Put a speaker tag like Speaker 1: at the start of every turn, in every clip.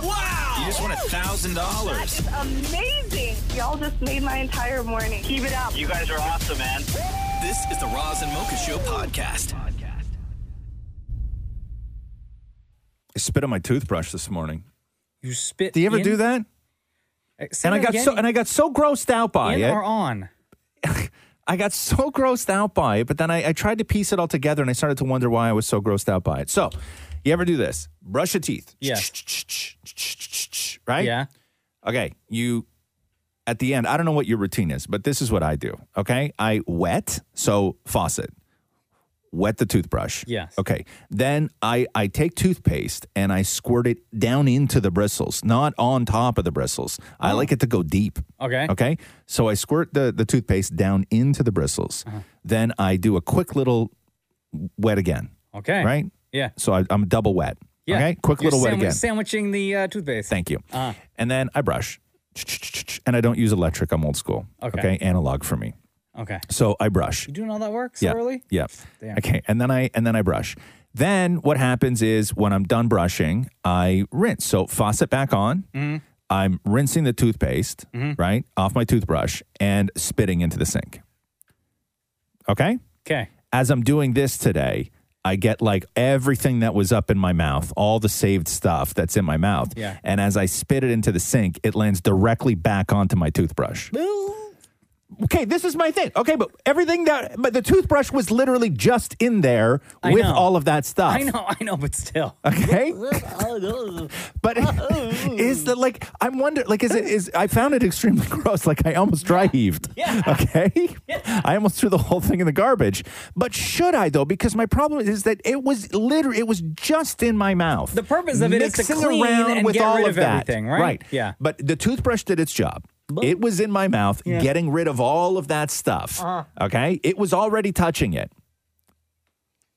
Speaker 1: Wow!
Speaker 2: You just won a thousand dollars.
Speaker 3: Amazing. Y'all just made my entire morning. Keep it up.
Speaker 4: You guys are awesome, man.
Speaker 2: This is the Roz and Mocha Show podcast.
Speaker 5: I spit on my toothbrush this morning.
Speaker 6: You spit.
Speaker 5: Do you ever
Speaker 6: in- Uh,
Speaker 5: do that?
Speaker 6: Say
Speaker 5: And I
Speaker 6: that
Speaker 5: got
Speaker 6: again.
Speaker 5: so and I got so grossed out by
Speaker 6: in
Speaker 5: it.
Speaker 6: or on.
Speaker 5: I got so grossed out by it, but then I, I tried to piece it all together and I started to wonder why I was so grossed out by it. So, you ever do this? Brush your teeth.
Speaker 6: Yeah.
Speaker 5: Right?
Speaker 6: Yeah.
Speaker 5: Okay. You, at the end, I don't know what your routine is, but this is what I do. Okay. I wet, so faucet, wet the toothbrush.
Speaker 6: Yes.
Speaker 5: Okay. Then I, I take toothpaste and I squirt it down into the bristles, not on top of the bristles. I like it to go deep.
Speaker 6: Oh. Okay.
Speaker 5: Okay. So I squirt the, the toothpaste down into the bristles.
Speaker 6: Uh-huh.
Speaker 5: Then I do a quick little wet again.
Speaker 6: Okay.
Speaker 5: Right?
Speaker 6: Yeah.
Speaker 5: So I, I'm double wet.
Speaker 6: Yeah.
Speaker 5: Okay. Quick
Speaker 6: You're
Speaker 5: little wet
Speaker 6: sandwich-
Speaker 5: again.
Speaker 6: Sandwiching the uh, toothpaste.
Speaker 5: Thank you.
Speaker 6: Uh-huh.
Speaker 5: And then I brush. And I don't use electric. I'm old school.
Speaker 6: Okay.
Speaker 5: Analog for me.
Speaker 6: okay.
Speaker 5: So I brush.
Speaker 6: You doing all that work so
Speaker 5: Yeah.
Speaker 6: early?
Speaker 5: Yeah.
Speaker 6: Damn.
Speaker 5: Okay. And then I and then I brush. Then what happens is when I'm done brushing, I rinse. So faucet back on.
Speaker 6: Mm-hmm.
Speaker 5: I'm rinsing the toothpaste, right? Off my toothbrush and spitting into the sink. Okay?
Speaker 6: Okay.
Speaker 5: as I'm doing this today, I get like everything that was up in my mouth, all the saved stuff that's in my mouth.
Speaker 6: Yeah.
Speaker 5: And as I spit it into the sink, it lands directly back onto my toothbrush. Okay, this is my thing. Okay, but everything that, but the toothbrush was literally just in there
Speaker 6: I
Speaker 5: with
Speaker 6: know.
Speaker 5: all of that stuff.
Speaker 6: I know, I know, but still.
Speaker 5: Okay. but is the like I'm wonder like is it is I found it extremely gross. Like I almost dry heaved.
Speaker 6: Yeah.
Speaker 5: Okay. I almost threw the whole thing in the garbage. But should I though? Because my problem is that it was literally it was just in my mouth.
Speaker 6: The purpose of it is to
Speaker 5: Mixing
Speaker 6: clean
Speaker 5: around
Speaker 6: and
Speaker 5: with
Speaker 6: get
Speaker 5: all
Speaker 6: rid
Speaker 5: of,
Speaker 6: of
Speaker 5: that.
Speaker 6: everything, right?
Speaker 5: Right.
Speaker 6: Yeah.
Speaker 5: But the toothbrush did its job. It was in my mouth,
Speaker 6: Yeah. Uh-huh.
Speaker 5: getting rid of all of that stuff. Okay. It was already touching it.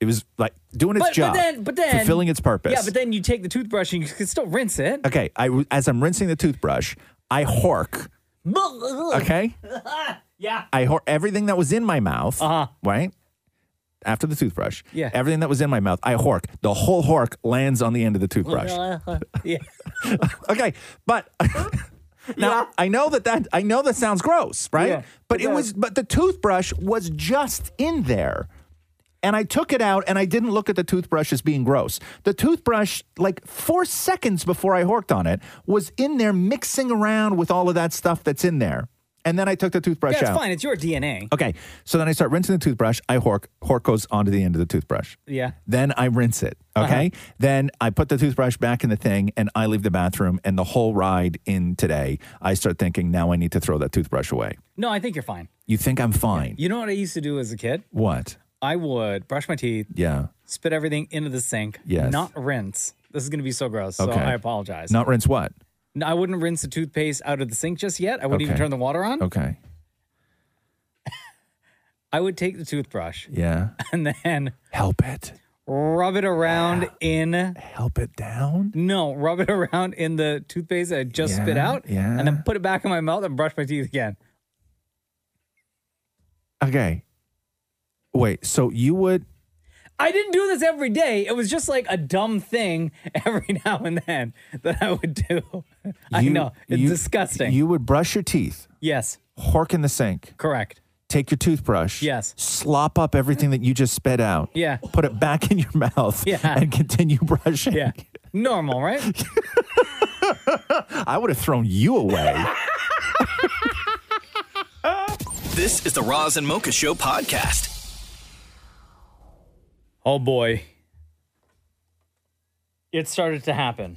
Speaker 5: It was like doing its
Speaker 6: But,
Speaker 5: job,
Speaker 6: but then, but then.
Speaker 5: fulfilling its purpose.
Speaker 6: Yeah, but then you take the toothbrush and you can still rinse it.
Speaker 5: Okay, I as I'm rinsing the toothbrush, I hork. Okay,
Speaker 6: Yeah.
Speaker 5: I hork everything that was in my mouth.
Speaker 6: Uh-huh.
Speaker 5: Right after the toothbrush.
Speaker 6: Yeah.
Speaker 5: Everything that was in my mouth, I hork. The whole hork lands on the end of the toothbrush.
Speaker 6: yeah.
Speaker 5: okay, but. Now I know that that I know that sounds gross, right?
Speaker 6: Yeah,
Speaker 5: but
Speaker 6: it
Speaker 5: it was but the toothbrush was just in there. And I took it out and I didn't look at the toothbrush as being gross. The toothbrush, like four seconds before I horked on it, was in there mixing around with all of that stuff that's in there. And then I took the toothbrush
Speaker 6: Yeah, it's
Speaker 5: out.
Speaker 6: fine. It's your DNA.
Speaker 5: Okay. So then I start rinsing the toothbrush. I hork. Hork goes onto the end of the toothbrush.
Speaker 6: Yeah.
Speaker 5: Then I rinse it.
Speaker 6: Uh-huh.
Speaker 5: Okay. Then I put the toothbrush back in the thing and I leave the bathroom. And the whole ride in today, I start thinking, now I need to throw that toothbrush away.
Speaker 6: No, I think you're fine.
Speaker 5: You think I'm fine.
Speaker 6: You know what I used to do as a kid?
Speaker 5: What?
Speaker 6: I would brush my teeth,
Speaker 5: Yeah.
Speaker 6: spit everything into the sink,
Speaker 5: Yes.
Speaker 6: not rinse. This is going to be so gross. So
Speaker 5: Okay.
Speaker 6: I apologize.
Speaker 5: Not rinse what?
Speaker 6: No, I wouldn't rinse the toothpaste out of the sink just yet. I wouldn't even
Speaker 5: Okay.
Speaker 6: turn the water on.
Speaker 5: Okay.
Speaker 6: I would take the toothbrush
Speaker 5: Yeah.
Speaker 6: and then
Speaker 5: Help it.
Speaker 6: rub it around in
Speaker 5: Help it down.
Speaker 6: no, rub it around in the toothpaste I just spit
Speaker 5: Yeah,
Speaker 6: out,
Speaker 5: yeah.
Speaker 6: and then put it back in my mouth and brush my teeth again.
Speaker 5: Okay. Wait. So you would.
Speaker 6: I didn't do this every day. It was just like a dumb thing every now and then that I would do. I
Speaker 5: you-
Speaker 6: know it's
Speaker 5: you-
Speaker 6: disgusting.
Speaker 5: You would brush your teeth,
Speaker 6: yes,
Speaker 5: hork in the sink.
Speaker 6: correct.
Speaker 5: take your toothbrush.
Speaker 6: Yes.
Speaker 5: Slop up everything that you just spit out.
Speaker 6: Yeah.
Speaker 5: Put it back in your mouth.
Speaker 6: Yeah.
Speaker 5: And continue brushing.
Speaker 6: Yeah, normal, right?
Speaker 5: I would have thrown you away.
Speaker 2: This is the Roz and Mocha Show podcast.
Speaker 6: Oh boy. It started to happen.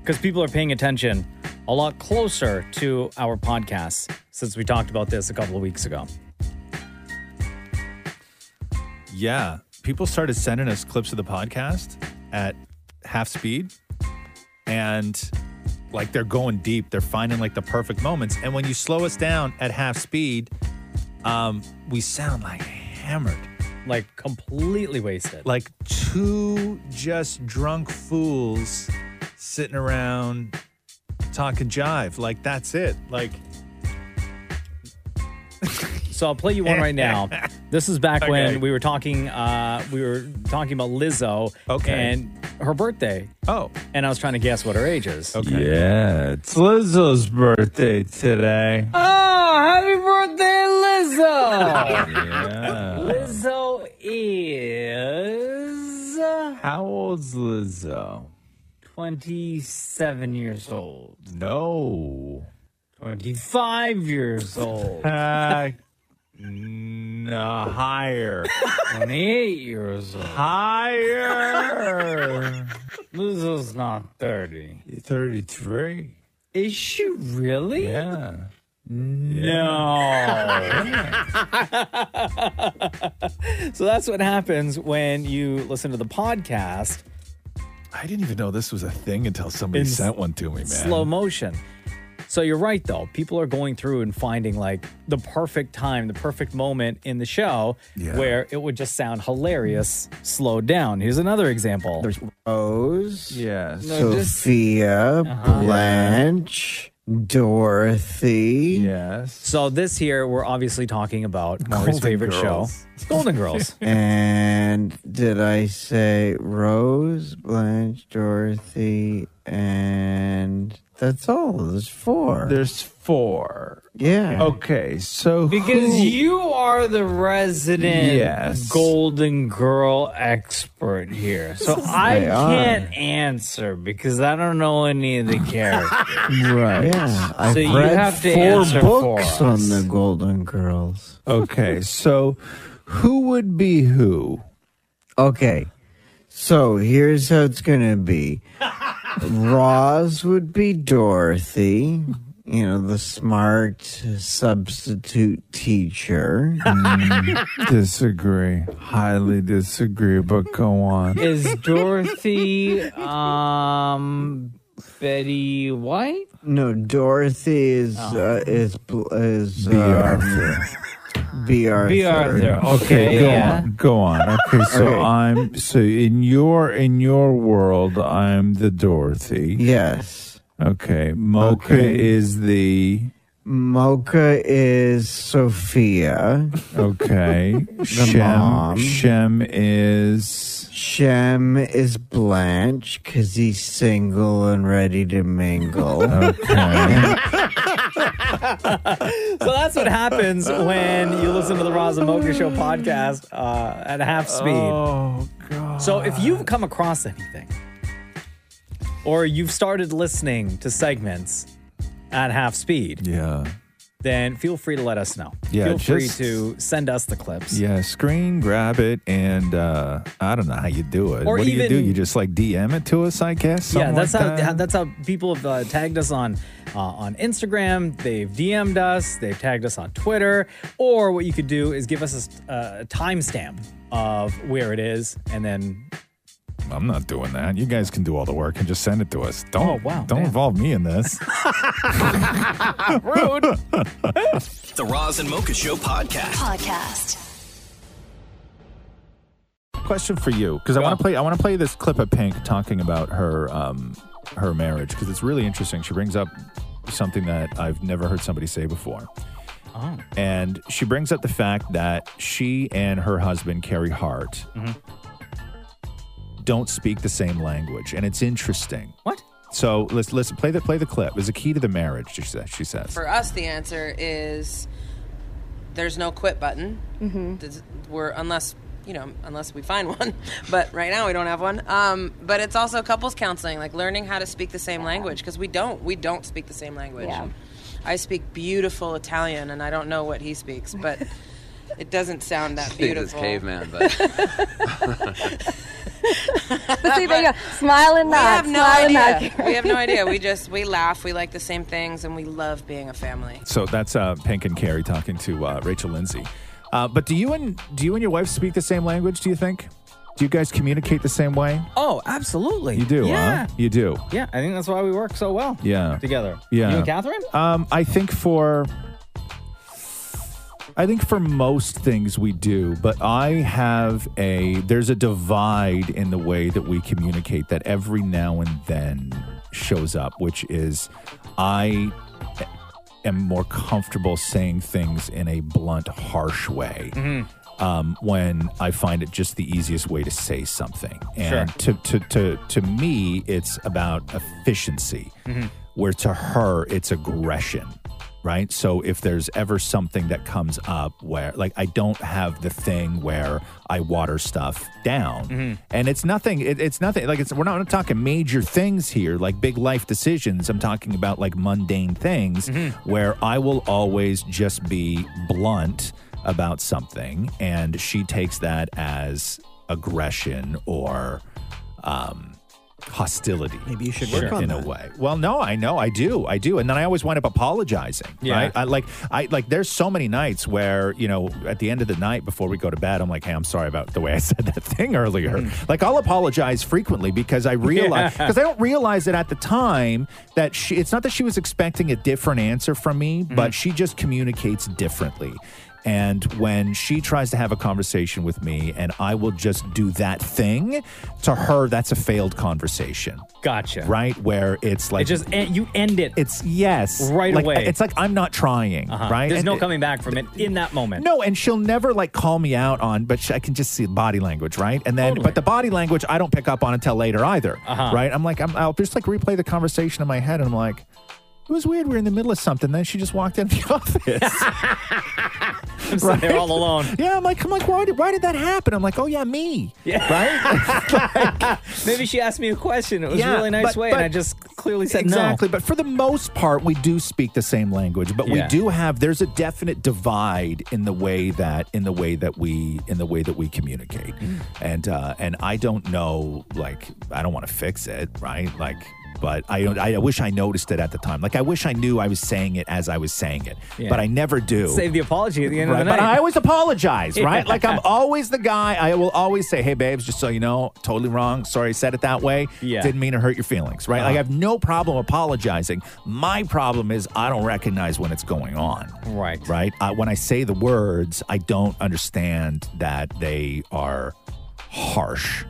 Speaker 6: Because people are paying attention a lot closer to our podcast since we talked about this a couple of weeks ago.
Speaker 5: yeah. People started sending us clips of the podcast at half speed.
Speaker 7: and like they're going deep. They're finding like the perfect moments. And when you slow us down at half speed, um, we sound like hammered,
Speaker 6: like completely wasted.
Speaker 7: like two just drunk fools sitting around talking jive. Like that's it. Like
Speaker 6: So I'll play you one right now. This is back
Speaker 7: Okay.
Speaker 6: when we were talking. Uh, we were talking about Lizzo.
Speaker 7: Okay.
Speaker 6: And her birthday,
Speaker 7: oh,
Speaker 6: and I was trying to guess what her age is.
Speaker 7: okay.
Speaker 8: Yeah, it's Lizzo's birthday today.
Speaker 6: Oh, Lizzo is
Speaker 8: How old's Lizzo?
Speaker 6: twenty-seven years old.
Speaker 8: No.
Speaker 6: Twenty-five years old.
Speaker 8: Uh, no, higher.
Speaker 6: Twenty-eight years old.
Speaker 8: higher.
Speaker 6: Lizzo's not thirty.
Speaker 8: 33.
Speaker 6: Is she really?
Speaker 8: Yeah.
Speaker 6: No.
Speaker 5: Oh.
Speaker 6: so that's what happens when you listen to the podcast
Speaker 5: I didn't even know this was a thing until somebody
Speaker 6: In
Speaker 5: sent one to me, man.
Speaker 6: slow motion. So you're right though. People are going through and finding like the perfect time, the perfect moment in the show
Speaker 5: Yeah.
Speaker 6: where it would just sound hilarious slowed down. Here's another example.
Speaker 9: Rose,
Speaker 8: Yeah.
Speaker 9: Sophia,
Speaker 8: Uh-huh.
Speaker 9: Blanche, Dorothy.
Speaker 8: yes.
Speaker 6: so this here we're obviously talking about Maury's
Speaker 5: Golden
Speaker 6: favorite
Speaker 5: Girls.
Speaker 6: show, Golden Girls.
Speaker 9: And did I say Rose, Blanche, Dorothy, and that's all. There's four.
Speaker 8: There's four.
Speaker 9: yeah.
Speaker 8: Okay, so
Speaker 6: Because
Speaker 8: who-
Speaker 6: you are the resident
Speaker 8: Yes.
Speaker 6: golden girl expert here. So I can't answer because I don't know any of the characters.
Speaker 8: right.
Speaker 9: Yeah. I've
Speaker 6: you
Speaker 9: read
Speaker 6: have to answer
Speaker 9: four
Speaker 6: for
Speaker 9: books
Speaker 6: us.
Speaker 9: on the Golden Girls.
Speaker 8: Okay, so who would be who?
Speaker 9: Okay. So here's how it's going to be Roz would be Dorothy, you know, the smart substitute teacher.
Speaker 8: Disagree. Highly disagree, but go on.
Speaker 6: Is Dorothy um Betty White?
Speaker 9: No, Dorothy is
Speaker 8: Oh.
Speaker 9: uh, is bl- is uh, B. Arthur.
Speaker 6: B. Arthur. Okay,
Speaker 8: go
Speaker 6: yeah.
Speaker 8: on. Go on. Okay, so
Speaker 9: Okay.
Speaker 8: I'm so in your in your world, I'm the Dorothy.
Speaker 9: Yes.
Speaker 8: Okay, Mocha
Speaker 9: Okay.
Speaker 8: is the
Speaker 9: Mocha is Sophia.
Speaker 8: okay. Shem
Speaker 9: mom.
Speaker 8: Shem is
Speaker 9: Shem is Blanche because he's single and ready to mingle.
Speaker 8: okay.
Speaker 6: So that's what happens when you listen to the Raza Mocha Show podcast uh, at half speed.
Speaker 8: oh God.
Speaker 6: So if you've come across anything or you've started listening to segments at half speed,
Speaker 8: Yeah.
Speaker 6: then feel free to let us know.
Speaker 8: Yeah,
Speaker 6: feel free
Speaker 8: just-
Speaker 6: to send us the clips.
Speaker 8: Yeah, screen grab it, and uh, I don't know how you do it.
Speaker 6: Or
Speaker 8: what do you do?
Speaker 6: even-
Speaker 8: You just like DM it to us, I guess. something
Speaker 6: Yeah, that's
Speaker 8: like
Speaker 6: how
Speaker 8: that?
Speaker 6: that's how people have uh, tagged us on uh, on Instagram. They've DM'd us. They've tagged us on Twitter. Or what you could do is give us a, s- uh, a timestamp of where it is, and then
Speaker 5: I'm not doing that. You guys can do all the work and just send it to us.
Speaker 6: Oh,
Speaker 5: Don't
Speaker 6: wow,
Speaker 5: don't
Speaker 6: man.
Speaker 5: involve me in this.
Speaker 6: rude.
Speaker 2: The Roz and Mocha Show podcast.
Speaker 10: Podcast.
Speaker 5: Question for you because I want to play I want to play this clip of Pink talking about her um her marriage because it's really interesting. She brings up something that I've never heard somebody say before. And she brings up the fact that she and her husband Carrie Hart
Speaker 6: Mm-hmm.
Speaker 5: don't speak the same language and it's interesting.
Speaker 6: what?
Speaker 5: So let's let's play the play the clip. It's a key to the marriage. She says. She says.
Speaker 11: For us, the answer is there's no quit button.
Speaker 12: Mm-hmm.
Speaker 11: Does- We're unless you know unless we find one, but right now we don't have one. Um, but it's also couples counseling, like learning how to speak the same language because we don't we don't speak the same language.
Speaker 13: Yeah.
Speaker 11: I speak beautiful Italian, and I don't know what he speaks, but it doesn't sound that beautiful.
Speaker 12: Smile and
Speaker 11: We have no
Speaker 12: and
Speaker 11: idea. We have no idea. We just we laugh. We like the same things, and we love being a family.
Speaker 5: So that's uh, Pink and Carrie talking to uh, Rachel Lindsay. Uh, but do you and do you and your wife speak the same language? Do you think? Do you guys communicate the same way?
Speaker 6: Oh, absolutely.
Speaker 5: You do,
Speaker 6: yeah.
Speaker 5: huh? You do.
Speaker 6: Yeah, I think that's why we work so well.
Speaker 5: Yeah.
Speaker 6: Together.
Speaker 5: Yeah.
Speaker 6: You and Catherine?
Speaker 5: Um, I think for I think for most things we do, but I have a there's a divide in the way that we communicate that every now and then shows up, which is I am more comfortable saying things in a blunt, harsh way.
Speaker 6: Mm-hmm.
Speaker 5: Um, when I find it just the easiest way to say something, and to, to to to me, it's about efficiency.
Speaker 14: Mm-hmm.
Speaker 5: Where to her, it's aggression right? So if there's ever something that comes up where, like, I don't have the thing where I water stuff down, and it's nothing. It, it's nothing. Like, it's we're not, we're not talking major things here, like big life decisions. I'm talking about like mundane things where I will always just be blunt about something, and she takes that as aggression or. Um, hostility
Speaker 15: Maybe you should
Speaker 5: in-
Speaker 15: work on
Speaker 5: in
Speaker 15: that.
Speaker 5: a way well no i know i do i do and then i always wind up apologizing
Speaker 6: Yeah.
Speaker 5: right i like i like there's so many nights where you know at the end of the night before we go to bed i'm like hey i'm sorry about the way i said that thing earlier like i'll apologize frequently because i realize because i don't realize it at the time that she it's not that she was expecting a different answer from me but she just communicates differently and when she tries to have a conversation with me and I will just do that thing, to her, that's a failed conversation
Speaker 6: Gotcha.
Speaker 5: right? Where it's
Speaker 6: It
Speaker 5: like
Speaker 6: just en- you end it.
Speaker 5: it's yes,
Speaker 6: Right
Speaker 5: Like,
Speaker 6: away.
Speaker 5: It's like I'm not trying,
Speaker 6: Uh-huh.
Speaker 5: right?
Speaker 6: There's
Speaker 5: And
Speaker 6: no
Speaker 5: it-
Speaker 6: coming back from it in that moment.
Speaker 5: No, and she'll never like call me out on, but she, I can just see body language, right? And then,
Speaker 6: Totally.
Speaker 5: but the body language I don't pick up on until later either,
Speaker 6: Uh-huh.
Speaker 5: right? I'm like, I'm, I'll just like replay the conversation in my head, and I'm like. It was weird. We were in the middle of something. Then she just walked in the office.
Speaker 6: I'm sitting there all alone.
Speaker 5: yeah, I'm like, I'm like, why did, why did that happen? I'm like, oh yeah, me.
Speaker 6: Yeah.
Speaker 5: Right.
Speaker 6: Maybe she asked me a question. It was
Speaker 5: Yeah,
Speaker 6: a really nice
Speaker 5: but-
Speaker 6: way,
Speaker 5: but-
Speaker 6: and I just clearly said
Speaker 5: exactly. But for the most part, we do speak the same language, but
Speaker 6: Yeah.
Speaker 5: we do have there's a definite divide in the way that in the way that we in the way that we communicate,
Speaker 6: Mm.
Speaker 5: and uh, and I don't know like I don't want to fix it, right? Like. But I don't. I wish I noticed it at the time. Like I wish I knew I was saying it as I was saying it.
Speaker 6: Yeah.
Speaker 5: But I never do.
Speaker 6: no. Save the apology at the end
Speaker 5: Right,
Speaker 6: of the night.
Speaker 5: But I always apologize, right?
Speaker 6: Yeah.
Speaker 5: Like I'm always the guy. I will always say, "Hey, babes, just so you know, totally wrong. Sorry, I said it that way.
Speaker 6: Yeah. Uh-huh.
Speaker 5: Didn't mean to hurt your feelings." Right? Like I have no problem apologizing. My problem is I don't recognize when it's going on.
Speaker 6: Right.
Speaker 5: Right. I, when I say the words, I don't understand that they are harsh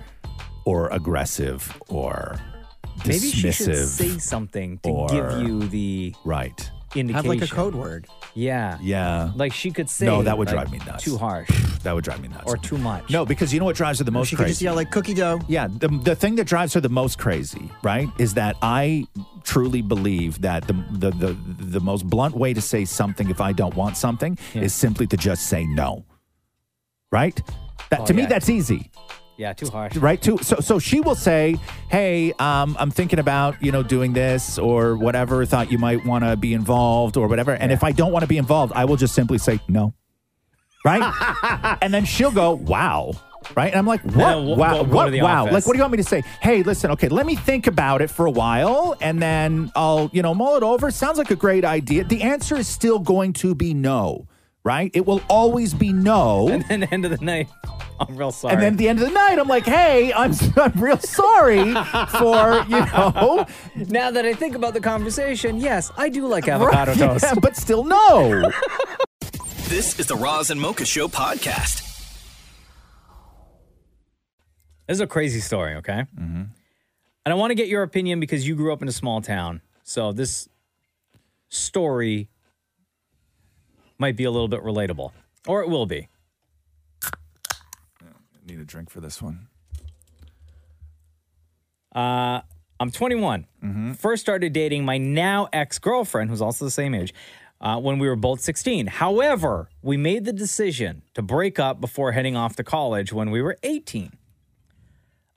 Speaker 5: or aggressive or dismissive.
Speaker 6: Maybe she should say something to
Speaker 5: or-
Speaker 6: give you the
Speaker 5: right.
Speaker 6: indication.
Speaker 15: Have like a code word.
Speaker 6: Yeah.
Speaker 5: Yeah.
Speaker 6: Like she could say.
Speaker 5: No, that would
Speaker 6: like,
Speaker 5: drive me nuts.
Speaker 6: Too harsh
Speaker 5: That would drive me nuts.
Speaker 6: or too much.
Speaker 5: No, because you know what drives her the most
Speaker 15: She could
Speaker 5: crazy.
Speaker 15: just yell like cookie dough.
Speaker 5: Yeah, the, the thing that drives her the most crazy, right, is that I truly believe that the, the the the most blunt way to say something if I don't want something is simply to just say no. Right? That,
Speaker 6: Oh,
Speaker 5: to me,
Speaker 6: yeah.
Speaker 5: that's easy,
Speaker 6: Yeah, too harsh.
Speaker 5: right? Too. So, so she will say, "Hey, um, I'm thinking about you know doing this or whatever. Thought you might want to be involved or whatever." And if I don't want to be involved, I will just simply say no, right? and then she'll go, "Wow." Right? And I'm like, what?
Speaker 6: then we'll-
Speaker 5: wow.
Speaker 6: we'll go
Speaker 5: what?
Speaker 6: to the
Speaker 5: wow.
Speaker 6: office.
Speaker 5: Like, what do you want me to say? Hey, listen, okay, let me think about it for a while and then I'll, you know, mull it over. Sounds like a great idea. The answer is still going to be no, right? It will always be no.
Speaker 6: And then end of the night, I'm real sorry.
Speaker 5: And then at the end of the night, I'm like, hey, I'm, I'm real sorry for, you know,
Speaker 6: now that I think about the conversation, yes, I do like avocado
Speaker 5: yeah,
Speaker 6: toast.
Speaker 5: but still no.
Speaker 2: This is the Roz and Mocha Show podcast.
Speaker 6: This is a crazy story, okay? Mm-hmm. And I want to get your opinion because you grew up in a small town. So this story might be a little bit relatable, or it will be.
Speaker 5: Need a drink for this one.
Speaker 6: Uh, I'm 21.
Speaker 5: Mm-hmm.
Speaker 6: First started dating my now ex girlfriend, who's also the same age, uh, when we were both 16. However, we made the decision to break up before heading off to college when we were 18.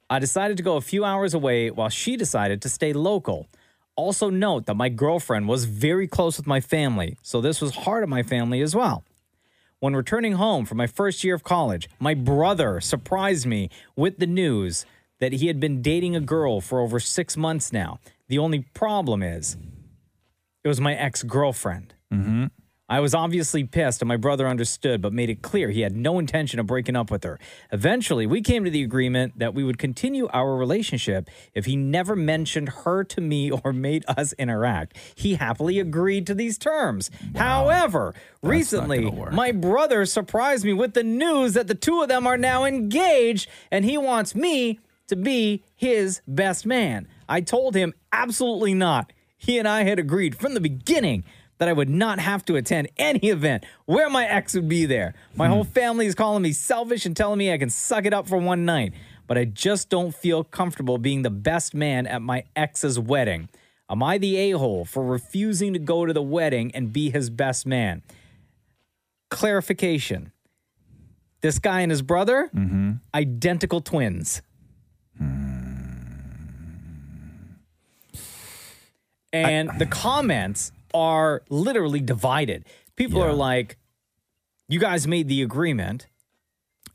Speaker 6: I decided to go a few hours away while she decided to stay local. Also, note that my girlfriend was very close with my family, so this was hard on my family as well. When returning home from my first year of college, my brother surprised me with the news that he had been dating a girl for over six months now. The only problem is it was my ex girlfriend. I was obviously pissed, and my brother understood, but made it clear he had no intention of breaking up with her. Eventually, we came to the agreement that we would continue our relationship if he never mentioned her to me or made us interact. He happily agreed to these terms. However, recently, my brother surprised me with the news that the two of them are now engaged, and he wants me to be his best man. I told him absolutely not. He and I had agreed from the beginning that I would not have to attend any event where my ex would be there. My whole family is calling me selfish and telling me I can suck it up for one night, but I just don't feel comfortable being the best man at my ex's wedding. Am I the a hole for refusing to go to the wedding and be his best man? Clarification this guy and his brother,
Speaker 5: Mm-hmm.
Speaker 6: identical twins. And the comments are literally divided. People are like, you guys made the agreement,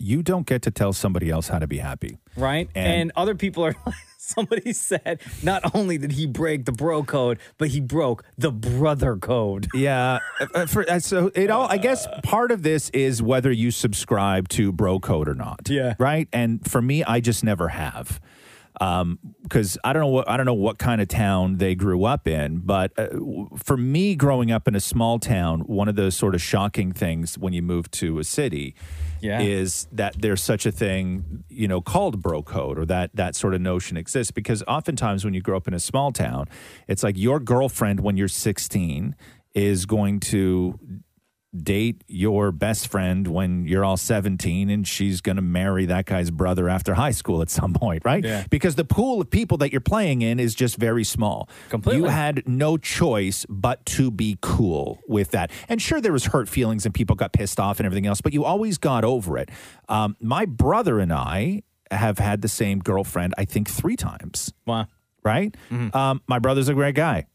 Speaker 5: You don't get to tell somebody else how to be happy.
Speaker 6: right? And,
Speaker 5: And-
Speaker 6: other people are somebody said, not only did he break the bro code, but he broke the brother code.
Speaker 5: Yeah. uh, for- uh, so it all, I guess part of this is whether you subscribe to bro code or not.
Speaker 6: Yeah.
Speaker 5: Right. And for me, I just never have. Um, cause I don't know what, I don't know what kind of town they grew up in, but uh, w- for me growing up in a small town, one of those sort of shocking things when you move to a city
Speaker 6: Yeah.
Speaker 5: is that there's such a thing, you know, called bro code or that that sort of notion exists because oftentimes when you grow up in a small town, it's like your girlfriend when you're 16 is going to date your best friend when you're all 17 and she's going to marry that guy's brother after high school at some point, right?
Speaker 6: Yeah.
Speaker 5: Because the pool of people that you're playing in is just very small.
Speaker 6: Completely.
Speaker 5: You had no choice but to be cool with that. And sure, there was hurt feelings and people got pissed off and everything else, but you always got over it. Um, my brother and I have had the same girlfriend, I think, three times
Speaker 6: Wow. Mm-hmm.
Speaker 5: right? Um, my brother's a great guy.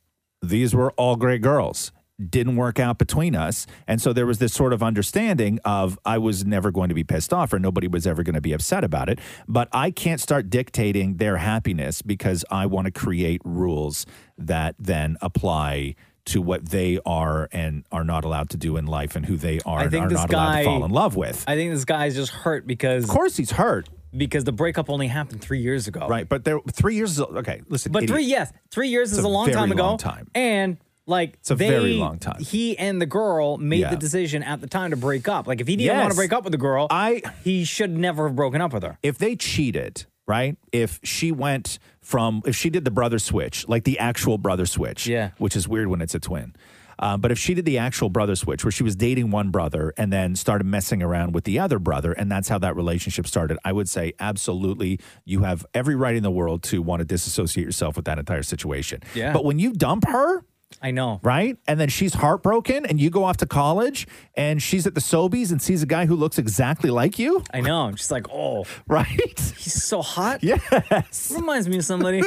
Speaker 5: These were all great girls. Didn't work out between us. And so there was this sort of understanding of I was never going to be pissed off or nobody was ever going to be upset about it. But I can't start dictating their happiness because I want to create rules that then apply to what they are and are not allowed to do in life and who they are
Speaker 6: I
Speaker 5: and
Speaker 6: think
Speaker 5: are
Speaker 6: this
Speaker 5: not
Speaker 6: guy-
Speaker 5: allowed to fall in love with.
Speaker 6: I think this guy's just hurt because
Speaker 5: of course, he's hurt.
Speaker 6: because the breakup only happened three years ago.
Speaker 5: Right. But there, three years is okay. Listen,
Speaker 6: But
Speaker 5: idiot.
Speaker 6: three, yes, three years is
Speaker 5: It's
Speaker 6: a
Speaker 5: a
Speaker 6: long
Speaker 5: very
Speaker 6: time ago.
Speaker 5: long time.
Speaker 6: And like
Speaker 5: It's a
Speaker 6: they-
Speaker 5: very long time.
Speaker 6: He and the girl made
Speaker 5: Yeah.
Speaker 6: the decision at the time to break up. Like if he didn't want to
Speaker 5: Yes.
Speaker 6: break up with the girl,
Speaker 5: I-
Speaker 6: he should never have broken up with her.
Speaker 5: if they cheated, right? If she went from, if she did the brother switch, like the actual brother switch,
Speaker 6: Yeah.
Speaker 5: which is weird when it's a twin. Um, but if she did the actual brother switch, where she was dating one brother and then started messing around with the other brother, and that's how that relationship started, I would say absolutely, you have every right in the world to want to disassociate yourself with that entire situation.
Speaker 6: Yeah.
Speaker 5: But when you dump her,
Speaker 6: I know.
Speaker 5: right? And then she's heartbroken, and you go off to college, and she's at the Sobeys and sees a guy who looks exactly like you,
Speaker 6: I know. I'm just like, oh,
Speaker 5: right?
Speaker 6: he's so hot.
Speaker 5: yes.
Speaker 6: Reminds me of somebody.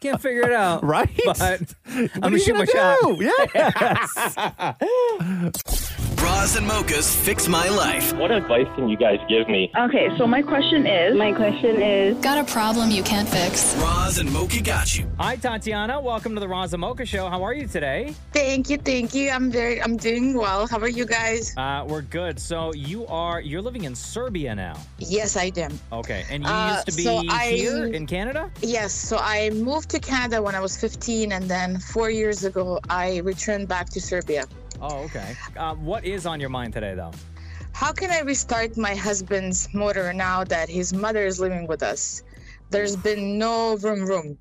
Speaker 6: Can't figure it out.
Speaker 5: Right?
Speaker 6: But I'm gonna
Speaker 5: are you
Speaker 6: shoot my shot.
Speaker 5: gonna do? Yeah.
Speaker 2: Bras and mochas fix my life.
Speaker 16: What advice can you guys give me?
Speaker 17: Okay, so my question is. My question is.
Speaker 10: Got a problem you can't fix.
Speaker 2: Bras and mocha got you.
Speaker 6: Hi, Tatiana. Welcome to the Raza Mocha Show. How are you today?
Speaker 18: Thank you, thank you. I'm very, I'm doing well. How are you guys?
Speaker 6: Uh, we're good. So you are you're living in Serbia now.
Speaker 18: Yes, I do.
Speaker 6: Okay. And you
Speaker 18: Uh,
Speaker 6: used to be
Speaker 18: so I-
Speaker 6: here in Canada?
Speaker 18: Yes, so I moved to Canada when I was 15, and then four years ago I returned back to Serbia.
Speaker 6: Oh, okay. Uh, what is on your mind today, though?
Speaker 18: How can I restart my husband's motor now that his mother is living with us? There's been no room, room.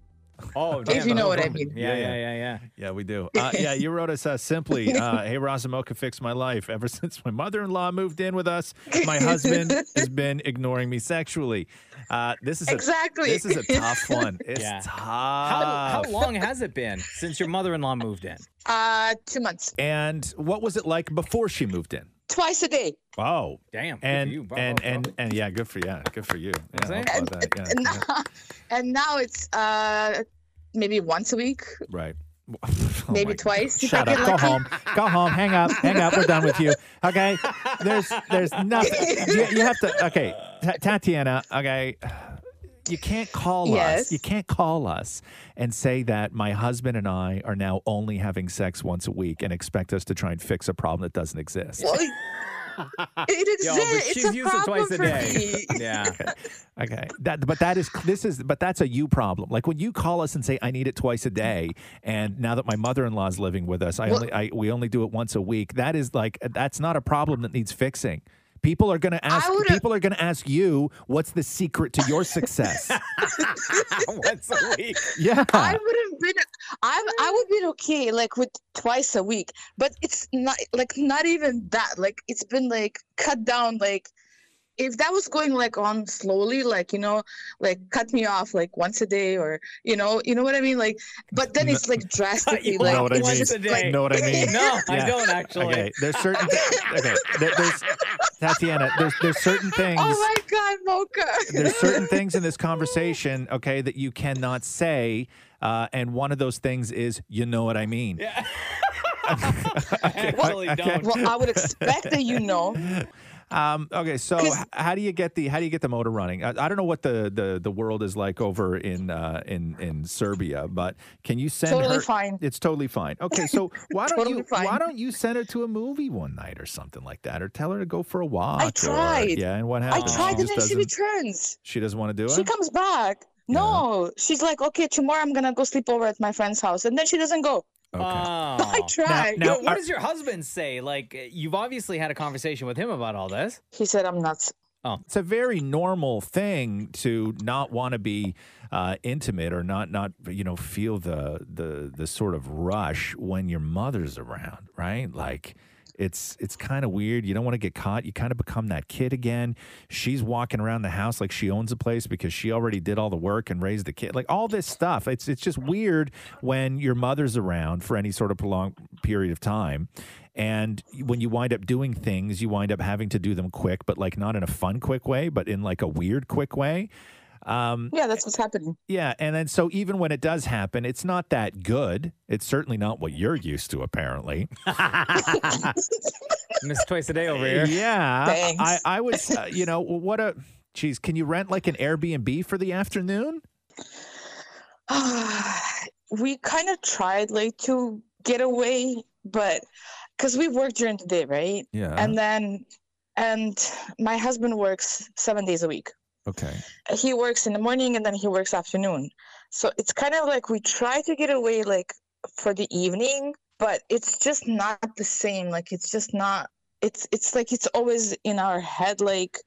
Speaker 6: Oh,
Speaker 18: damn, you know what I mean.
Speaker 6: Yeah, yeah,
Speaker 5: Yeah,
Speaker 6: yeah, yeah.
Speaker 5: Yeah, we do. Uh, yeah, you wrote us uh, simply, uh, "Hey, Razamoka, fix my life. Ever since my mother-in-law moved in with us, my husband has been ignoring me sexually. Uh, this is a-
Speaker 18: Exactly.
Speaker 5: this is a tough one. It's
Speaker 6: Yeah.
Speaker 5: tough.
Speaker 6: How, how long has it been since your mother-in-law moved in?
Speaker 18: Uh, two months,
Speaker 5: and what was it like before she moved in?
Speaker 18: twice a day.
Speaker 5: Wow.
Speaker 6: Damn, good for
Speaker 5: And
Speaker 6: you. Bravo,
Speaker 5: and and,
Speaker 6: bravo.
Speaker 5: and yeah, good for yeah, good for you. Yeah,
Speaker 6: saying?
Speaker 5: I love that. Yeah,
Speaker 18: And
Speaker 5: yeah.
Speaker 18: now, and now it's uh maybe once a week.
Speaker 5: Right.
Speaker 18: Maybe
Speaker 5: Oh my-
Speaker 18: twice.
Speaker 5: Shut up. Go home. Go home. Hang up. Hang up. We're done with you. Okay. There's there's nothing. You, you have to. Okay, Ta- Tatiana. Okay. you can't call us.
Speaker 18: Yes.
Speaker 5: You can't call us and say that my husband and I are now only having sex once a week and expect us to try and fix a problem that doesn't exist.
Speaker 18: Well, it exists.
Speaker 6: Yo, but
Speaker 18: it's
Speaker 6: she's
Speaker 18: a
Speaker 6: used it
Speaker 18: problem
Speaker 6: twice a
Speaker 18: for
Speaker 6: day.
Speaker 18: me.
Speaker 6: yeah.
Speaker 5: Okay. That but that is this is but that's a you problem. Like when you call us and say I need it twice a day and now that my mother-in-law's living with us, I
Speaker 18: Well-
Speaker 5: only I we only do it once a week. That is like that's not a problem that needs fixing. People are going to ask people are going to ask you what's the secret to your success.
Speaker 6: Once a week.
Speaker 5: yeah.
Speaker 18: I would have been I I would been okay like with twice a week, but it's not like not even that. Like it's been like cut down like if that was going like on slowly, like you know, like cut me off like once a day or you know, you know what I mean? Like but then it's like drastically like
Speaker 5: know what I
Speaker 18: it's
Speaker 5: mean?
Speaker 18: just, like-
Speaker 5: Know what I mean?
Speaker 6: No, I don't, actually.
Speaker 5: Okay, there's certain. okay, there, there's Tatiana. There's there's certain things.
Speaker 18: Oh my god, Mocha.
Speaker 5: there's certain things in this conversation, okay, that you cannot say, uh, and one of those things is, you know what I mean. Yeah.
Speaker 6: Actually don't.
Speaker 18: Well, I would expect that you know.
Speaker 5: Um, okay, so h- how do you get the how do you get the motor running? I, I don't know what the, the, the world is like over in uh, in in Serbia, but can you send
Speaker 18: Totally
Speaker 5: her?
Speaker 18: fine.
Speaker 5: It's totally fine. Okay, so why don't
Speaker 18: Totally
Speaker 5: you
Speaker 18: fine.
Speaker 5: why don't you send her to a movie one night or something like that, or tell her to go for a walk?
Speaker 18: I tried.
Speaker 5: Or, yeah, and what
Speaker 18: I
Speaker 5: happened?
Speaker 18: tried
Speaker 5: she
Speaker 18: and
Speaker 5: just
Speaker 18: then she
Speaker 5: doesn't.
Speaker 18: returns.
Speaker 5: She doesn't want to do
Speaker 18: She
Speaker 5: it.
Speaker 18: comes back. No, she's like, okay, tomorrow I'm gonna go sleep over at my friend's house, and then she doesn't go. I tried.
Speaker 6: Oh. Yo,
Speaker 5: uh,
Speaker 6: what does your husband say? Like, you've obviously had a conversation with him about all this.
Speaker 18: He said, I'm nuts.
Speaker 6: Oh,
Speaker 5: it's a very normal thing to not want to be uh, intimate or not not you know feel the the the sort of rush when your mother's around, right? Like. It's it's kind of weird. You don't want to get caught. You kind of become that kid again. She's walking around the house like she owns the place because she already did all the work and raised the kid. Like all this stuff. It's it's just weird when your mother's around for any sort of prolonged period of time. And when you wind up doing things, you wind up having to do them quick, but like not in a fun quick way, but in like a weird quick way. Um,
Speaker 18: Yeah, that's what's happening.
Speaker 5: yeah, and then so even when it does happen, it's not that good. It's certainly not what you're used to, apparently.
Speaker 6: missed twice a day over here.
Speaker 5: Yeah,
Speaker 18: Thanks.
Speaker 5: I, I would. Uh, you know what a. Geez, can you rent like an Airbnb for the afternoon?
Speaker 18: we kind of tried like to get away, but because we work during the day, right?
Speaker 5: Yeah.
Speaker 18: And then, and my husband works seven days a week.
Speaker 5: Okay.
Speaker 18: He works in the morning and then he works afternoon. So it's kind of like we try to get away like for the evening, but it's just not the same. Like it's just not. It's it's like it's always in our head. Like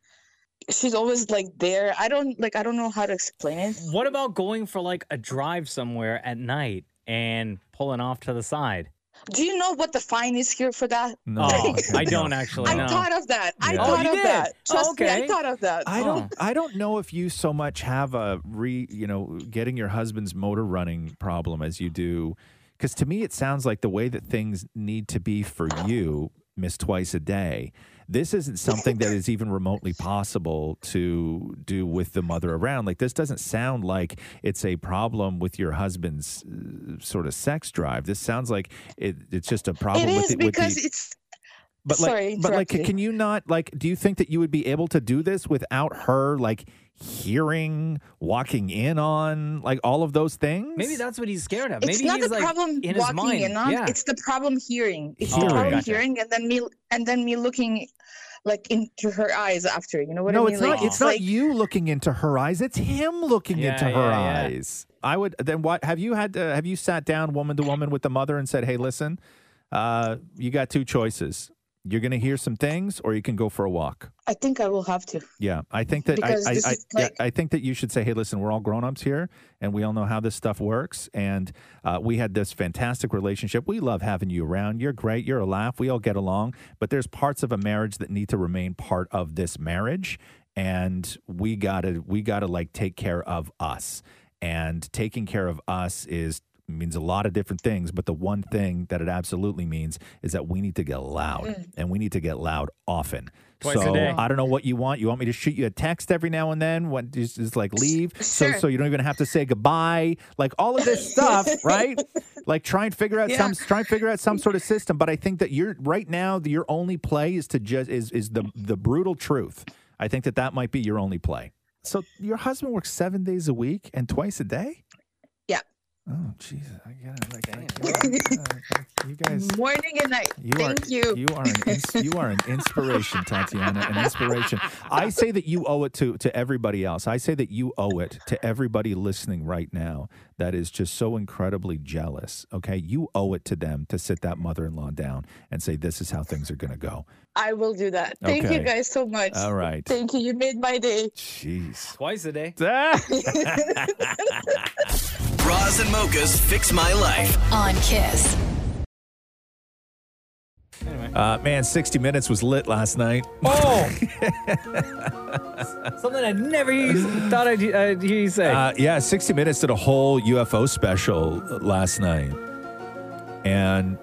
Speaker 18: she's always like there. I don't like I don't know how to explain it.
Speaker 6: What about going for like a drive somewhere at night and pulling off to the side?
Speaker 18: Do you know what the fine is here for that?
Speaker 5: No,
Speaker 6: Oh, I don't actually
Speaker 18: I
Speaker 6: know.
Speaker 18: thought of that. I
Speaker 5: Yeah. Oh,
Speaker 18: thought
Speaker 6: you
Speaker 18: of
Speaker 6: did?
Speaker 18: that.
Speaker 6: Oh,
Speaker 18: Trust me,
Speaker 6: okay.
Speaker 18: I thought of that.
Speaker 5: I
Speaker 6: Oh.
Speaker 5: don't. I don't know if you so much have a re, you know, getting your husband's motor running problem as you do, because to me it sounds like the way that things need to be for you, miss twice a day. This isn't something that is even remotely possible to do with the mother around. Like this doesn't sound like it's a problem with your husband's uh, sort of sex drive. This sounds like it, it's just a problem
Speaker 18: It
Speaker 5: with
Speaker 18: is
Speaker 5: the, with the-
Speaker 18: because it's
Speaker 5: but
Speaker 18: Sorry,
Speaker 5: like, but like,
Speaker 18: interrupted.
Speaker 5: can you not like? Do you think that you would be able to do this without her like hearing, walking in on, like all of those things?
Speaker 6: Maybe that's what he's scared of.
Speaker 18: it's
Speaker 6: Maybe
Speaker 18: not
Speaker 6: he's
Speaker 18: the
Speaker 6: like
Speaker 18: problem
Speaker 6: in his
Speaker 18: walking
Speaker 6: mind.
Speaker 18: in on.
Speaker 6: yeah.
Speaker 18: It's the problem hearing. It's
Speaker 5: Hearing.
Speaker 18: the problem
Speaker 5: Oh, Gotcha.
Speaker 18: hearing, and then me and then me looking like into her eyes after. You know what I
Speaker 5: no,
Speaker 18: mean?
Speaker 5: it's
Speaker 18: like,
Speaker 5: not. It's not
Speaker 18: like,
Speaker 5: you looking into her eyes. It's him looking
Speaker 6: Yeah,
Speaker 5: into her
Speaker 6: yeah, yeah.
Speaker 5: eyes. I would then. What have you had? To, have you sat down, woman to woman, with the mother and said, "Hey, listen, uh, you got two choices. You're going to hear some things, or you can go for a walk."
Speaker 18: I think I will have to.
Speaker 5: Yeah, I think that I
Speaker 18: Because
Speaker 5: I,
Speaker 18: this
Speaker 5: I,
Speaker 18: is
Speaker 5: yeah,
Speaker 18: like-
Speaker 5: I think that you should say, "Hey, listen, we're all grown-ups here, and we all know how this stuff works. And uh, we had this fantastic relationship. We love having you around. You're great. You're a laugh. We all get along. But there's parts of a marriage that need to remain part of this marriage, and we gotta we gotta like take care of us. And taking care of us is means a lot of different things, but the one thing that it absolutely means is that we need to get loud,
Speaker 18: Mm.
Speaker 5: and we need to get loud often.
Speaker 6: Twice a
Speaker 5: so
Speaker 6: day.
Speaker 5: I don't know what you want. You want me to shoot you a text every now and then? What just, just like leave? So
Speaker 18: Sure.
Speaker 5: so you don't even have to say goodbye. Like all of this stuff, right? Like try and figure out
Speaker 18: Yeah.
Speaker 5: some try and figure out some sort of system. But I think that you're right now your only play is to just is is the the brutal truth. I think that that might be your only play. So your husband works seven days a week and twice a day?
Speaker 18: Yeah.
Speaker 5: Oh, Jesus. I got it. Like, I- Uh, you guys.
Speaker 18: Morning and night.
Speaker 5: You
Speaker 18: Thank
Speaker 5: are,
Speaker 18: you.
Speaker 5: are an ins- you are an inspiration, Tatiana, an inspiration. I say that you owe it to to everybody else. I say that you owe it to everybody listening right now that is just so incredibly jealous. Okay, you owe it to them to sit that mother-in-law down and say this is how things are going to go.
Speaker 18: I will do that. Thank
Speaker 5: Okay.
Speaker 18: you guys so much.
Speaker 5: All right.
Speaker 18: Thank you. You made my day.
Speaker 5: Jeez.
Speaker 6: Twice a day.
Speaker 2: Roz and Mocha's Fix My Life.
Speaker 10: on Kiss.
Speaker 5: Uh, man, 60 Minutes was lit last night.
Speaker 6: Oh! Something I never hear- thought I'd, I'd hear you say.
Speaker 5: Uh, yeah, 60 Minutes did a whole UFO special last night. And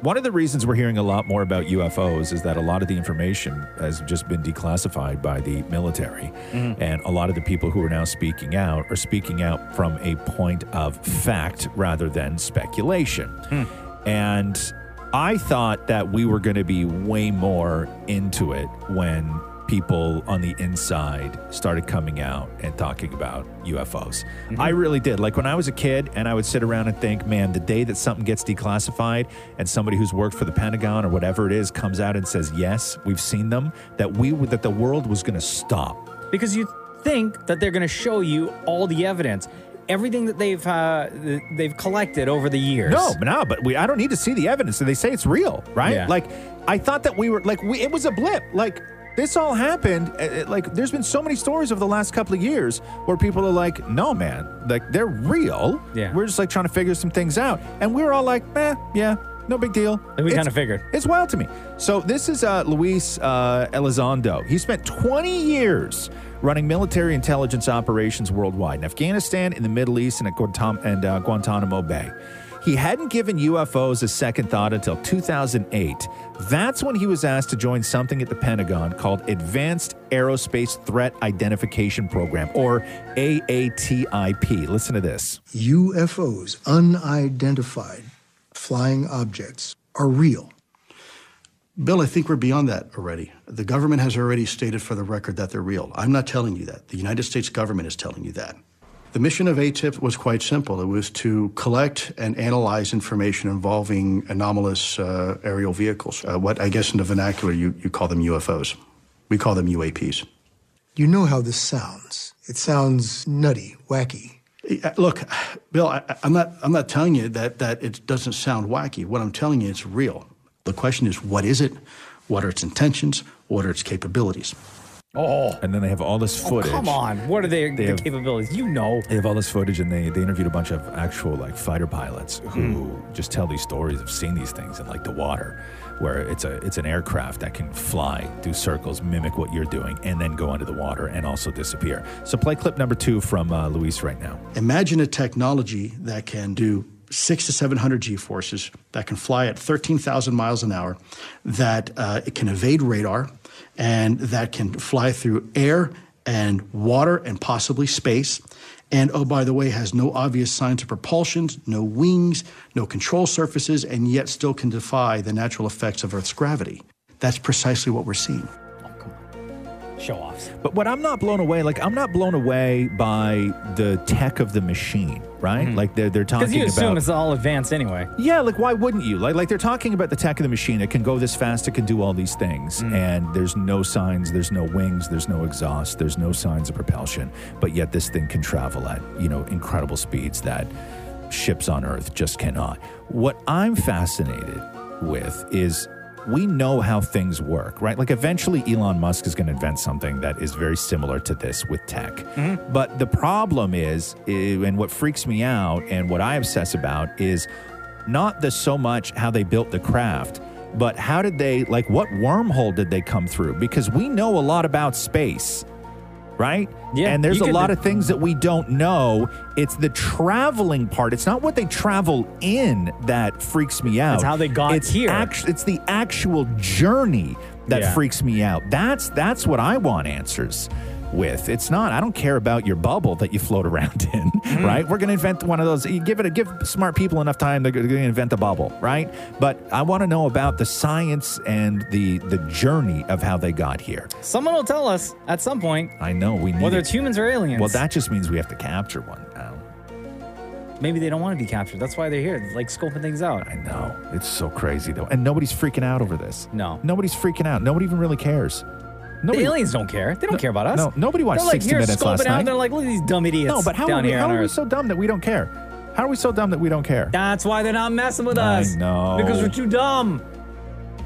Speaker 5: one of the reasons we're hearing a lot more about UFOs is that a lot of the information has just been declassified by the military.
Speaker 16: Mm-hmm.
Speaker 5: And a lot of the people who are now speaking out are speaking out from a point of fact rather than speculation.
Speaker 16: Mm-hmm.
Speaker 5: And I thought that we were going to be way more into it when people on the inside started coming out and talking about UFOs. I really did. Like when I was a kid and I would sit around and think, man, the day that something gets declassified and somebody who's worked for the Pentagon or whatever it is comes out and says, "Yes, we've seen them," that we would- that the world was going to stop.
Speaker 6: because you think that they're going to show you all the evidence, everything that they've uh, th- they've collected over the years.
Speaker 5: No, but no, but we I don't need to see the evidence. They say it's real, right?
Speaker 6: Yeah.
Speaker 5: Like I thought that we were like we it was a blip. Like this all happened. uh, uh, Like there's been so many stories over the last couple of years where people are like, "No, man, like they're real." Yeah. We're just like trying to figure some things out, and we were all like, "Eh, yeah." No big deal.
Speaker 6: we
Speaker 5: It's-
Speaker 6: kinda figured.
Speaker 5: It's wild to me. So this is uh, Luis uh, Elizondo. He spent 20 years running military intelligence operations worldwide in Afghanistan, in the Middle East, and at Guantan- and, uh, Guantanamo Bay. He hadn't given UFOs a second thought until 2008. That's when he was asked to join something at the Pentagon called Advanced Aerospace Threat Identification Program, or AATIP. Listen to this.
Speaker 19: UFOs, unidentified flying objects, are real. Bill, I think we're beyond that already. The government has already stated for the record that they're real. I'm not telling you that. The United States government is telling you that. The mission of ATIP was quite simple. It was to collect and analyze information involving anomalous uh, aerial vehicles, uh, what I guess in the vernacular you, you call them UFOs. We call them UAPs.
Speaker 13: You know how this sounds. It sounds nutty, wacky.
Speaker 19: Uh, Look, Bill, I, I- I'm not. I'm not telling you that that it doesn't sound wacky. What I'm telling you, it's real. The question is, what is it? What are its intentions? What are its capabilities?
Speaker 6: Oh.
Speaker 5: And then they have all this footage.
Speaker 6: come on. What are their,
Speaker 5: They
Speaker 6: their
Speaker 5: have-
Speaker 6: capabilities? You know.
Speaker 5: They have all this footage, and they, they interviewed a bunch of actual like fighter pilots
Speaker 6: Hmm.
Speaker 5: who just tell these stories of seeing these things in like the water, where it's a it's an aircraft that can fly, do circles, mimic what you're doing, and then go under the water and also disappear. So play clip number two from uh, Luis right now.
Speaker 19: Imagine a technology that can do six to seven hundred G forces, that can fly at thirteen thousand miles an hour, that uh, it can evade radar, and that can fly through air and water and possibly space. And oh, by the way, has no obvious signs of propulsion, no wings, no control surfaces, and yet still can defy the natural effects of Earth's gravity. That's precisely what we're seeing.
Speaker 6: Oh, Show offs.
Speaker 5: But what I'm not blown away, like I'm not blown away by the tech of the machine, right? Like they're they're talking
Speaker 6: Because Hmm. you assume
Speaker 5: about
Speaker 6: it's all advanced anyway.
Speaker 5: Yeah, like why wouldn't you? Like like they're talking about the tech of the machine. It can go this fast, it can do all these things.
Speaker 6: Hmm.
Speaker 5: And there's no signs, there's no wings, there's no exhaust, there's no signs of propulsion. But yet this thing can travel at, you know, incredible speeds that ships on Earth just cannot. What I'm fascinated with is we know how things work, right? Like eventually Elon Musk is going to invent something that is very similar to this with tech. But the problem is, i- and what freaks me out and what I obsess about is not the so much how they built the craft, but how did they, like, what wormhole did they come through? Because we know a lot about space right?
Speaker 20: Yeah,
Speaker 5: And there's
Speaker 20: you
Speaker 5: a
Speaker 20: could-
Speaker 5: lot of things that we don't know. It's the traveling part. It's not what they travel in that freaks me out.
Speaker 6: It's how they got
Speaker 5: it's
Speaker 6: here.
Speaker 5: act- it's the actual journey that
Speaker 6: Yeah.
Speaker 5: freaks me out. That's that's what I want answers with. It's not. I don't care about your bubble that you float around in,
Speaker 6: Hmm.
Speaker 5: right? We're going to invent one of those. You give it a give smart people enough time, they're going to invent a bubble, right? But I want to know about the science and the the journey of how they got here.
Speaker 6: Someone will tell us at some point
Speaker 5: I know we need
Speaker 6: whether
Speaker 5: it.
Speaker 6: it's humans or aliens.
Speaker 5: Well, that just means we have to capture one. Now.
Speaker 6: Maybe they don't want to be captured. That's why they're here, like scoping things out.
Speaker 5: I know. It's so crazy though, and nobody's freaking out over this.
Speaker 6: No,
Speaker 5: nobody's freaking out. Nobody even really cares. Nobody,
Speaker 6: aliens don't care. They don't care about us.
Speaker 5: No, nobody watched
Speaker 6: They're like,
Speaker 5: 60
Speaker 6: "Here,
Speaker 5: Minutes
Speaker 6: scoping
Speaker 5: last
Speaker 6: out,"
Speaker 5: night.
Speaker 6: They're like, look at these dumb idiots
Speaker 5: no, but how
Speaker 6: down
Speaker 5: are we,
Speaker 6: here
Speaker 5: how
Speaker 6: on
Speaker 5: are we
Speaker 6: Earth.
Speaker 5: so dumb that we don't care? How are we so dumb that we don't care?
Speaker 6: That's why they're not messing with
Speaker 5: I
Speaker 6: us.
Speaker 5: know.
Speaker 6: Because we're too dumb.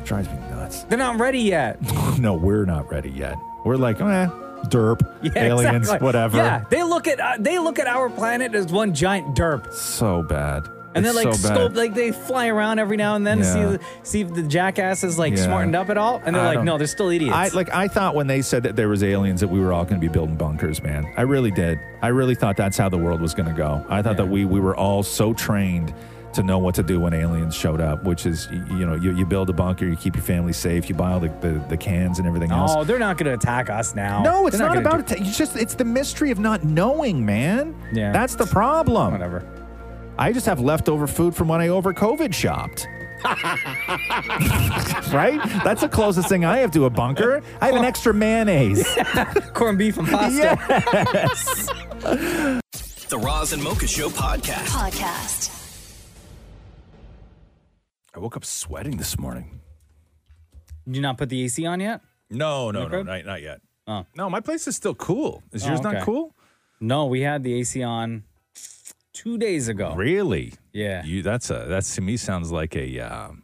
Speaker 5: drives me nuts.
Speaker 6: They're not ready yet.
Speaker 5: no, we're not ready yet. We're like, eh, derp,
Speaker 6: Yeah,
Speaker 5: aliens,
Speaker 6: exactly.
Speaker 5: whatever.
Speaker 6: Yeah, they look at uh, they look at our planet as one giant derp.
Speaker 5: So bad.
Speaker 6: And
Speaker 5: It's
Speaker 6: then like
Speaker 5: so bad.
Speaker 6: scope, like they fly around every now and then
Speaker 5: Yeah.
Speaker 6: to see see if the jackass is like
Speaker 5: Yeah.
Speaker 6: smartened up at all, and they're
Speaker 5: I
Speaker 6: like,
Speaker 5: don't-
Speaker 6: no, they're still idiots.
Speaker 5: I like I thought when they said that there was aliens that we were all going to be building bunkers, man. I really did. I really thought that's how the world was going to go. I thought that we we were all so trained to know what to do when aliens showed up, which is y- you know you, you build a bunker, you keep your family safe, you buy all the, the, the cans and everything else.
Speaker 6: no, oh, they're not going to attack us now.
Speaker 5: No, it's
Speaker 6: They're
Speaker 5: not,
Speaker 6: gonna
Speaker 5: about it. It's just it's the mystery of not knowing, man.
Speaker 6: Yeah.
Speaker 5: That's the problem.
Speaker 6: Whatever.
Speaker 5: I just have leftover food from when I over COVID shopped. right? That's the closest thing I have to a bunker. I have an extra mayonnaise.
Speaker 6: do- corned beef and pasta.
Speaker 5: Yes.
Speaker 2: The Roz and Mocha Show podcast.
Speaker 10: Podcast.
Speaker 5: I woke up sweating this morning.
Speaker 6: Did you not put the AC on yet?
Speaker 5: No,
Speaker 6: no, no,
Speaker 5: not, not yet.
Speaker 6: Oh.
Speaker 5: No, my place is still cool. Is yours not cool?
Speaker 6: No, we had the AC on two days ago.
Speaker 5: Really?
Speaker 6: Yeah.
Speaker 5: You that's a that's to me sounds like a um,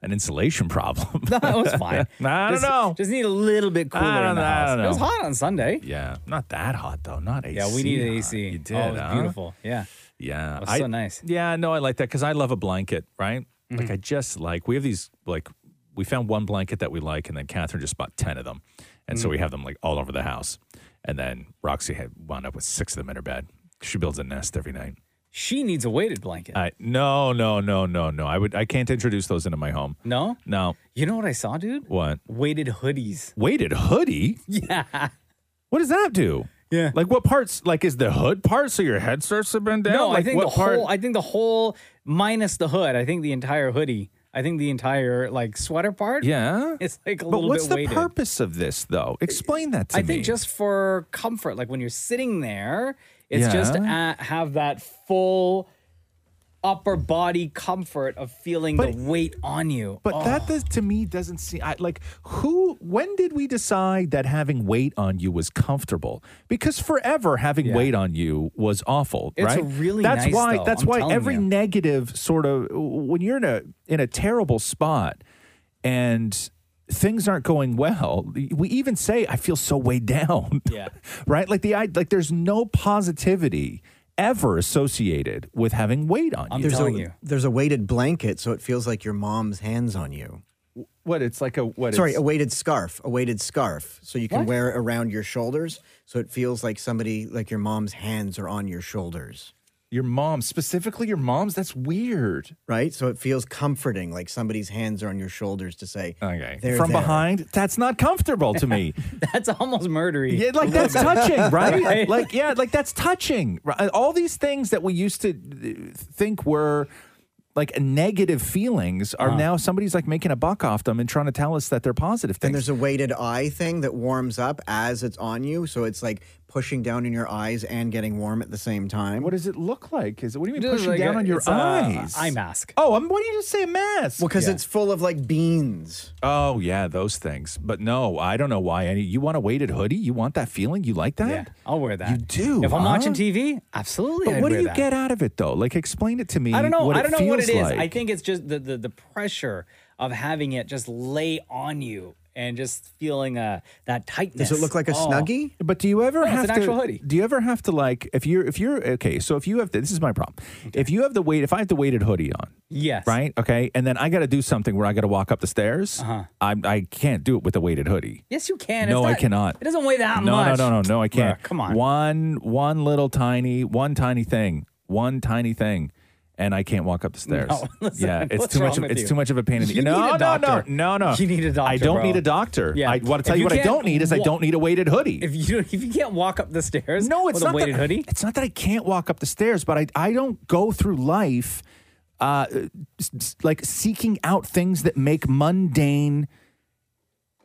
Speaker 5: an insulation problem.
Speaker 6: No, it was fine.
Speaker 5: I don't
Speaker 6: Just-
Speaker 5: know.
Speaker 6: Just need a little bit cooler
Speaker 5: I don't
Speaker 6: in the
Speaker 5: know, I
Speaker 6: house.
Speaker 5: don't
Speaker 6: It was
Speaker 5: know.
Speaker 6: hot on Sunday.
Speaker 5: Yeah, not that hot though. Not AC.
Speaker 6: Yeah, we needed
Speaker 5: hot.
Speaker 6: AC.
Speaker 5: You did.
Speaker 6: Oh, it was
Speaker 5: huh?
Speaker 6: beautiful. Yeah.
Speaker 5: Yeah,
Speaker 6: It was so nice. Mm-hmm.
Speaker 5: Yeah, no, I like that because I love a blanket, right? Like I just like we have these like we found one blanket that we like, and then Catherine just bought ten of them, and
Speaker 6: Mm.
Speaker 5: so we have them like all over the house. And then Roxy had wound up with six of them in her bed. She builds a nest every night.
Speaker 6: She needs a weighted blanket.
Speaker 5: I no no no no no. I would I can't introduce those into my home.
Speaker 6: No?
Speaker 5: No.
Speaker 6: You know what I saw, dude?
Speaker 5: What
Speaker 6: Weighted hoodies.
Speaker 5: weighted hoodie?
Speaker 6: Yeah.
Speaker 5: What does that do?
Speaker 6: Yeah.
Speaker 5: Like what parts? Like is the hood part so your head starts to bend down?
Speaker 6: No,
Speaker 5: like
Speaker 6: I think
Speaker 5: what
Speaker 6: the whole I think the whole minus the hood, I think the entire hoodie. I think the entire like sweater part.
Speaker 5: Yeah.
Speaker 6: It's like a
Speaker 5: But
Speaker 6: little
Speaker 5: what's
Speaker 6: bit
Speaker 5: the
Speaker 6: weighted.
Speaker 5: purpose of this though? Explain that to
Speaker 6: I
Speaker 5: me.
Speaker 6: think just for comfort, like when you're sitting there, it's just to
Speaker 5: Yeah.
Speaker 6: a- have that full upper body comfort of feeling
Speaker 5: But-
Speaker 6: the weight on you.
Speaker 5: But
Speaker 6: Oh.
Speaker 5: that does, to me doesn't seem I, like who. When did we decide that having weight on you was comfortable? Because forever having weight on you was awful.
Speaker 6: It's
Speaker 5: right?
Speaker 6: really
Speaker 5: that's
Speaker 6: nice,
Speaker 5: why.
Speaker 6: though.
Speaker 5: That's
Speaker 6: I'm
Speaker 5: why
Speaker 6: telling
Speaker 5: every
Speaker 6: you.
Speaker 5: negative sort of when you're in a in a terrible spot and things aren't going well. We even say I feel so weighed down.
Speaker 6: yeah.
Speaker 5: right? Like the I like there's no positivity ever associated with having weight on you.
Speaker 9: there's a, There's a weighted blanket, so it feels like your mom's hands on you.
Speaker 5: What? It's like a what?
Speaker 9: Sorry,
Speaker 5: it's-
Speaker 9: a weighted scarf. A weighted scarf, so you can
Speaker 5: What?
Speaker 9: wear it around your shoulders, so it feels like somebody, like your mom's hands are on your shoulders.
Speaker 5: Your mom, specifically your mom's. That's weird,
Speaker 9: right? So it feels comforting, like somebody's hands are on your shoulders to say,
Speaker 5: "Okay,
Speaker 9: from
Speaker 5: from behind. That's not comfortable to me.
Speaker 6: that's almost murdery.
Speaker 5: Yeah, like that's touching, right? Like yeah, like that's touching. right? All these things that we used to uh, think were like negative feelings are
Speaker 9: Uh-huh.
Speaker 5: now somebody's like making a buck off them and trying to tell us that they're positive
Speaker 9: And
Speaker 5: things.
Speaker 9: there's a weighted eye thing that warms up as it's on you, so it's like pushing down in your eyes and getting warm at the same time. What
Speaker 5: does it look like? Is it what do you mean
Speaker 6: Just
Speaker 5: pushing
Speaker 6: like
Speaker 5: down
Speaker 6: a-
Speaker 5: on your
Speaker 6: it's a
Speaker 5: eyes?
Speaker 6: eye mask.
Speaker 5: Oh, I'm, why do you just say a mask?
Speaker 9: Well, because it's full of like beans.
Speaker 5: Oh yeah, those things. But no, I don't know why any. You want a weighted hoodie? You want that feeling? You like that?
Speaker 6: I'll wear that.
Speaker 5: You do.
Speaker 6: If I'm
Speaker 5: huh?
Speaker 6: watching TV, absolutely.
Speaker 5: But
Speaker 6: I'd
Speaker 5: what do
Speaker 6: wear
Speaker 5: you
Speaker 6: that.
Speaker 5: get out of it though? Like, explain it to me.
Speaker 6: I don't know.
Speaker 5: What
Speaker 6: I
Speaker 5: it
Speaker 6: don't know what it
Speaker 5: feels
Speaker 6: is.
Speaker 5: Like.
Speaker 6: I think it's just the, the the pressure of having it just lay on you and just feeling uh, that tightness. Oh.
Speaker 5: But do you ever
Speaker 6: No, it's
Speaker 5: have
Speaker 6: an
Speaker 5: to?
Speaker 6: actual hoodie.
Speaker 5: Do you ever have to like if you're if you're okay? So if you have to, this is my problem. If you have the weight, if I have the weighted hoodie on,
Speaker 6: Yes.
Speaker 5: right? Okay, and then I got to do something where I got to walk up the stairs.
Speaker 6: Uh-huh.
Speaker 5: I'm- I can't do it with the weighted hoodie.
Speaker 6: Yes, you can.
Speaker 5: No,
Speaker 6: It's
Speaker 5: I
Speaker 6: not-
Speaker 5: cannot.
Speaker 6: It doesn't weigh that
Speaker 5: no,
Speaker 6: much.
Speaker 5: No, no, no, no, I can't.
Speaker 6: Bruh, come on.
Speaker 5: One, one little tiny, one tiny thing, one tiny thing, and I can't walk up the stairs.
Speaker 6: No, listen,
Speaker 5: yeah, it's
Speaker 6: what's
Speaker 5: too
Speaker 6: wrong
Speaker 5: much. Of,
Speaker 6: with
Speaker 5: it's
Speaker 6: you?
Speaker 5: too much of a pain in the.
Speaker 6: You
Speaker 5: no,
Speaker 6: need a
Speaker 5: no, no,
Speaker 6: doctor.
Speaker 5: no, no.
Speaker 6: You need a doctor,
Speaker 5: I don't
Speaker 6: bro.
Speaker 5: need a doctor.
Speaker 6: Yeah.
Speaker 5: I want
Speaker 6: If
Speaker 5: to tell you
Speaker 6: you
Speaker 5: what I
Speaker 6: can't
Speaker 5: don't need is I
Speaker 6: wa-
Speaker 5: don't need a weighted hoodie.
Speaker 6: If you if you can't walk up the stairs,
Speaker 5: no, it's
Speaker 6: with
Speaker 5: not
Speaker 6: a weighted
Speaker 5: that,
Speaker 6: hoodie.
Speaker 5: It's not that I can't walk up the stairs, but I I don't go through life uh s- s- like seeking out things that make mundane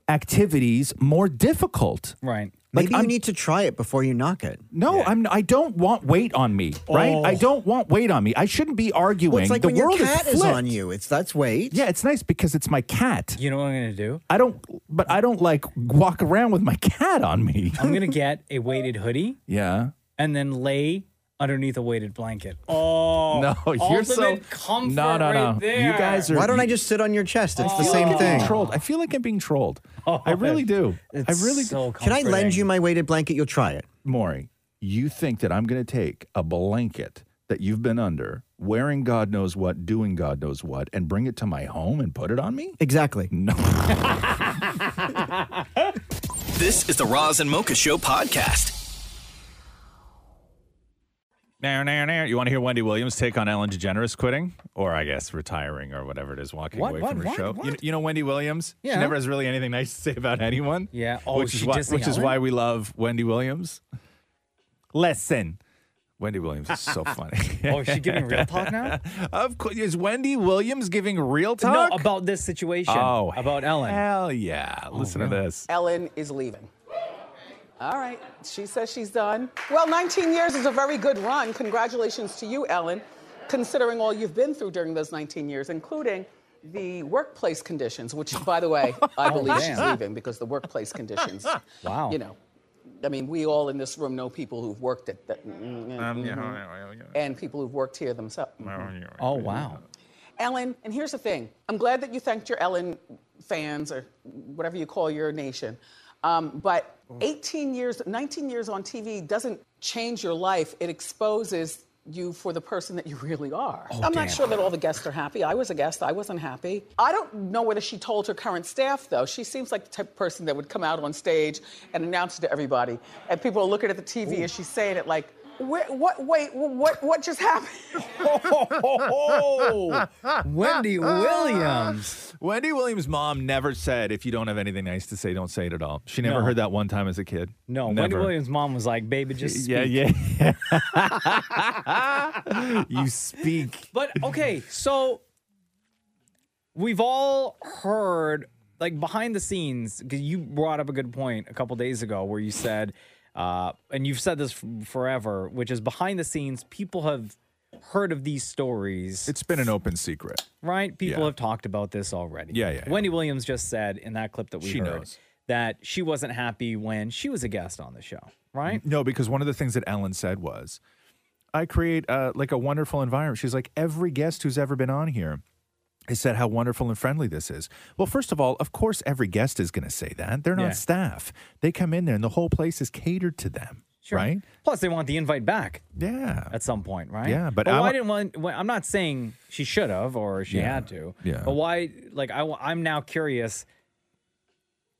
Speaker 5: activities more difficult.
Speaker 6: Right.
Speaker 5: Like
Speaker 9: Maybe
Speaker 5: I'm
Speaker 9: you need to try it before you knock it.
Speaker 5: no, I'm I don't want weight on me, right?
Speaker 9: Oh.
Speaker 5: I don't want weight on me. I shouldn't be arguing.
Speaker 9: Well, it's like
Speaker 5: the
Speaker 9: when your
Speaker 5: world
Speaker 9: cat
Speaker 5: is,
Speaker 9: is
Speaker 5: flipped.
Speaker 9: on you. It's that's weight.
Speaker 5: Yeah, it's nice because it's my cat.
Speaker 6: You know what I'm gonna do?
Speaker 5: I don't, but I don't like walk around with my cat on me.
Speaker 6: I'm gonna get a weighted hoodie
Speaker 5: yeah.
Speaker 6: and then lay underneath a weighted blanket. Oh
Speaker 5: No, you're so-
Speaker 6: ultimate comfort
Speaker 5: No, no, no.
Speaker 6: right there. Oh.
Speaker 5: You guys are-
Speaker 9: Why don't I
Speaker 5: you-
Speaker 9: just sit on your chest? It's
Speaker 5: I
Speaker 9: the
Speaker 5: feel
Speaker 9: same
Speaker 5: like I'm
Speaker 9: thing.
Speaker 5: being Trolled. I feel like I'm being trolled. I really do. I really do.
Speaker 9: Can I lend you my weighted blanket? You'll try it.
Speaker 5: Maury, you think that I'm going to take a blanket that you've been under, wearing God knows what, doing God knows what, and bring it to my home and put it on me?
Speaker 9: Exactly.
Speaker 5: No.
Speaker 2: This is the Roz and Mocha Show podcast.
Speaker 5: Nah, nah, nah. You want to hear Wendy Williams take on Ellen DeGeneres quitting, or I guess retiring, or whatever it is, walking
Speaker 6: What,
Speaker 5: away
Speaker 6: what,
Speaker 5: from her
Speaker 6: what,
Speaker 5: show? You, you know Wendy Williams.
Speaker 6: Yeah.
Speaker 5: She never has really anything nice to say about anyone.
Speaker 6: Yeah. Oh,
Speaker 5: which is
Speaker 6: she
Speaker 5: why,
Speaker 6: dissing
Speaker 5: which is
Speaker 6: Ellen?
Speaker 5: why we love Wendy Williams. Listen, Wendy Williams is so funny.
Speaker 6: Oh, is she giving real talk now?
Speaker 5: of course, is Wendy Williams giving real
Speaker 6: No,
Speaker 5: talk?
Speaker 6: about this situation.
Speaker 5: Oh,
Speaker 6: about Ellen. Oh,
Speaker 5: Hell yeah! Listen to this.
Speaker 21: Ellen is leaving. All right, she says she's done. Well, 19 years is a very good run. Congratulations to you, Ellen, considering all you've been through during those 19 years, including the workplace conditions, which, by the way, I
Speaker 22: Oh,
Speaker 21: believe she's
Speaker 22: damn.
Speaker 21: leaving because the workplace conditions.
Speaker 22: Wow.
Speaker 21: You know, I mean, we all in this room know people who've worked at that, and people who've worked here themselves.
Speaker 6: Oh wow.
Speaker 21: Ellen, and here's the thing. I'm glad that you thanked your Ellen fans or whatever you call your nation. Um, but 18 years, 19 years on TV doesn't change your life. It exposes you for the person that you really are. I'm
Speaker 22: damn.
Speaker 21: not sure that all the guests are happy. I was a guest. I wasn't happy. I don't know whether she told her current staff, though. She seems like the type of person that would come out on stage and announce it to everybody. And people are looking at the TV as she's saying it like, "Wh- what, wait, wh- what, what just happened?
Speaker 9: Ah,
Speaker 6: Wendy
Speaker 21: Williams.
Speaker 5: Wendy Williams' mom never said, "If you don't have anything nice to say, don't say it at all." She never
Speaker 6: No.
Speaker 5: heard that one time as a kid.
Speaker 6: No,
Speaker 5: never.
Speaker 6: Wendy Williams' mom was like, "Baby, just
Speaker 5: Yeah,
Speaker 6: speak."
Speaker 5: yeah. you speak.
Speaker 6: But okay, so we've all heard like behind the scenes 'cause you brought up a good point a couple days ago where you said uh, and you've said this f- forever which is behind the scenes people have heard of these stories
Speaker 5: it's been an open secret
Speaker 6: right people
Speaker 5: Yeah.
Speaker 6: have talked about this already
Speaker 5: Yeah, yeah,
Speaker 6: wendy williams just said in that clip that we
Speaker 5: She
Speaker 6: heard
Speaker 5: knows.
Speaker 6: that she wasn't happy when she was a guest on the show right?
Speaker 5: No, because one of the things that Ellen said was, I create uh, like a wonderful environment. She's like, every guest who's ever been on here has said how wonderful and friendly this is. Well, first of all, of course, every guest is going to say that. They're not
Speaker 6: Yeah.
Speaker 5: staff. They come in there and the whole place is catered to them, right?
Speaker 6: Plus, they want the invite back.
Speaker 5: Yeah.
Speaker 6: At some point, right?
Speaker 5: Yeah, but
Speaker 6: but
Speaker 5: I
Speaker 6: why
Speaker 5: wa-
Speaker 6: didn't one? why- I'm not saying she should have or she
Speaker 5: Yeah,
Speaker 6: had to.
Speaker 5: yeah.
Speaker 6: But why? Like, I, wa- I'm now curious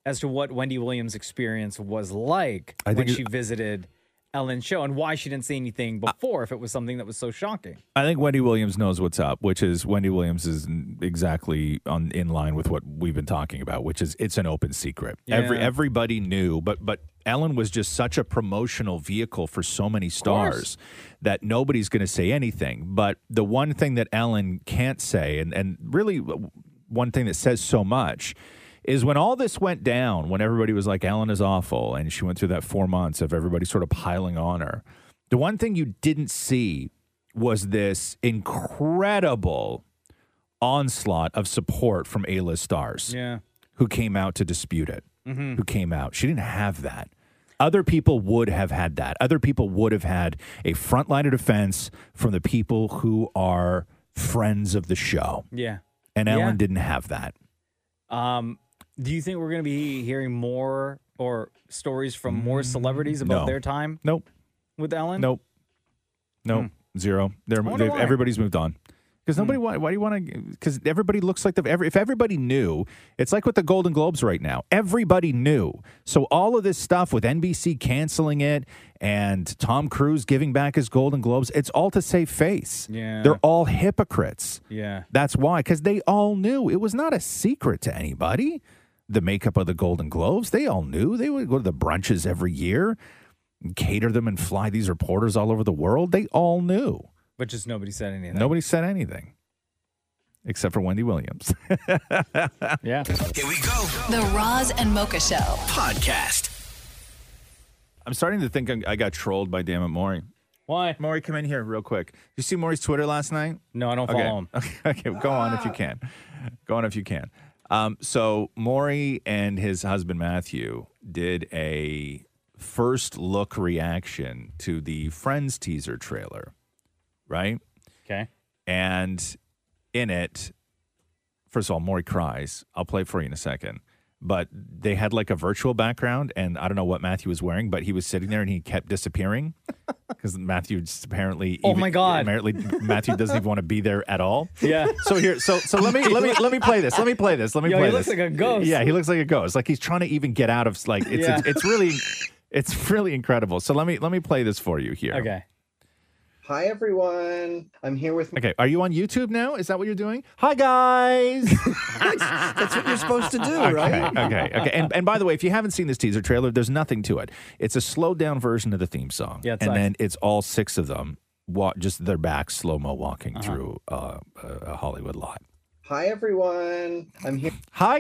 Speaker 6: as to what Wendy Williams' experience was like
Speaker 5: I
Speaker 6: when
Speaker 5: think it-
Speaker 6: she visited Ellen's show and why she didn't say anything before if it was something that was so shocking.
Speaker 5: I think Wendy Williams knows what's up, which is Wendy Williams is n- exactly on in line with what we've been talking about, which is it's an open secret. Every
Speaker 6: Yeah.
Speaker 5: everybody knew, but but Ellen was just such a promotional vehicle for so many stars that nobody's going to say anything. But the one thing that Ellen can't say, and and really w- one thing that says so much. Is when all this went down, when everybody was like, Ellen is awful, and she went through that four months of everybody sort of piling on her. The one thing you didn't see was this incredible onslaught of support from A-list stars
Speaker 6: Yeah.
Speaker 5: who came out to dispute it.
Speaker 6: Mhm.
Speaker 5: Who came out? She didn't have that. Other people would have had that. Other people would have had a front line of defense from the people who are friends of the show.
Speaker 6: Yeah.
Speaker 5: And Ellen
Speaker 6: Yeah.
Speaker 5: didn't have that.
Speaker 6: Um, do you think we're going to be hearing more or stories from more celebrities about
Speaker 5: Mm, no.
Speaker 6: their time?
Speaker 5: Nope.
Speaker 6: With Ellen?
Speaker 5: Nope. Nope. Zero. They're,
Speaker 6: Hmm. wonder
Speaker 5: they've,
Speaker 6: why. Hmm.
Speaker 5: everybody's moved on. Because nobody, why, why do you want to? Because everybody looks like the. Every, if everybody knew, it's like with the Golden Globes right now. Everybody knew. So all of this stuff with NBC canceling it and Tom Cruise giving back his Golden Globes, it's all to save face.
Speaker 6: Yeah.
Speaker 5: They're all hypocrites.
Speaker 6: Yeah.
Speaker 5: That's why, because they all knew it was not a secret to anybody. The makeup of the Golden Globes, they all knew. They would go to the brunches every year, and cater them, and fly these reporters all over the world. They all knew.
Speaker 6: But just nobody said anything.
Speaker 5: Nobody said anything except for Wendy Williams.
Speaker 6: yeah.
Speaker 2: Here we go.
Speaker 10: The Roz and Mocha Show.
Speaker 2: Podcast.
Speaker 5: I'm starting to think I'm, I got trolled by Damn It Maury.
Speaker 6: Why?
Speaker 5: Maury, come in here real quick. You see Maury's Twitter last night?
Speaker 6: No, I don't
Speaker 5: okay.
Speaker 6: follow him.
Speaker 5: Okay, okay, go on if you can. Go on if you can. Um, so Maury and his husband Matthew did a first look reaction to the Friends teaser trailer, right?
Speaker 6: Okay.
Speaker 5: And in it, first of all, Maury cries. I'll play it for you in a second. But they had like a virtual background, and I don't know what Matthew was wearing, but he was sitting there and he kept disappearing because Matthew just apparently.
Speaker 6: Oh my God.
Speaker 5: Apparently, Matthew doesn't even want to be there at all.
Speaker 6: Yeah.
Speaker 5: So here, so so let me let me let me play this. Let me play this. Let me
Speaker 6: Yo, he
Speaker 5: play this.
Speaker 6: looks like a ghost.
Speaker 5: Yeah, he looks like a ghost. Like he's trying to even get out of like it's
Speaker 6: Yeah.
Speaker 5: it's, it's really it's really incredible. So let me let me play this for you here.
Speaker 6: Okay.
Speaker 22: Hi everyone. I'm here with
Speaker 5: Okay. Are you on YouTube now? Is that what you're doing? Hi guys.
Speaker 22: That's what you're supposed to do,
Speaker 5: okay, Okay, okay. And, and by the way, if you haven't seen this teaser trailer, there's nothing to it. It's a slowed down version of the theme song.
Speaker 6: Yeah, it's
Speaker 5: and
Speaker 6: nice.
Speaker 5: then it's all six of them, wa- just their back slow mo
Speaker 6: Uh-huh.
Speaker 5: walking through uh, a a Hollywood lot.
Speaker 22: Hi everyone. I'm here
Speaker 5: Hi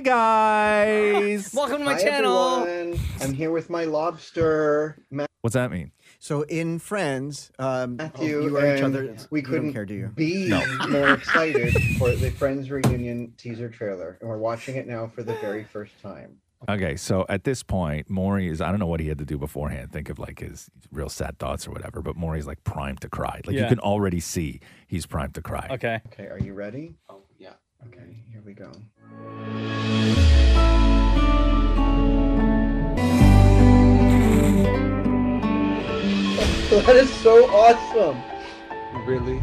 Speaker 5: guys.
Speaker 6: Welcome to my
Speaker 22: Hi,
Speaker 6: channel.
Speaker 22: everyone. I'm here with my lobster
Speaker 5: What's that mean?
Speaker 9: So in Friends, um,
Speaker 22: Matthew
Speaker 9: you are each
Speaker 22: and
Speaker 9: other.
Speaker 22: we
Speaker 9: you don't
Speaker 22: couldn't
Speaker 9: care, do you?
Speaker 22: be more excited for the Friends reunion teaser trailer. And we're watching it now for the very first time.
Speaker 5: Okay, so at this point, Maury is, I don't know what he had to do beforehand, think of like his real sad thoughts or whatever, but Maury's like primed to cry. Like you
Speaker 22: Yeah.
Speaker 5: can already see he's primed to cry.
Speaker 6: Okay.
Speaker 22: Okay, are you ready? Oh yeah. Okay, here we go. That is so awesome. Really?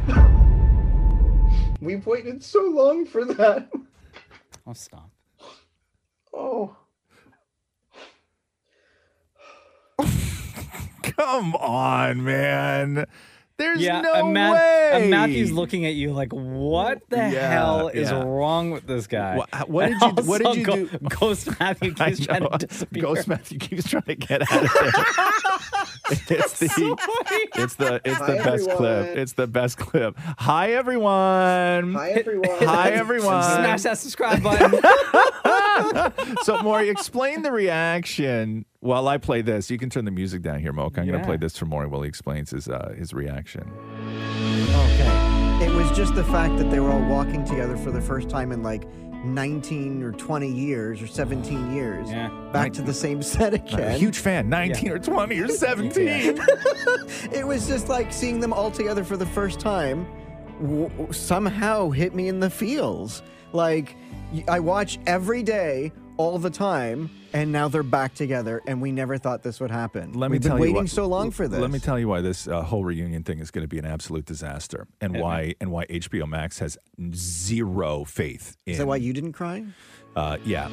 Speaker 22: We've waited so long for that.
Speaker 6: I'll stop.
Speaker 22: Oh.
Speaker 5: Come on, man. There's
Speaker 6: yeah,
Speaker 5: no
Speaker 6: and Matt-
Speaker 5: way.
Speaker 6: and Matthew's looking at you like, what the
Speaker 5: Yeah,
Speaker 6: hell is
Speaker 5: yeah.
Speaker 6: wrong with this guy?
Speaker 5: Wha- how- what
Speaker 6: And
Speaker 5: did you- what did
Speaker 6: also
Speaker 5: you
Speaker 6: Go-
Speaker 5: do?
Speaker 6: Ghost Matthew
Speaker 5: I
Speaker 6: keeps trying
Speaker 5: know.
Speaker 6: to disappear.
Speaker 5: Ghost Matthew keeps trying to get out of there. it's the it's the it's the
Speaker 6: Hi,
Speaker 5: best clip.
Speaker 6: everyone.
Speaker 5: It's the best clip. Hi everyone.
Speaker 22: Hi everyone.
Speaker 5: Hi everyone.
Speaker 6: Smash that subscribe button.
Speaker 5: so Maury, explain the reaction while I play this. You can turn the music down here, Moke. I'm gonna
Speaker 9: Yeah.
Speaker 5: play this for Maury while he explains his uh, his reaction.
Speaker 9: It was just the fact that they were all walking together for the first time in like 19 or 20 years or 17 years.
Speaker 6: Yeah.
Speaker 9: Back to the same set
Speaker 5: I'm a
Speaker 9: again.
Speaker 5: huge fan. 19 or 20 or 17.
Speaker 9: it was just like seeing them all together for the first time w- w- somehow hit me in the feels. Like, y- I watch every day, all the time, and now they're back together, and we never thought this would happen.
Speaker 5: Let me
Speaker 9: We've
Speaker 5: tell
Speaker 9: been
Speaker 5: you
Speaker 9: waiting
Speaker 5: why-
Speaker 9: so long for this.
Speaker 5: Let me tell you why this uh, whole reunion thing is going to be an absolute disaster, and
Speaker 9: Yeah.
Speaker 5: why and why HBO Max has zero faith. In,
Speaker 9: Is that why you didn't cry?
Speaker 5: Uh, yeah.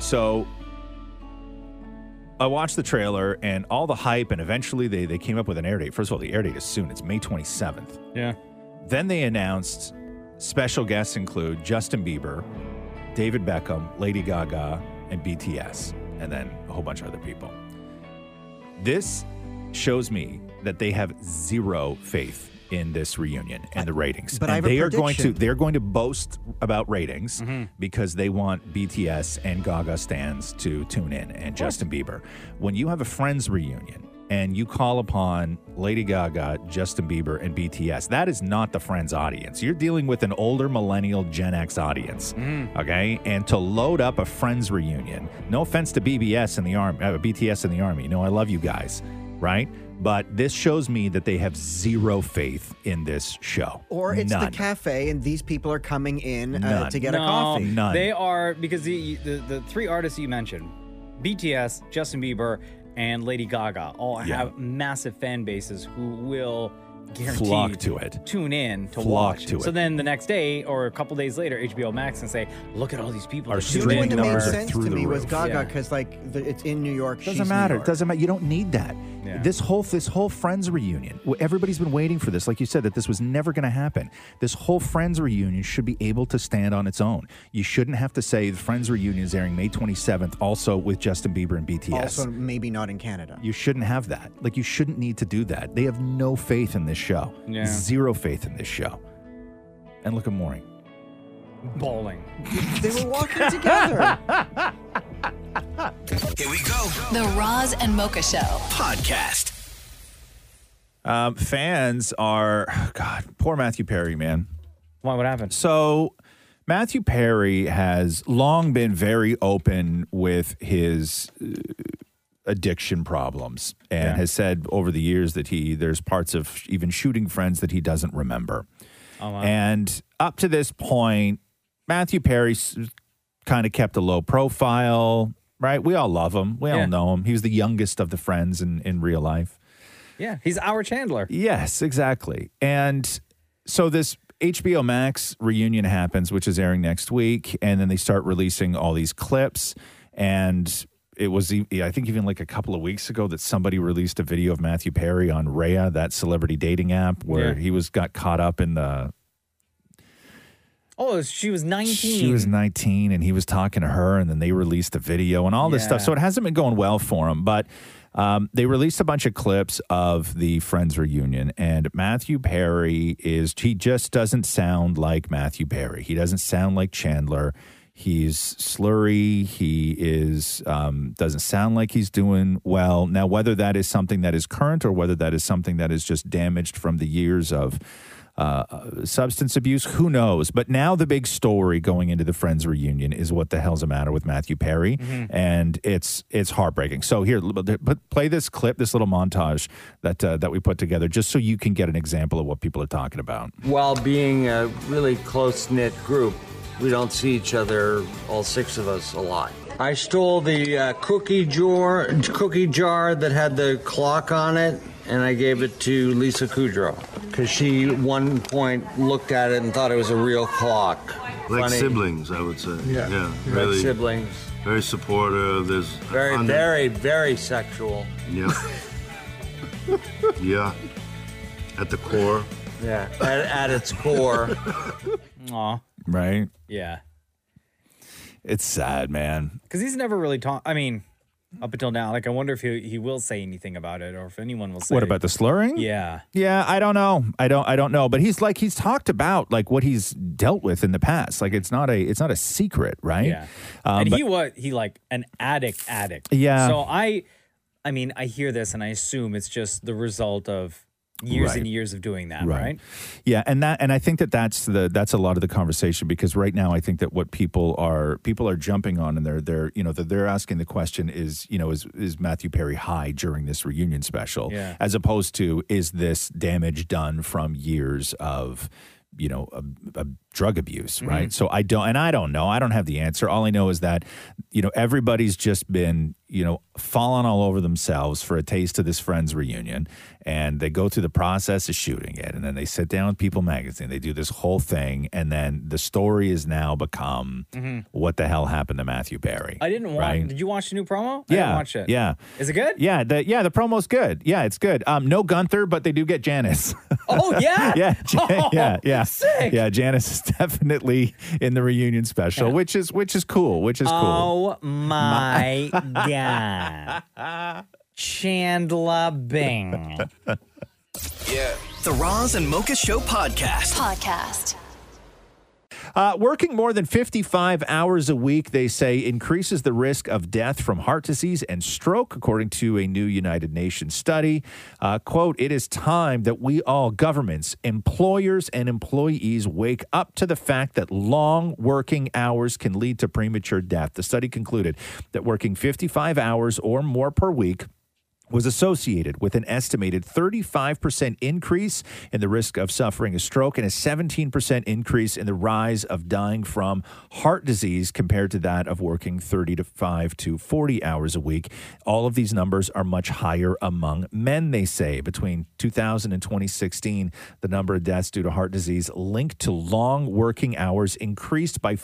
Speaker 5: So I watched the trailer and all the hype, and eventually they they came up with an air date. First of all, the air date is soon. It's May twenty seventh.
Speaker 6: Yeah.
Speaker 5: Then they announced special guests include Justin Bieber, David Beckham, Lady Gaga, and BTS, and then a whole bunch of other people. This shows me that they have zero faith in this reunion and the ratings.
Speaker 9: but I
Speaker 5: and
Speaker 9: have a
Speaker 5: they are going to
Speaker 9: prediction. Mm-hmm.
Speaker 5: they're going to boast about ratings because they want BTS and Gaga stands to tune in and Justin Bieber. When you have a friends reunion and you call upon Lady Gaga, Justin Bieber, and BTS, that is not the friends audience. You're dealing with an older millennial Gen X audience. Okay, and to load up a friends reunion. No offense to BBS in the army, uh, BTS in the army. No, I love you guys, right? But this shows me that they have zero faith in this show.
Speaker 9: Or it's
Speaker 5: None.
Speaker 9: the cafe, and these people are coming in uh,
Speaker 5: None.
Speaker 9: to get
Speaker 5: No.
Speaker 9: a coffee.
Speaker 5: None.
Speaker 6: They are because the, the the three artists you mentioned, BTS, Justin Bieber, and Lady Gaga, all
Speaker 5: Yeah.
Speaker 6: have massive fan bases who will guaranteed
Speaker 5: Flock to it.
Speaker 6: Tune in to
Speaker 5: Flock
Speaker 6: watch.
Speaker 5: to
Speaker 6: so
Speaker 5: it.
Speaker 6: then the next day or a couple days later, HBO Max and say, look at all these people.
Speaker 5: Our
Speaker 6: that tuned
Speaker 5: streaming
Speaker 6: in to
Speaker 5: Wouldn't it make
Speaker 6: our-
Speaker 5: sense to
Speaker 9: me was Gaga
Speaker 6: Yeah.
Speaker 9: because like the, it's in New York.
Speaker 5: She's
Speaker 9: she's
Speaker 5: New
Speaker 9: New
Speaker 5: matter.
Speaker 9: York.
Speaker 5: Doesn't matter. You don't need that.
Speaker 9: Yeah.
Speaker 5: This whole this whole Friends reunion. wh- Everybody's been waiting for this. Like you said, that this was never going to happen. This whole Friends reunion should be able to stand on its own. You shouldn't have to say the Friends reunion is airing May 27th, also with Justin Bieber and BTS.
Speaker 9: Also, maybe not in Canada.
Speaker 5: you shouldn't have that. Like you shouldn't need to do that. They have no faith in this show.
Speaker 6: Yeah.
Speaker 5: Zero faith in this show. And look at Maury.
Speaker 6: Bowling.
Speaker 9: They were walking together.
Speaker 2: Here we go.
Speaker 10: The Roz and Mocha Show.
Speaker 2: Podcast.
Speaker 5: Um, fans are God. Poor Matthew Perry, man.
Speaker 6: Why? What happened?
Speaker 5: So Matthew Perry has long been very open with his uh, addiction problems and
Speaker 6: Yeah.
Speaker 5: has said over the years that he there's parts of even shooting friends that he doesn't remember.
Speaker 6: Oh, wow.
Speaker 5: And up to this point, Matthew Perry kind of kept a low profile, right? We all love him. We
Speaker 6: Yeah.
Speaker 5: all know him. He was the youngest of the friends in, in real life.
Speaker 6: Yeah, he's our Chandler.
Speaker 5: Yes, exactly. And so this HBO Max reunion happens, which is airing next week, and then they start releasing all these clips. And it was, e- I think, even like a couple of weeks ago that somebody released a video of Matthew Perry on Raya, that celebrity dating app, where
Speaker 6: Yeah.
Speaker 5: he was got caught up in the.
Speaker 6: Oh, she was 19.
Speaker 5: She was 19 and he was talking to her, and then they released the video and all this stuff.
Speaker 6: Yeah.
Speaker 5: So it hasn't been going well for him, but um, they released a bunch of clips of the Friends reunion, and Matthew Perry is, he just doesn't sound like Matthew Perry. He doesn't sound like Chandler. He's slurry. He is um, doesn't sound like he's doing well now. Whether that is something that is current or whether that is something that is just damaged from the years of uh, substance abuse, who knows? But now the big story going into the Friends reunion is what the hell's the matter with Matthew Perry, and it's it's heartbreaking. So here, l- l- put, play this clip, this little montage that uh, that we put together, just so you can get an example of what people are talking about.
Speaker 23: While being a really close knit group, we don't see each other, all six of us, a lot. I stole the uh, cookie jar, cookie jar that had the clock on it, and I gave it to Lisa Kudrow because she at one point looked at it and thought it was a real clock.
Speaker 24: Like
Speaker 23: Funny.
Speaker 24: siblings, I would say.
Speaker 23: Yeah.
Speaker 24: yeah,
Speaker 23: Like
Speaker 24: really.
Speaker 23: siblings.
Speaker 24: Very supportive. There's
Speaker 23: Very,
Speaker 24: under-
Speaker 23: very, very sexual.
Speaker 24: Yeah. yeah. At the core.
Speaker 23: Yeah, at, at its core.
Speaker 6: Aw.
Speaker 5: Right?
Speaker 6: Yeah.
Speaker 5: It's sad, man.
Speaker 6: Because he's never really talked. I mean, up until now, like I wonder if he he will say anything about it or if anyone will say.
Speaker 5: What about the slurring?
Speaker 6: Yeah.
Speaker 5: Yeah, I don't know. I don't I don't know, but he's like he's talked about like what he's dealt with in the past. Like it's not a it's not a secret, right?
Speaker 6: Yeah.
Speaker 5: Um,
Speaker 6: and
Speaker 5: but-
Speaker 6: he was he like an addict addict.
Speaker 5: Yeah.
Speaker 6: So I, I mean, I hear this and I assume it's just the result of years
Speaker 5: Right.
Speaker 6: and years of doing that,
Speaker 5: Right.
Speaker 6: right?
Speaker 5: Yeah, and that and I think that that's the that's a lot of the conversation because right now I think that what people are people are jumping on and they're they're you know that they're asking the question is you know is is Matthew Perry high during this reunion special
Speaker 6: Yeah.
Speaker 5: as opposed to is this damage done from years of you know a, a drug abuse right
Speaker 6: Mhm.
Speaker 5: so i don't and i don't know i don't have the answer all i know is that you know everybody's just been you know falling all over themselves for a taste of this friends reunion and they go through the process of shooting it and then they sit down with people magazine they do this whole thing and then the story has now become
Speaker 6: Mhm.
Speaker 5: what the hell happened to matthew perry
Speaker 6: I didn't watch.
Speaker 5: Right.
Speaker 6: Did you watch the new promo? Oh, I
Speaker 5: yeah
Speaker 6: didn't watch it.
Speaker 5: yeah
Speaker 6: Is it good?
Speaker 5: yeah, the yeah, the promo's good. Yeah, it's good. Um, no Gunther, but they do get Janice.
Speaker 6: Oh yeah.
Speaker 5: yeah, Ja-
Speaker 6: Oh,
Speaker 5: yeah, yeah,
Speaker 6: Sick.
Speaker 5: yeah. Janice is definitely in the reunion special, which is which is cool, which is cool.
Speaker 6: Oh my god. Chandler Bing.
Speaker 2: Yeah. The Roz and Mocha Show Podcast.
Speaker 10: Podcast.
Speaker 5: Uh, working more than 55 hours a week, they say, increases the risk of death from heart disease and stroke, according to a new United Nations study. Uh, quote, it is time that we all, governments, employers, and employees, wake up to the fact that long working hours can lead to premature death. The study concluded that working 55 hours or more per week was associated with an estimated 35% increase in the risk of suffering a stroke and a 17% increase in the rise of dying from heart disease compared to that of working 30 to 5 to 40 hours a week. All of these numbers are much higher among men, they say. Between 2000 and 2016, the number of deaths due to heart disease linked to long working hours increased by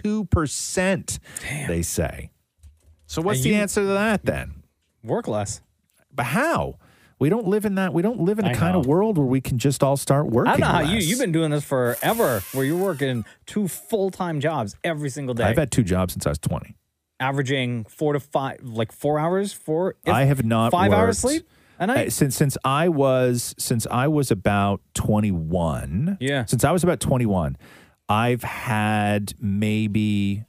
Speaker 5: 42%, they say. So, what's
Speaker 6: And
Speaker 5: the
Speaker 6: you-
Speaker 5: answer to that then?
Speaker 6: Work less.
Speaker 5: But how? We don't live in that. We don't live in a
Speaker 6: I
Speaker 5: kind of world where we can just all start working.
Speaker 6: I don't know how you
Speaker 5: less.
Speaker 6: you've been doing this forever, where you're working two full time jobs every single day,
Speaker 5: I've had two jobs since I was twenty.
Speaker 6: averaging four to five, like four hours. Four. if-
Speaker 5: I have not
Speaker 6: five hours
Speaker 5: worked-
Speaker 6: sleep a
Speaker 5: Uh,
Speaker 6: night.
Speaker 5: since since I was since I was about twenty one. Yeah. Since I was about twenty one, I've had maybe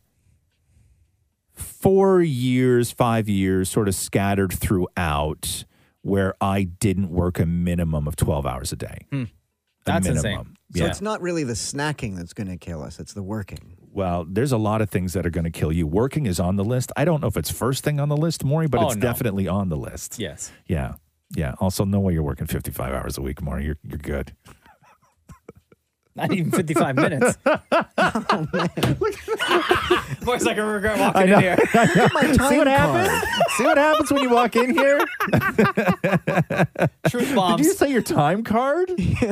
Speaker 5: four years, five years, sort of scattered throughout, where I didn't work a minimum of twelve hours a day.
Speaker 9: Hmm.
Speaker 5: A minimum.
Speaker 13: So
Speaker 5: Yeah.
Speaker 13: it's not really the snacking that's going to kill us; it's the working.
Speaker 5: Well, there's a lot of things that are going to kill you. Working is on the list. I don't know if it's first thing on the list, Maury, but
Speaker 6: Oh,
Speaker 5: it's
Speaker 6: no.
Speaker 5: definitely on the list.
Speaker 6: Yes.
Speaker 5: Yeah. Yeah. Also, know why you're working 55 hours a week, Maury. You're, you're good.
Speaker 6: Not even 55 minutes. Boys, I can regret walking in here.
Speaker 5: See what happens? See what happens when you walk in here?
Speaker 6: Truth
Speaker 5: Did you say your time card? Dude,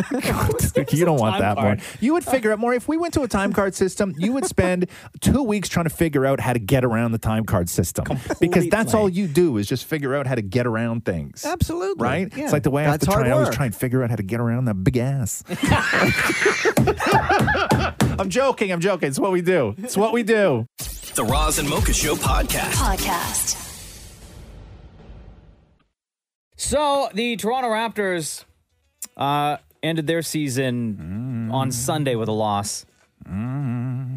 Speaker 5: you don't want
Speaker 20: Time
Speaker 5: that
Speaker 20: card.
Speaker 5: one. You would figure out more if we went to a time card system. You would spend two weeks trying to figure out how to get around the time card system because that's all you do is just figure out how to get around things.
Speaker 13: Absolutely.
Speaker 5: Right?
Speaker 13: Yeah.
Speaker 5: It's like the way I have to
Speaker 13: That's
Speaker 5: try.
Speaker 13: hard
Speaker 5: I always
Speaker 13: work.
Speaker 5: try and figure out how to get around that big ass. I'm joking. I'm joking. It's what we do. It's what we do.
Speaker 2: The Roz and Mocha Show podcast.
Speaker 10: Podcast.
Speaker 6: So the Toronto Raptors uh, ended their season
Speaker 5: Mm.
Speaker 6: on Sunday with a loss, and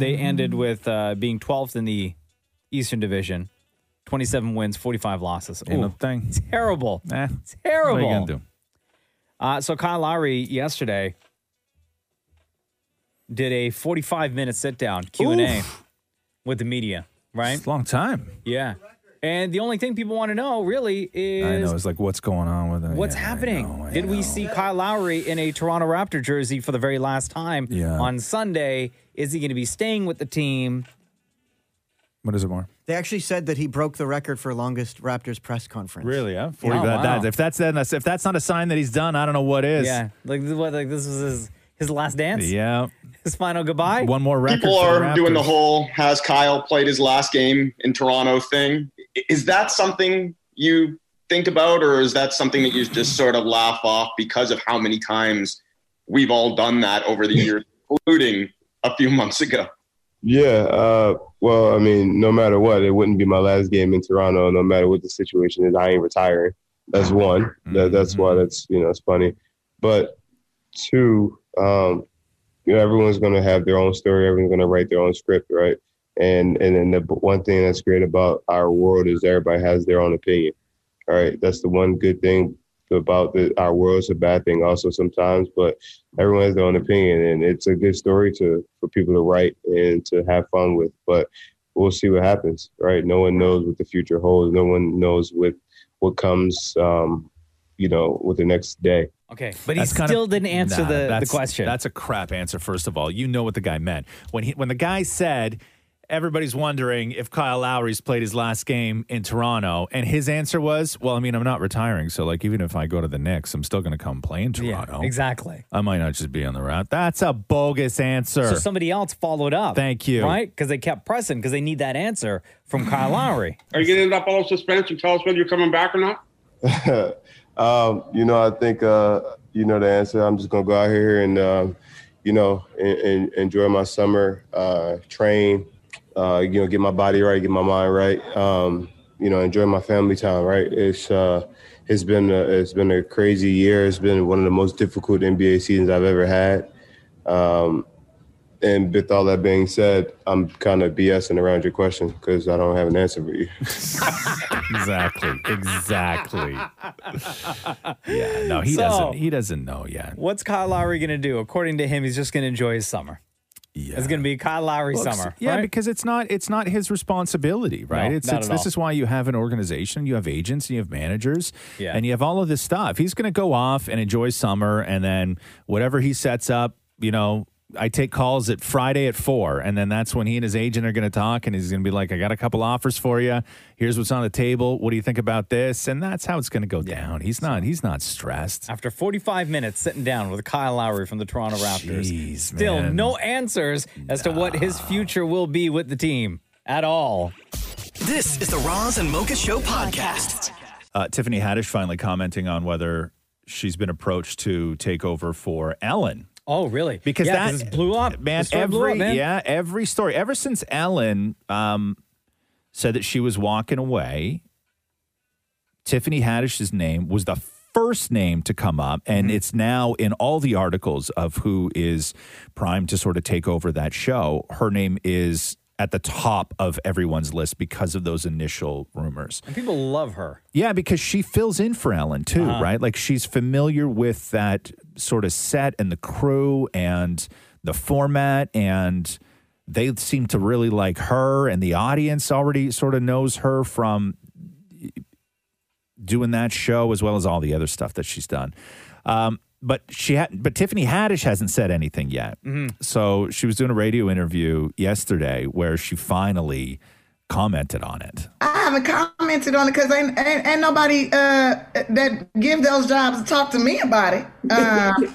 Speaker 6: they ended with uh, being 12th in the Eastern Division, 27 wins, 45 losses.
Speaker 5: Ain't no
Speaker 6: thing. Terrible.
Speaker 5: What
Speaker 6: Terrible.
Speaker 5: are you gonna do?
Speaker 6: Uh, so Kyle Lowry yesterday did a 45 minute sit down Q and A with the media. Right, it's
Speaker 5: a long time.
Speaker 6: Yeah. And the only thing people want to know really is
Speaker 5: I know. It's like what's going on with it.
Speaker 6: What's happening? Did we see Kyle Lowry in a Toronto Raptor jersey for the very last time
Speaker 5: Yeah.
Speaker 6: on Sunday? Is he going to be staying with the team?
Speaker 5: What is it more?
Speaker 9: Oh,
Speaker 13: They actually said that he broke the record for longest Raptors press conference.
Speaker 5: Really? Yeah.
Speaker 13: Yeah.
Speaker 5: that, that- if that's then that's- if that's not a sign that he's done, I don't know what is.
Speaker 6: Yeah, like th- what? Like this was his his last dance.
Speaker 5: Yeah.
Speaker 6: his final goodbye.
Speaker 5: One more record.
Speaker 25: People are doing the whole has Kyle played his last game in Toronto thing. I- Is that something you think about, or is that something that you just sort of laugh off because of how many times we've all done that over the years, including a few months ago?
Speaker 26: Yeah, uh, well, I mean, no matter what, it wouldn't be my last game in Toronto. No matter what the situation is, I ain't retiring. That's one. That, that's why that's you know it's funny, but two, um, you know, everyone's gonna have their own story. Everyone's gonna write their own script, right? And and then the b- one thing that's great about our world is everybody has their own opinion. All right, that's the one good thing about the, our world. It's a bad thing also sometimes, but everyone has their own opinion, and it's a good story to for people to write and to have fun with. But we'll see what happens. Right? No one knows what the future holds. No one knows what what comes. Um, you know, with the next day.
Speaker 6: Okay, but
Speaker 5: That's
Speaker 6: he
Speaker 5: kinda-
Speaker 6: still didn't answer
Speaker 5: Nah,
Speaker 6: the, the
Speaker 5: that's-
Speaker 6: question.
Speaker 5: That's a crap answer. First of all, you know what the guy meant when he when the guy said. Everybody's wondering if Kyle Lowry's played his last game in Toronto, and his answer was, "Well, I mean, I'm not retiring, so like even if I go to the Knicks, I'm still going to come play in Toronto.
Speaker 6: exactly.
Speaker 5: I might not just be on the route." That's a bogus answer.
Speaker 6: So somebody else followed up.
Speaker 5: Thank you.
Speaker 6: Right, because they kept pressing because they need that answer from Kyle Lowry.
Speaker 27: Are you going to end up all suspense and tell us whether you're coming back or not?
Speaker 26: um, you know, I think uh, you know the answer. I'm just gonna go out here and uh, you know and, and enjoy my summer, uh, train, uh, you know, get my body right, get my mind right. Um, you know, enjoy my family time. Right? It's uh, it's been a, it's been a crazy year. It's been one of the most difficult NBA seasons I've ever had. Um, and with all that being said, I'm kind of BSing around your question because I don't have an answer for you.
Speaker 5: exactly. Exactly. yeah. No, he
Speaker 6: So-
Speaker 5: doesn't. He doesn't know yet.
Speaker 6: What's Kyle Lowry going to do? According to him, he's just going to enjoy his summer. It's going to be Kyle Lowry
Speaker 5: Well, ex-
Speaker 6: summer.
Speaker 5: Yeah,
Speaker 6: right?
Speaker 5: because it's not it's not his responsibility, right? it's,
Speaker 6: not
Speaker 5: it's
Speaker 6: at
Speaker 5: this
Speaker 6: all.
Speaker 5: is why you have an organization, you have agents, and you have managers,
Speaker 6: Yeah.
Speaker 5: and you have all of this stuff. He's going to go off and enjoy summer, and then whatever he sets up, you know. I take calls at Friday at four, and then that's when he and his agent are going to talk, and he's going to be like, "I got a couple offers for you. Here's what's on the table. What do you think about this?" And that's how it's going to go down. He's not. He's not stressed.
Speaker 6: After 45 minutes sitting down with Kyle Lowry from the Toronto Raptors, still
Speaker 5: man.
Speaker 6: no answers as to what his future will be with the team at all.
Speaker 2: This is the Roz and Mocha Show podcast.
Speaker 5: uh, Tiffany Haddish finally commenting on whether she's been approached to take over for Ellen.
Speaker 6: Oh, really?
Speaker 5: Because
Speaker 6: Yeah,
Speaker 5: that
Speaker 6: 'cause it blew up. The
Speaker 5: man.
Speaker 6: story
Speaker 5: Every
Speaker 6: blew up, man.
Speaker 5: yeah, every story ever since Ellen um, said that she was walking away. Tiffany Haddish's name was the first name to come up, and
Speaker 6: Mm-hmm.
Speaker 5: it's now in all the articles of who is primed to sort of take over that show. Her name is at the top of everyone's list because of those initial rumors.
Speaker 6: And people love her.
Speaker 5: Yeah, because she fills in for Ellen too,
Speaker 6: Uh-huh.
Speaker 5: right? Like she's familiar with that sort of set and the crew and the format and they seem to really like her and the audience already sort of knows her from doing that show as well as all the other stuff that she's done. Um, but she had, but Tiffany Haddish hasn't said anything yet.
Speaker 25: Mm-hmm.
Speaker 6: Mm-hmm.
Speaker 5: So she was doing a radio interview yesterday where she finally commented on it.
Speaker 28: I haven't commented on it because ain't, ain't, ain't nobody uh, that give those jobs to talk to me about it. Um,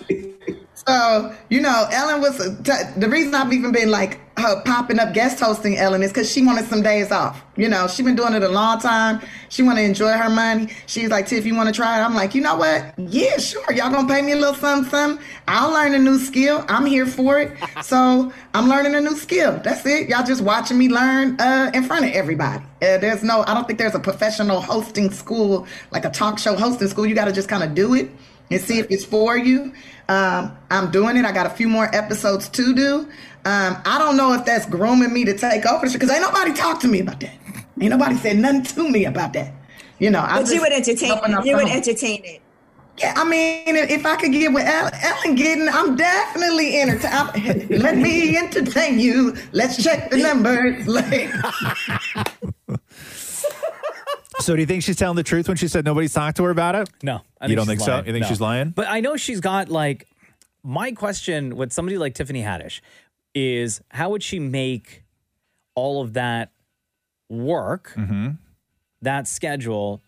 Speaker 28: so you know, Ellen was t- the reason I've even been like her popping up guest hosting. Ellen is because she wanted some days off. You know, she been doing it a long time. She want to enjoy her money. She's like, Tiff, you want to try it? I'm like, you know what? Yeah, sure. Y'all gonna pay me a little something, something. I'll learn a new skill. I'm here for it. So I'm learning a new skill. That's it. Y'all just watching me learn uh, in front of everybody. Uh, there's no, I don't think there's a professional hosting school like a talk show hosting school. You got to just kind of do it and see if it's for you. Um, I'm doing it. I got a few more episodes to do. Um, I don't know if that's grooming me to take over because ain't nobody talked to me about that. Ain't nobody said nothing to me about that. You know, I'm
Speaker 14: But you
Speaker 28: just
Speaker 14: would entertain
Speaker 28: helping
Speaker 14: it.
Speaker 28: out
Speaker 14: You
Speaker 28: the
Speaker 14: would
Speaker 28: home.
Speaker 14: entertain it.
Speaker 28: Yeah, I mean, if if I could get with Ellen, Ellen getting, I'm definitely entertained. Let me entertain you. Let's check the numbers. Like,
Speaker 5: So do you think she's telling the truth when she said nobody's talked to her about it?
Speaker 6: No. I
Speaker 5: You don't
Speaker 6: she's
Speaker 5: think so?
Speaker 6: lying.
Speaker 5: You think
Speaker 6: No.
Speaker 5: she's lying?
Speaker 6: But I know she's got like my question with somebody like Tiffany Haddish is how would she make all of that work,
Speaker 5: Mm. Mm-hmm.
Speaker 6: that schedule,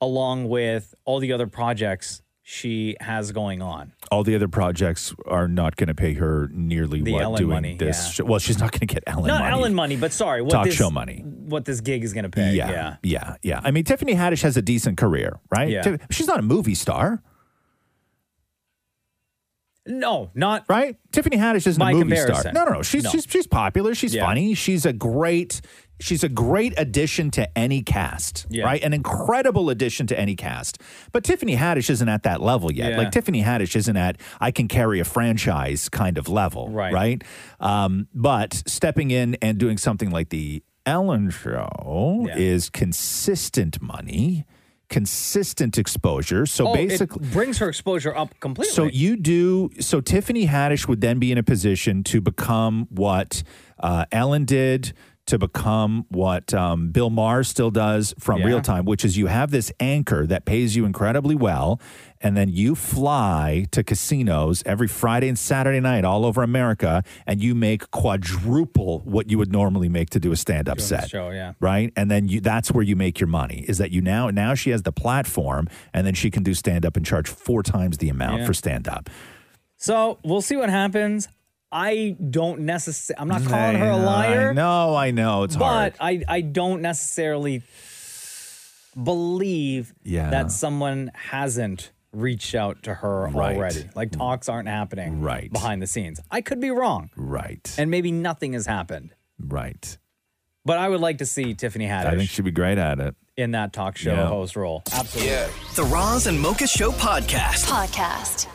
Speaker 6: along with all the other projects she has going on?
Speaker 5: All the other projects are not going to pay her nearly
Speaker 6: The
Speaker 5: what
Speaker 6: Ellen
Speaker 5: doing
Speaker 6: money,
Speaker 5: this.
Speaker 6: yeah.
Speaker 5: show- Well, she's not going to get Ellen
Speaker 6: Not
Speaker 5: money.
Speaker 6: Ellen money, but sorry, what
Speaker 5: Talk
Speaker 6: this,
Speaker 5: show money.
Speaker 6: What this gig is going to pay?
Speaker 5: yeah, yeah, yeah, I mean, Tiffany Haddish has a decent career, right?
Speaker 6: Yeah.
Speaker 5: Tiff- She's not a movie star,
Speaker 6: No, not
Speaker 5: right. Tiffany Haddish isn't
Speaker 6: By
Speaker 5: a movie star.
Speaker 6: comparison.
Speaker 5: No, no, no. She's
Speaker 6: No.
Speaker 5: she's she's popular. She's
Speaker 6: Yeah.
Speaker 5: funny. She's a great she's a great addition to any cast,
Speaker 6: Yeah.
Speaker 5: right? An incredible addition to any cast. But Tiffany Haddish isn't at that level yet.
Speaker 6: Yeah.
Speaker 5: Like Tiffany Haddish isn't at I can carry a franchise kind of level, right? Right. Um, but stepping in and doing something like the Ellen Show is consistent money. Consistent exposure. So
Speaker 6: Oh, it
Speaker 5: basically,
Speaker 6: brings her exposure up completely.
Speaker 5: so you do. So Tiffany Haddish would then be in a position to become what uh, Ellen did, to become what um, Bill Maher still does from
Speaker 6: Yeah.
Speaker 5: real time, which is you have this anchor that pays you incredibly well, and then you fly to casinos every Friday and Saturday night all over America, and you make quadruple what you would normally make to do a stand-up
Speaker 6: Doing
Speaker 5: set
Speaker 6: the show, yeah.
Speaker 5: right and then you that's where you make your money is that you now now she has the platform and then she can do stand up and charge four times the amount
Speaker 6: Yeah.
Speaker 5: for stand up
Speaker 6: So we'll see what happens. I don't necessarily. I'm not calling her a
Speaker 5: Mm, i
Speaker 6: liar,
Speaker 5: know i know it's hard
Speaker 6: but I I don't necessarily believe
Speaker 5: Yeah.
Speaker 6: that someone hasn't reached out to her
Speaker 5: Right. Mm.
Speaker 6: already. Like talks aren't happening
Speaker 5: Right.
Speaker 6: behind the scenes. I could be wrong,
Speaker 5: right
Speaker 6: and maybe nothing has happened.
Speaker 5: right
Speaker 6: But I would like to see Tiffany Haddish
Speaker 5: i think she'd be great at it
Speaker 6: in that talk show
Speaker 5: Yeah.
Speaker 6: host role. Absolutely.
Speaker 2: The Roz and Mocha Show podcast.
Speaker 10: Podcast.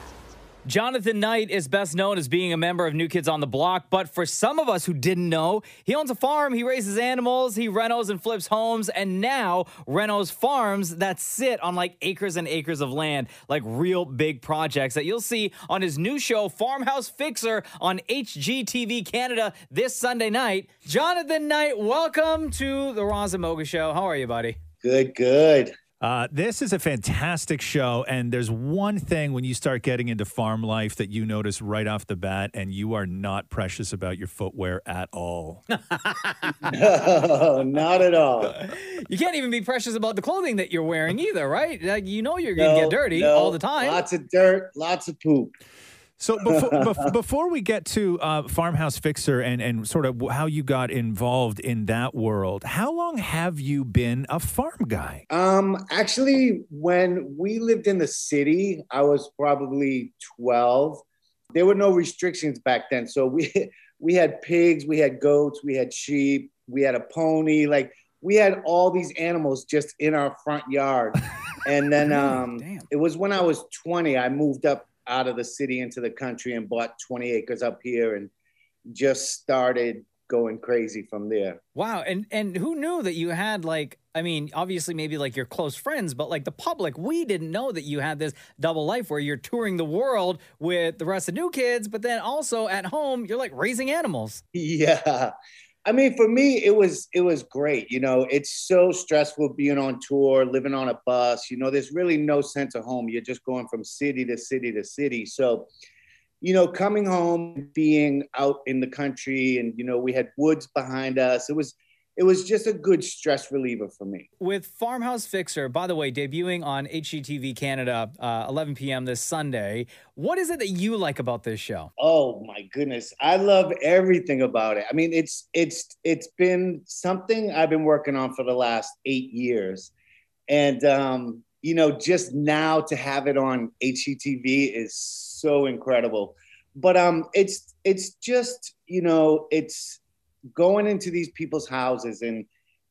Speaker 6: Jonathan Knight is best known as being a member of New Kids on the Block, but for some of us who didn't know, he owns a farm, he raises animals, he rentals and flips homes, and now rentals farms that sit on like acres and acres of land, like real big projects that you'll see on his new show, Farmhouse Fixer, on HGTV Canada this Sunday night. Jonathan Knight, welcome to the Roz and Mocha Show. How are you, buddy?
Speaker 5: Good, good. Uh, this is a fantastic show, and there's one thing when you start getting into farm life that you notice right off the bat, and you are not precious about your footwear at all.
Speaker 14: No, not at all.
Speaker 6: You can't even be precious about the clothing that you're wearing either, right? Like, you know you're going to
Speaker 14: No,
Speaker 6: get dirty
Speaker 14: no,
Speaker 6: all the time.
Speaker 14: Lots of dirt, lots of poop.
Speaker 5: So before, bef- before we get to uh, Farmhouse Fixer and, and sort of how you got involved in that world, how long have you been a farm guy?
Speaker 14: Um, actually, when we lived in the city, I was probably 12. There were no restrictions back then. So we we had pigs, we had goats, we had sheep, we had a pony, like we had all these animals just in our front yard. And then um it was when I was 20, I moved up out of the city into the country and bought 20 acres up here and just started going crazy from there.
Speaker 6: Wow, and and who knew that you had like I mean, obviously maybe like your close friends, but like the public, we didn't know that you had this double life where you're touring the world with the rest of new kids, but then also at home you're like raising animals.
Speaker 14: Yeah. I mean, for me, it was it was great. You know, it's so stressful being on tour, living on a bus. You know, there's really no sense of home. You're just going from city to city to city. So, you know, coming home, being out in the country, and you know, we had woods behind us. It was it was just a good stress reliever for me.
Speaker 6: With Farmhouse Fixer, by the way, debuting on HGTV Canada, uh, 11 p.m. this Sunday. What is it that you like about this show?
Speaker 14: Oh my goodness. I love everything about it. I mean, it's it's it's been something I've been working on for the last 8 years. And um, you know, just now to have it on HGTV is so incredible. But um it's it's just, you know, it's going into these people's houses and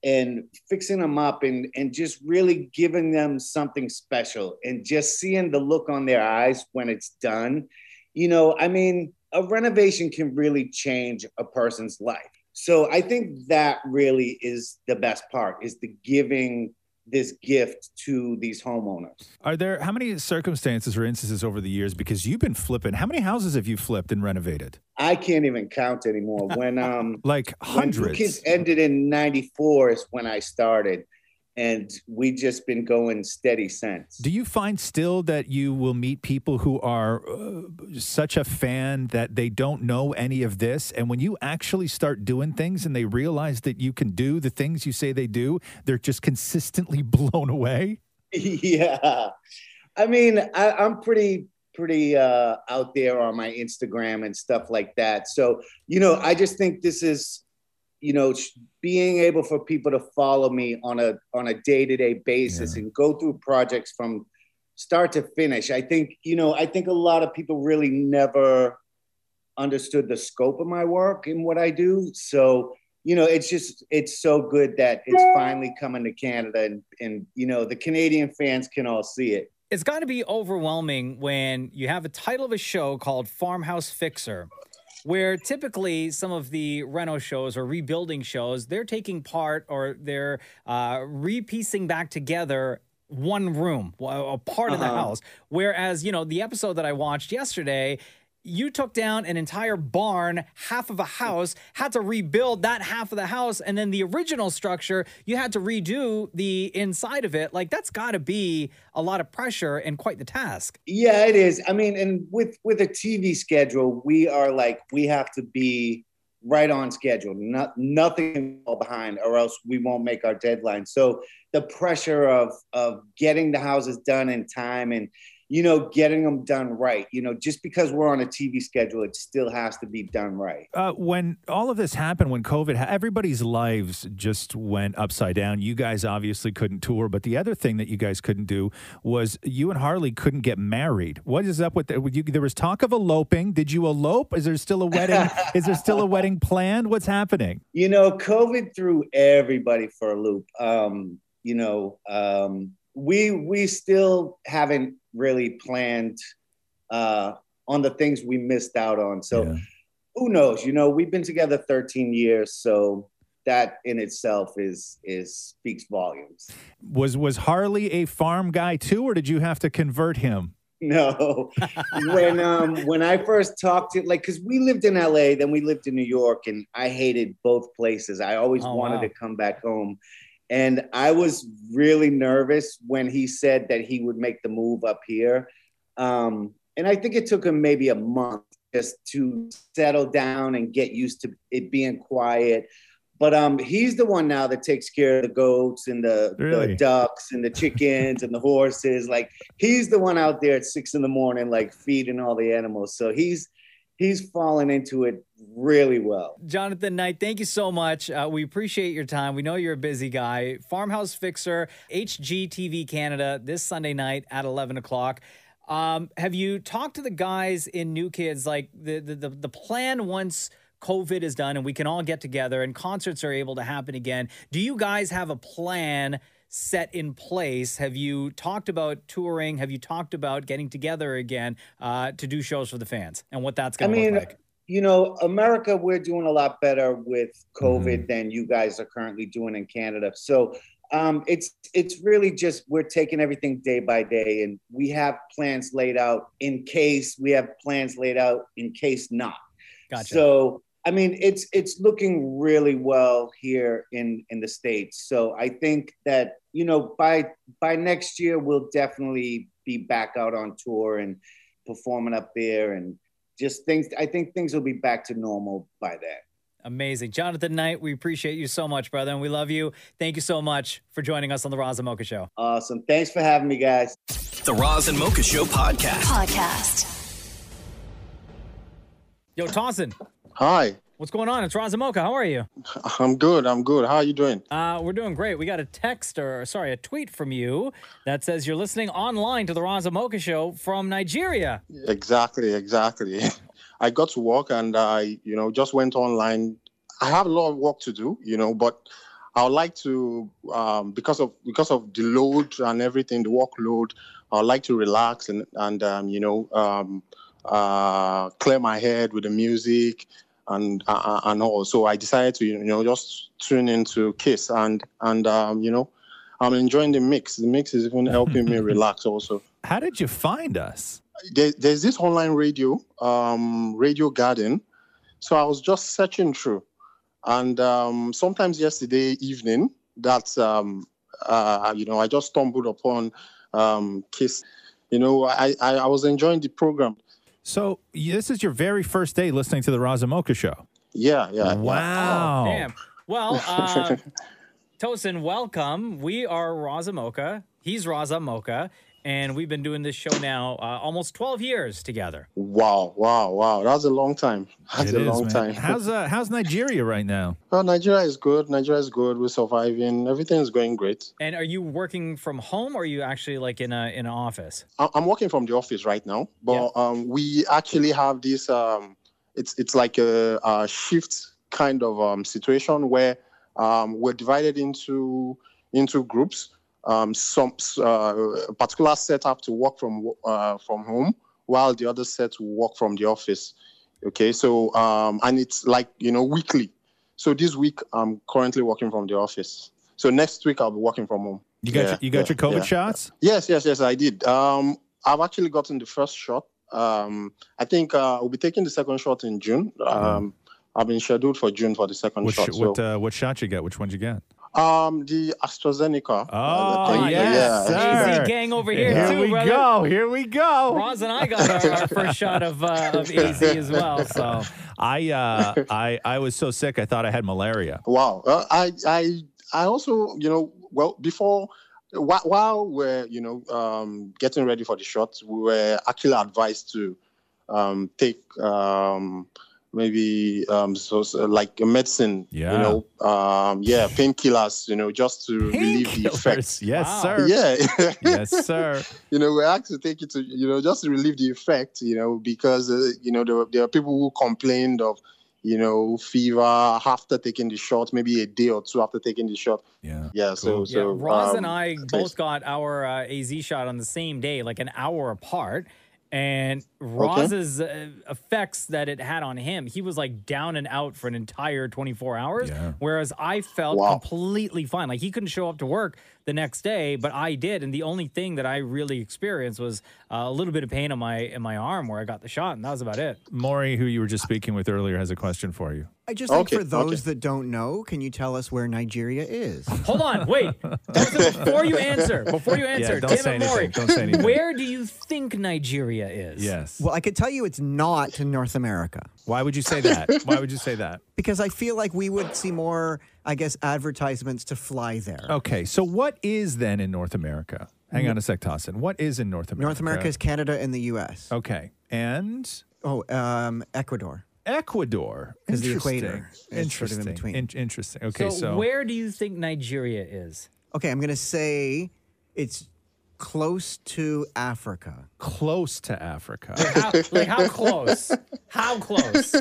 Speaker 14: and fixing them up and and just really giving them something special and just seeing the look on their eyes when it's done you know i mean a renovation can really change a person's life so i think that really is the best part is the giving this gift to these homeowners
Speaker 5: Are there how many circumstances or instances over the years because you've been flipping? How many houses have you flipped and renovated?
Speaker 14: i can't even count anymore when um
Speaker 5: Like
Speaker 14: When New
Speaker 5: hundreds.
Speaker 14: Kids ended in 94 is when I started. And we just been going steady since.
Speaker 5: Do you find still that you will meet people who are uh, such a fan that they don't know any of this? And when you actually start doing things and they realize that you can do the things you say they do, they're just consistently blown away?
Speaker 14: yeah. I mean, I, I'm pretty pretty uh, out there on my Instagram and stuff like that. So, you know, I just think this is, you know, sh- being able for people to follow me on a on a day to day basis and go through projects from start to finish. I think, you know, I think a lot of people really never understood the scope of my work and what I do. So, you know, it's just it's so good that it's finally coming to Canada and and you know, the Canadian fans can all see it.
Speaker 6: It's got to be overwhelming when you have a title of a show called Farmhouse Fixer, where typically some of the reno shows or rebuilding shows, they're taking part or they're uh, repiecing back together one room, a a part of the
Speaker 29: Uh-huh.
Speaker 6: house. Whereas, you know, the episode that I watched yesterday, you took down an entire barn, half of a house, had to rebuild that half of the house, and then the original structure, you had to redo the inside of it. Like that's got to be a lot of pressure and quite the task.
Speaker 14: Yeah, it is. I mean, and with with a TV schedule, we are like we have to be right on schedule. Not nothing can fall behind, or else we won't make our deadline. So the pressure of of getting the houses done in time and you know getting them done right. You know, just because we're on a TV schedule, it still has to be done right.
Speaker 5: Uh, when all of this happened, when COVID, ha- everybody's lives just went upside down. You guys obviously couldn't tour, but the other thing that you guys couldn't do was you and Harley couldn't get married. What is up with that? You, there was talk of eloping. Did you elope? Is there still a wedding? is there still a wedding planned? What's happening?
Speaker 14: You know, COVID threw everybody for a loop. Um, you know, um, we we still haven't really planned uh, on the things we missed out on. So who knows? You know, we've been together 13 years, so that in itself is is speaks volumes.
Speaker 5: Was was Harley a farm guy too, or did you have to convert him?
Speaker 14: No, when um when I first talked to like because we lived in LA, then we lived in New York, and I hated both places. I always
Speaker 15: Oh,
Speaker 14: wanted
Speaker 15: wow.
Speaker 14: to come back home, and I was really nervous when he said that he would make the move up here. Um, and I think it took him maybe a month just to settle down and get used to it being quiet. But um, he's the one now that takes care of the goats and the, the
Speaker 5: Really?
Speaker 14: ducks and the chickens and the horses. Like he's the one out there at six in the morning, like feeding all the animals. So he's he's fallen into it really well.
Speaker 6: Jonathan Knight, thank you so much. Uh, we appreciate your time. We know you're a busy guy. Farmhouse Fixer, HGTV Canada, this Sunday night at 11 o'clock. Um, have you talked to the guys in New Kids? Like the, the, the, the plan once COVID is done and we can all get together and concerts are able to happen again, do you guys have a plan? Set in place? Have you talked about touring? Have you talked about getting together again uh, to do shows for the fans and what that's
Speaker 14: I
Speaker 6: going to
Speaker 14: mean,
Speaker 6: look like?
Speaker 14: you know, America, we're doing a lot better with COVID
Speaker 6: Mm-hmm.
Speaker 14: than you guys are currently doing in Canada. So um, it's it's really just we're taking everything day by day, and we have plans laid out in case we have plans laid out in case not.
Speaker 6: Gotcha.
Speaker 14: So I mean, it's it's looking really well here in in the states. So I think that you know by by next year we'll definitely be back out on tour and performing up there and just things i think things will be back to normal by then
Speaker 6: Amazing. Jonathan Knight, we appreciate you so much, brother, and we love you. Thank you so much for joining us on the Raza Mocha Show.
Speaker 14: awesome thanks for having me guys
Speaker 2: The Roz and Mocha Show podcast.
Speaker 10: Podcast.
Speaker 6: Yo, Thompson,
Speaker 29: Hi,
Speaker 6: what's going on? It's Raza Mocha. How are you?
Speaker 29: I'm good. I'm good. How are you doing?
Speaker 6: Uh, we're doing great. We got a text or, sorry, a tweet from you that says you're listening online to the Raza Mocha Show from Nigeria.
Speaker 29: Exactly, exactly. I got to work and I, you know, just went online. I have a lot of work to do, you know, but I would like to, um, because of because of the load and everything, the workload. I would like to relax and and um, you know, um, uh, clear my head with the music and uh, and all. So I decided to, you know, just tune into Kiss and and um, you know, I'm enjoying the mix. The mix is even helping me relax also.
Speaker 5: How did you find us?
Speaker 29: there, there's this online radio, um, Radio Garden. So I was just searching through, and um, sometimes yesterday evening, that um, uh, you know, I just stumbled upon um, Kiss. You know, I, I I was enjoying the program.
Speaker 5: So y- this is your very first day listening to the Razamoka show.
Speaker 29: Yeah, yeah.
Speaker 5: Wow.
Speaker 6: Oh, Damn. Well, uh, Tosin, welcome. We are Raza Mocha. He's Raza Mocha. And we've been doing this show now uh, almost 12 years together.
Speaker 29: Wow, wow, wow! That's a long time. That's
Speaker 5: It
Speaker 29: a
Speaker 5: is,
Speaker 29: long
Speaker 5: man.
Speaker 29: time.
Speaker 5: How's uh, how's Nigeria right now?
Speaker 29: well, Nigeria is good. Nigeria is good. We're surviving. Everything is going great.
Speaker 6: And are you working from home or are you actually like in a in an office?
Speaker 29: I- I'm working from the office right now, but um, we actually have this. Um, it's it's like a, a shift kind of um, situation where um, we're divided into into groups. Um, some s- uh, a particular set have to work from w- uh, from home, while the other set will work from the office. Okay, so um, and it's like you know weekly. So this week I'm currently working from the office. So next week I'll be working from home.
Speaker 5: You got
Speaker 29: Yeah,
Speaker 5: your, you got
Speaker 29: yeah,
Speaker 5: your COVID
Speaker 29: yeah.
Speaker 5: shots?
Speaker 29: Yes, yes, yes, I did. Um, I've actually gotten the first shot. Um, I think uh, I'll be taking the second shot in June.
Speaker 6: Uh-huh.
Speaker 29: Um, I've been scheduled for June for the second
Speaker 5: What
Speaker 29: shot.
Speaker 5: sh-
Speaker 29: So,
Speaker 5: what uh, what shot you got? Which ones you got?
Speaker 29: um, the AstraZeneca. Oh,
Speaker 6: yes, sir. Easy gang over here, Here too, we brother. go, here
Speaker 5: we go.
Speaker 6: Roz and I got our, our first shot of, uh, of AZ as well. So
Speaker 5: I uh, I I was so sick I thought I had malaria.
Speaker 29: Wow. Uh, I, I, I also, you know, well, before, while, while we're, you know, um, getting ready for the shot, we were actually advised to um, take um, maybe um, so, so like a medicine,
Speaker 5: Yeah.
Speaker 29: you know, um, yeah, painkillers, you know, just to relieve the effects.
Speaker 5: Yes, Wow. sir.
Speaker 29: Yeah.
Speaker 5: Yes, sir.
Speaker 29: You know, we asked to take it to, you know, just to relieve the effect, you know, because, uh, you know, there, were- there are people who complained of, you know, fever after taking the shot, maybe a day or two after taking the shot.
Speaker 5: Yeah.
Speaker 29: Yeah. So,
Speaker 6: yeah,
Speaker 29: so
Speaker 6: Roz
Speaker 29: um,
Speaker 6: and I both got our uh, AZ shot on the same day, like an hour apart, and Roz's uh, effects that it had on him, he was like down and out for an entire 24 hours. Whereas I felt completely fine. Like he couldn't show up to work the next day, but I did. And the only thing that I really experienced was uh, a little bit of pain on my in my arm where I got the shot, and that was about it.
Speaker 5: Maury, who you were just speaking with earlier, has a question for you.
Speaker 9: I just think for those that don't know, can you tell us where Nigeria is?
Speaker 6: Hold on, wait. Before you answer, before you
Speaker 9: Yeah,
Speaker 6: answer,
Speaker 9: don't
Speaker 6: Tim
Speaker 9: say
Speaker 6: and
Speaker 9: anything,
Speaker 6: Maury,
Speaker 9: don't say anything.
Speaker 6: where do you think Nigeria is? Yes.
Speaker 9: Well, I could tell you it's not in North America.
Speaker 5: Why would you say that? Why would you say that?
Speaker 9: Because I feel like we would see more, I guess, advertisements to fly there.
Speaker 5: Okay, so what is then in North America? Hang on a sec, Tossin. What is in North America?
Speaker 9: North America is Canada and the U.S.
Speaker 5: Okay, and
Speaker 9: oh, um, Ecuador.
Speaker 5: Ecuador,
Speaker 9: 'Cause the
Speaker 5: Interesting.
Speaker 9: equator is sort of in
Speaker 5: Interesting.
Speaker 9: between.
Speaker 5: In- interesting. Okay, so,
Speaker 6: where do you think Nigeria is?
Speaker 9: Okay, I'm gonna say it's close to Africa.
Speaker 5: Close to Africa.
Speaker 6: How, like how close? How close?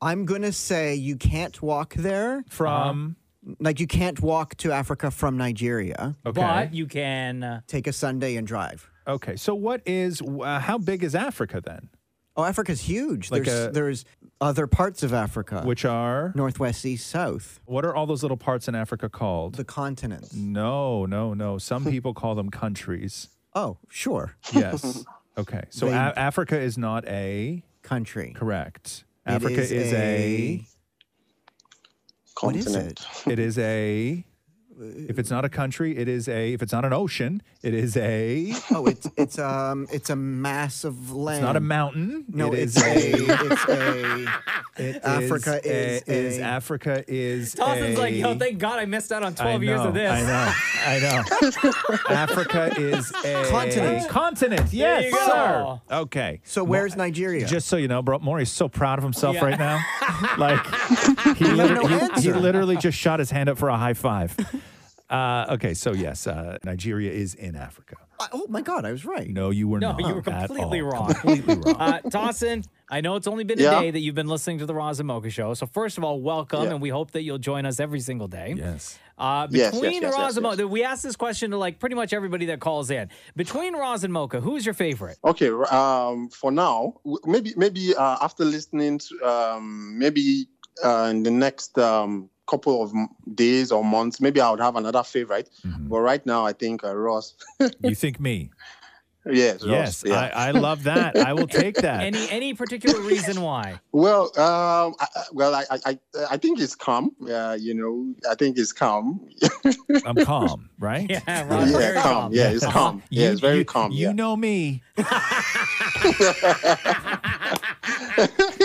Speaker 9: I'm gonna say you can't walk there
Speaker 5: from.
Speaker 9: Like you can't walk to Africa from Nigeria.
Speaker 6: But you can uh,
Speaker 9: take a Sunday and drive.
Speaker 5: Okay, so what is uh, how big is Africa then?
Speaker 9: Oh, Africa's huge.
Speaker 5: Like
Speaker 9: there's,
Speaker 5: a-
Speaker 9: there's other parts of Africa,
Speaker 5: which are
Speaker 9: northwest, east, south.
Speaker 5: What are all those little parts in Africa called? The
Speaker 9: continents.
Speaker 5: No, no, no. Some people call them countries.
Speaker 9: Oh, sure.
Speaker 5: Yes. Okay. So
Speaker 9: They-
Speaker 5: A- Africa is not a
Speaker 9: country.
Speaker 5: Correct.
Speaker 9: It
Speaker 5: Africa
Speaker 9: is
Speaker 5: is, a,
Speaker 9: What is it? Uh,
Speaker 5: It is a. If it's not a country, it is a. If it's not an ocean, it is a.
Speaker 9: Oh, it's it's um it's a mass of land.
Speaker 5: not a mountain.
Speaker 9: No,
Speaker 5: It
Speaker 9: it's
Speaker 5: is
Speaker 9: a
Speaker 5: a-
Speaker 9: it's a
Speaker 5: It
Speaker 9: Africa is
Speaker 5: a, is
Speaker 9: a-
Speaker 5: Africa is.
Speaker 6: Tossin's
Speaker 5: a,
Speaker 6: like, yo, thank God I missed out on 12
Speaker 5: I
Speaker 6: years
Speaker 5: know,
Speaker 6: of this.
Speaker 5: I know. I know. Africa is a
Speaker 6: Continent.
Speaker 5: Continent.
Speaker 6: There
Speaker 5: Yes,
Speaker 6: you go.
Speaker 5: sir. Okay.
Speaker 9: So where's Nigeria?
Speaker 5: Just so you know, bro, Maury's so proud of himself
Speaker 9: Yeah.
Speaker 5: right now. Like he,
Speaker 9: You have
Speaker 5: liter-
Speaker 9: no
Speaker 5: he- he
Speaker 9: answer.
Speaker 5: literally just shot his hand up for a high five. Uh, okay, so yes, uh, Nigeria is in Africa.
Speaker 9: oh my God, I was right.
Speaker 5: No, you were
Speaker 6: No,
Speaker 5: not.
Speaker 6: you were
Speaker 5: at
Speaker 6: completely
Speaker 5: all.
Speaker 6: wrong.
Speaker 5: Completely wrong.
Speaker 6: Uh, Tossin, I know it's only been a
Speaker 5: Yeah.
Speaker 6: day that you've been listening to the Roz and Mocha Show. So first of all, welcome,
Speaker 5: Yeah.
Speaker 6: and we hope that you'll join us every single day.
Speaker 5: Yes.
Speaker 6: Uh,
Speaker 5: Yes, yes,
Speaker 6: between
Speaker 5: yes,
Speaker 6: Roz
Speaker 5: yes,
Speaker 6: and Mocha, we asked this question to like pretty much everybody that calls in. Between Roz and Mocha, who is your favorite?
Speaker 29: Okay, um, for now, w- maybe maybe uh, after listening to um, maybe uh, in the next um, couple of m- days or months, maybe I would have another favorite. But right now, I think uh, Ross.
Speaker 5: Mm-hmm. You think me? Yes,
Speaker 29: Yes, Ross, yeah.
Speaker 5: I, I love that. I will take that.
Speaker 6: Any any particular reason why?
Speaker 29: Well, um, I, I- well, I, I, I- I think it's calm. Uh, you know, I think it's calm.
Speaker 5: I'm calm, right?
Speaker 6: Yeah,
Speaker 29: Ross, Yeah, very calm. calm. Yeah, it's calm. Yeah, it's very calm,
Speaker 5: You
Speaker 29: yeah.
Speaker 5: know me.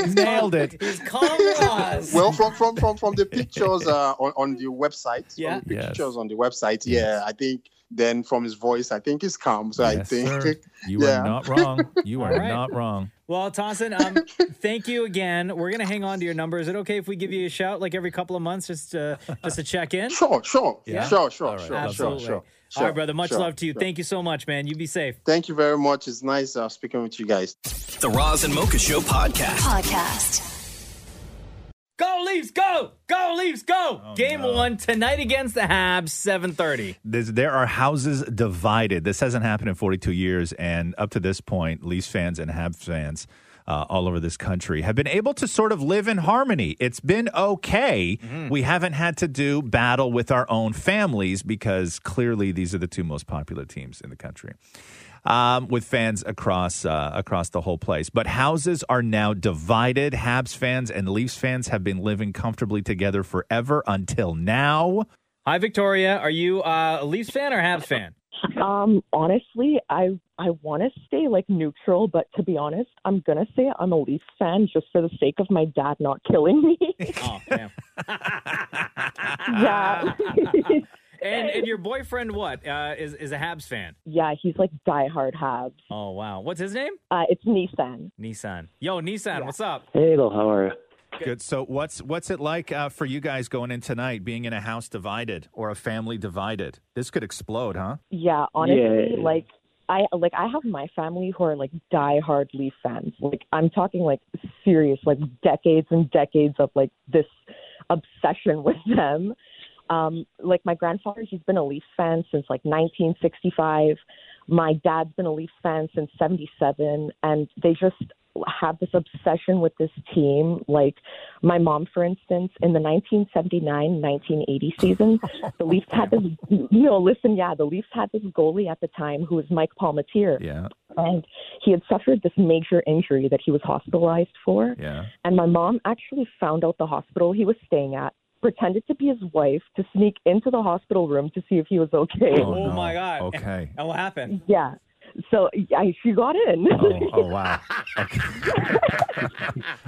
Speaker 5: Nailed it.
Speaker 29: well, from from from from the pictures uh, on on the website, yeah, the
Speaker 5: Yes.
Speaker 29: pictures on the website, yeah, I think. Then from his voice, I think it's calm. So I
Speaker 5: Yes,
Speaker 29: think
Speaker 5: sir. You
Speaker 29: yeah.
Speaker 5: are not wrong. You are
Speaker 6: All right.
Speaker 5: not wrong.
Speaker 6: Well, Tossin, um, thank you again. We're gonna hang on to your number. Is it okay if we give you a shout like every couple of months just to, just to check in?
Speaker 29: Sure, sure,
Speaker 6: Yeah?
Speaker 29: sure, sure,
Speaker 6: All right,
Speaker 29: sure,
Speaker 6: absolutely.
Speaker 29: sure, sure.
Speaker 6: All
Speaker 29: sure,
Speaker 6: right, brother. Much
Speaker 29: sure,
Speaker 6: love to you.
Speaker 29: sure.
Speaker 6: Thank you so much, man. You be safe.
Speaker 29: Thank you very much. It's nice uh, speaking with you guys.
Speaker 2: The Roz and Mocha Show podcast.
Speaker 10: Podcast.
Speaker 6: Go Leafs, go! Go Leafs, go!
Speaker 5: Oh,
Speaker 6: Game one tonight against the Habs, seven thirty.
Speaker 5: There's, there are houses divided. This hasn't happened in 42 years, and up to this point, Leafs fans and Habs fans uh, all over this country have been able to sort of live in harmony. It's been okay. We haven't had to do battle with our own families because clearly these are the two most popular teams in the country. um, with fans across uh, across the whole place. But houses are now divided. Habs fans and Leafs fans have been living comfortably together forever until now.
Speaker 6: Hi, Victoria. Are you uh, a Leafs fan or Habs fan?
Speaker 15: Um, honestly, I I want to stay like neutral, but to be honest, I'm gonna say I'm a Leafs fan just for the sake of my dad not killing me.
Speaker 6: Oh, damn.
Speaker 15: yeah,
Speaker 6: and and your boyfriend what uh, is is a Habs fan?
Speaker 15: yeah, he's like diehard Habs.
Speaker 6: Oh wow, what's his name?
Speaker 15: Uh, it's Nissan.
Speaker 6: Nissan. Yo, Nissan, what's up?
Speaker 5: Hey, how are you? Good. So, what's what's it like uh, for you guys going in tonight, being in a house divided or a family divided? This could explode, huh?
Speaker 15: Yeah, honestly,
Speaker 5: Yeah.
Speaker 15: like I like I have my family who are like diehard Leaf fans. Like I'm talking like serious, like decades and decades of like this obsession with them. Um, like my grandfather, he's been a Leaf fan since like 1965. My dad's been a Leafs fan since 77, and they just have this obsession with this team. Like my mom, for instance, in the 1979 1980 season, the Leafs had this, you know, listen, yeah, the Leafs had this goalie at the time who was Mike Palmatier.
Speaker 5: Yeah.
Speaker 15: And he had suffered this major injury that he was hospitalized for.
Speaker 5: Yeah.
Speaker 15: And my mom actually found out the hospital he was staying at, pretended to be his wife to sneak into the hospital room to see if he was okay.
Speaker 6: Oh, my god. Okay. And what happened?
Speaker 15: Yeah. So I, she got in.
Speaker 5: Oh, oh wow. Okay.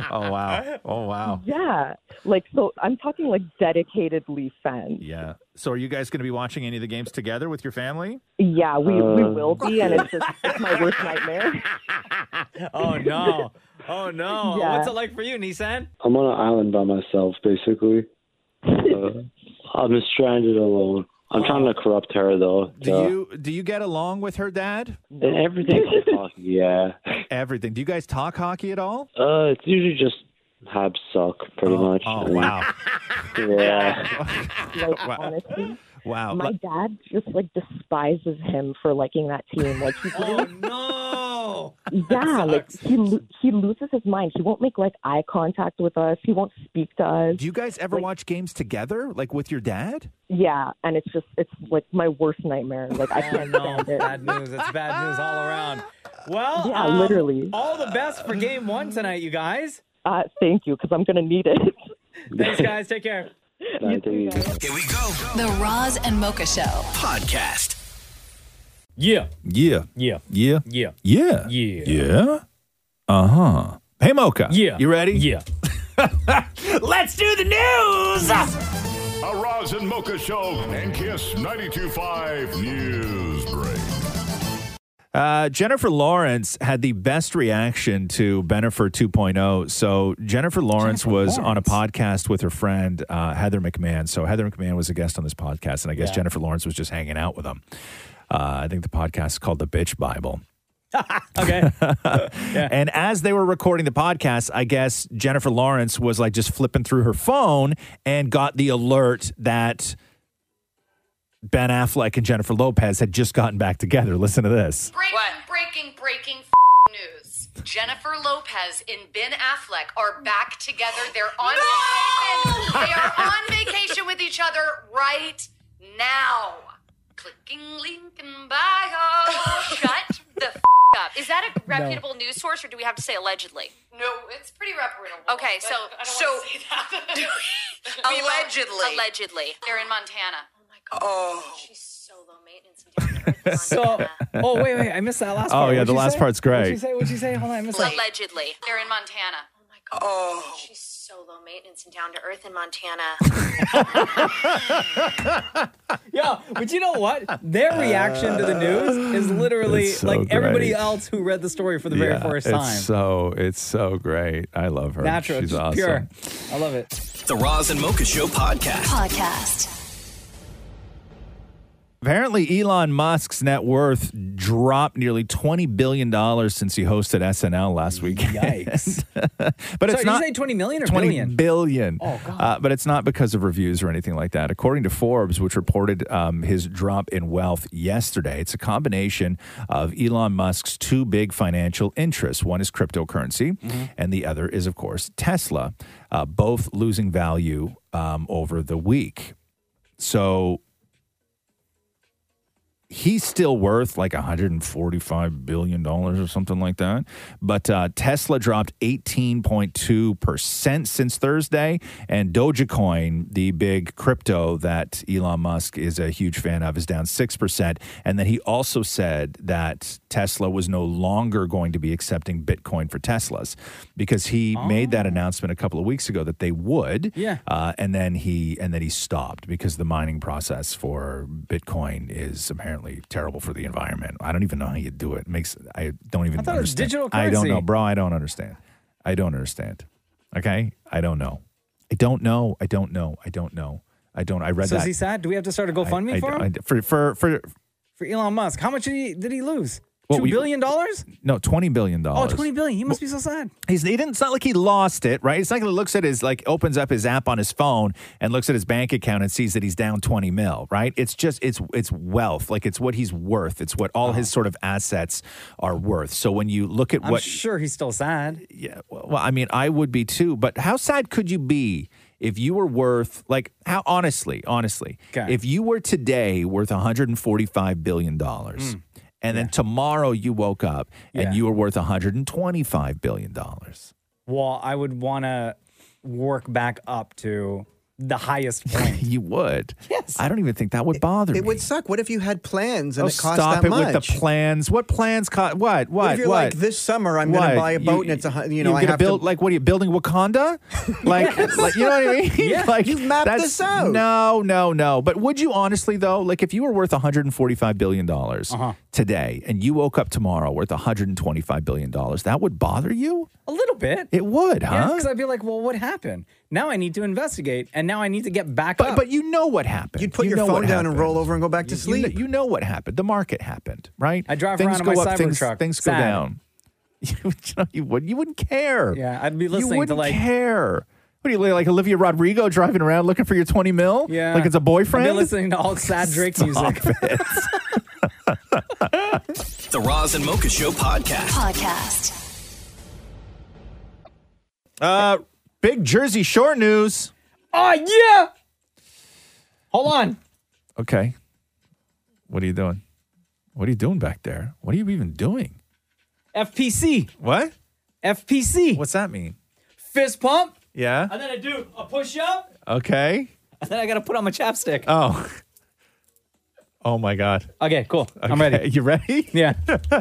Speaker 5: oh wow. Oh wow.
Speaker 15: yeah. Like, so I'm talking like dedicated Leaf fans.
Speaker 5: Yeah. So are you guys going to be watching any of the games together with your family?
Speaker 15: Yeah, we, we
Speaker 5: Uh,
Speaker 15: will be, and it's just it's my worst nightmare.
Speaker 6: Oh no. Oh no.
Speaker 15: Yeah.
Speaker 6: What's it like for you, Nissan?
Speaker 17: I'm on an island by myself, basically. Uh, I'm just stranded alone. I'm trying to corrupt her, though.
Speaker 5: Do
Speaker 17: so-
Speaker 5: you do you get along with her dad?
Speaker 17: And everything is hockey, yeah.
Speaker 5: Everything. Do you guys talk hockey at all?
Speaker 17: Uh, it's usually just Habs suck, pretty much.
Speaker 5: oh,
Speaker 17: And-
Speaker 5: wow.
Speaker 17: Yeah.
Speaker 15: Like, honestly.
Speaker 5: Wow.
Speaker 15: My dad just like despises him for liking that team. Like he
Speaker 6: wouldn't-
Speaker 15: yeah, like he lo- he loses his mind. He won't make like eye contact with us. He won't speak to us.
Speaker 5: Do you guys ever watch games together, like with your dad?
Speaker 15: Yeah, and it's just it's like my worst nightmare. Like I can't stand it.
Speaker 6: Bad news. It's bad news all around. Well,
Speaker 15: Yeah,
Speaker 6: um,
Speaker 15: literally.
Speaker 6: All the best for game one tonight, you guys.
Speaker 15: Uh, thank you, because I'm gonna need it.
Speaker 6: Thanks, guys. Take care.
Speaker 10: Here we go. The Roz and Mocha Show podcast.
Speaker 6: Yeah.
Speaker 5: Yeah.
Speaker 6: Yeah.
Speaker 5: Yeah.
Speaker 6: Yeah.
Speaker 5: Yeah.
Speaker 6: Yeah.
Speaker 5: Yeah. Uh huh. Hey, Mocha.
Speaker 6: Yeah.
Speaker 5: You ready?
Speaker 6: Yeah.
Speaker 16: Let's do the news! A Roz and Mocha Show and Kiss 92.5 News Break.
Speaker 5: Uh, Jennifer Lawrence had the best reaction to Benifer 2.0. So Jennifer Lawrence was on a podcast with her friend uh, Heather McMahon. So Heather McMahon was a guest on this podcast, and I guess
Speaker 30: Yeah.
Speaker 5: Jennifer Lawrence was just hanging out with them. Uh, I think the podcast is called The Bitch Bible.
Speaker 6: okay.
Speaker 5: And as they were recording the podcast, I guess Jennifer Lawrence was like just flipping through her phone and got the alert that Ben Affleck and Jennifer Lopez had just gotten back together. Listen to this.
Speaker 31: Breaking, breaking, breaking f- news. Jennifer Lopez and Ben Affleck are back together. They're on vacation. They are on vacation with each other right now. Clicking link in bio. Shut the f- up. Is that a reputable news source, or do we have to say allegedly? No, it's pretty reputable. Okay, so so allegedly, allegedly, they're in Montana. Oh, she's so low maintenance.
Speaker 6: So, oh wait, wait, I missed that last
Speaker 5: Oh,
Speaker 6: part.
Speaker 5: yeah,
Speaker 6: What'd
Speaker 5: the
Speaker 6: you
Speaker 5: last
Speaker 6: say?
Speaker 5: part's great.
Speaker 6: What'd you say? What'd you say? Hold on, I missed that.
Speaker 31: Allegedly, they're in Montana. Oh my god.
Speaker 6: Oh.
Speaker 31: she's so low maintenance and down to earth in Montana.
Speaker 6: Yeah, but you know what? Their reaction to the news is literally
Speaker 5: It's so
Speaker 6: like everybody
Speaker 5: great.
Speaker 6: else who read the story for the very
Speaker 5: Yeah,
Speaker 6: first
Speaker 5: it's
Speaker 6: time.
Speaker 5: so it's so great. I love her.
Speaker 6: Natural,
Speaker 5: She's
Speaker 6: just
Speaker 5: awesome.
Speaker 6: pure. I love it.
Speaker 2: The Roz and Mocha Show podcast.
Speaker 10: Podcast.
Speaker 5: Apparently, Elon Musk's net worth dropped nearly twenty billion dollars since he hosted SNL last week.
Speaker 6: Yikes!
Speaker 5: but it's
Speaker 6: Sorry,
Speaker 5: not
Speaker 6: Did you say twenty million or
Speaker 5: 20
Speaker 6: billion?
Speaker 5: billion.
Speaker 6: Oh, God.
Speaker 5: Uh, but it's not because of reviews or anything like that. According to Forbes, which reported um, his drop in wealth yesterday, it's a combination of Elon Musk's two big financial interests. One is cryptocurrency,
Speaker 6: Mm-hmm.
Speaker 26: Mm-hmm.
Speaker 5: and the other is, of course, Tesla, uh, both losing value um, over the week. So he's still worth like 145 billion dollars or something like that but uh, tesla dropped 18.2% since thursday and dogecoin the big crypto that elon musk is a huge fan of is down 6% and then he also said that tesla was no longer going to be accepting bitcoin for teslas because he made that announcement a couple of weeks ago that they would
Speaker 6: Oh. Yeah.
Speaker 5: uh, and then he and then he stopped because the mining process for Bitcoin is apparently terrible for the environment. I don't even know how you do it. Makes I don't even
Speaker 6: I thought it was
Speaker 5: understand.
Speaker 6: digital
Speaker 5: I don't know,
Speaker 6: currency.
Speaker 5: bro. I don't understand. I don't understand. Okay, I don't know. I don't know. I don't know. I don't know. I don't. I read
Speaker 6: so
Speaker 5: that.
Speaker 6: is he sad? Do we have to start a GoFundMe
Speaker 5: I-
Speaker 6: for him?
Speaker 5: I- for for for
Speaker 6: for Elon Musk, how much did he, did he lose? Two billion dollars?
Speaker 5: No, $20 billion.
Speaker 6: Oh, 20 billion. He must be so sad.
Speaker 5: He's, he didn't, it's not like he lost it, right? It's not like he looks at his, like, opens up his app on his phone and looks at his bank account and sees that he's down 20 mil, right? It's just, it's, it's wealth. Like, it's what he's worth. It's what all his sort of assets are worth. So when you look at
Speaker 6: Oh. I'm
Speaker 5: what,
Speaker 6: sure he's still sad.
Speaker 5: Yeah. well, I mean, I would be too, but how sad could you be if you were worth, like, how, honestly, honestly,
Speaker 6: Okay.
Speaker 5: if you were today worth $145 billion, and then tomorrow you woke up
Speaker 6: Hmm. Yeah.
Speaker 5: and you were worth $125 billion.
Speaker 6: Well, I would want to work back up to the highest point.
Speaker 5: you would. Yes. I don't even think that would bother
Speaker 9: It
Speaker 5: me.
Speaker 9: would suck. What if you had plans and
Speaker 5: Oh,
Speaker 9: it cost
Speaker 5: stop
Speaker 9: that
Speaker 5: it
Speaker 9: much?
Speaker 5: with the plans. What plans cost? What? What?
Speaker 9: What
Speaker 5: What?
Speaker 9: if you're like, this summer I'm gonna
Speaker 5: What?
Speaker 9: buy a boat and it's a hun- you know, I
Speaker 5: gonna
Speaker 9: have to-
Speaker 5: build like what are you building Wakanda? Like,
Speaker 9: Yes.
Speaker 5: like, you know what I mean?
Speaker 9: Yeah,
Speaker 5: like
Speaker 9: you've mapped
Speaker 5: that's-
Speaker 9: this out.
Speaker 5: No, no, no. But would you honestly though? Like if you were worth 145 billion dollars
Speaker 9: Uh-huh.
Speaker 5: today and you woke up tomorrow worth 125 billion dollars, that would bother you?
Speaker 6: A little bit.
Speaker 5: It would, huh?
Speaker 6: Because I'd be like, well, what happened? Now I need to investigate, and now I need to get back up.
Speaker 5: But you know what happened.
Speaker 6: You'd put your
Speaker 5: know
Speaker 6: phone
Speaker 5: what
Speaker 6: down and roll
Speaker 9: over and go back
Speaker 5: to sleep. You know, what happened. The market happened, right?
Speaker 6: I drive around
Speaker 5: things
Speaker 6: in
Speaker 5: go
Speaker 6: my
Speaker 5: up, things,
Speaker 6: Cybertruck,
Speaker 5: things go
Speaker 6: sad.
Speaker 5: down. you, know, you wouldn't. You wouldn't care.
Speaker 6: Yeah, I'd be
Speaker 5: you
Speaker 6: listening
Speaker 5: wouldn't
Speaker 6: to like.
Speaker 5: care. What are you like Olivia Rodrigo driving around looking for your twenty mil?
Speaker 6: Yeah.
Speaker 5: like it's a boyfriend.
Speaker 6: I'd be listening to all sad Drake music.
Speaker 2: The Roz and Mocha Show podcast.
Speaker 10: Podcast.
Speaker 5: Uh, big Jersey Shore news.
Speaker 6: Oh yeah. Hold on.
Speaker 5: Okay, what are you doing? What are you doing back there? What are you even doing?
Speaker 6: FPC.
Speaker 5: What?
Speaker 6: FPC.
Speaker 5: What's that mean?
Speaker 6: Fist pump.
Speaker 5: Yeah.
Speaker 6: And then I do a push up.
Speaker 5: Okay.
Speaker 6: And then I gotta put on my chapstick.
Speaker 5: Oh. Oh my God.
Speaker 6: Okay, cool. I'm ready.
Speaker 5: You ready?
Speaker 6: Yeah.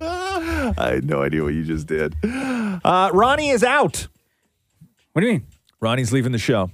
Speaker 5: I had no idea what you just did. Uh, Ronnie is out.
Speaker 6: What do you mean?
Speaker 5: Ronnie's leaving the show.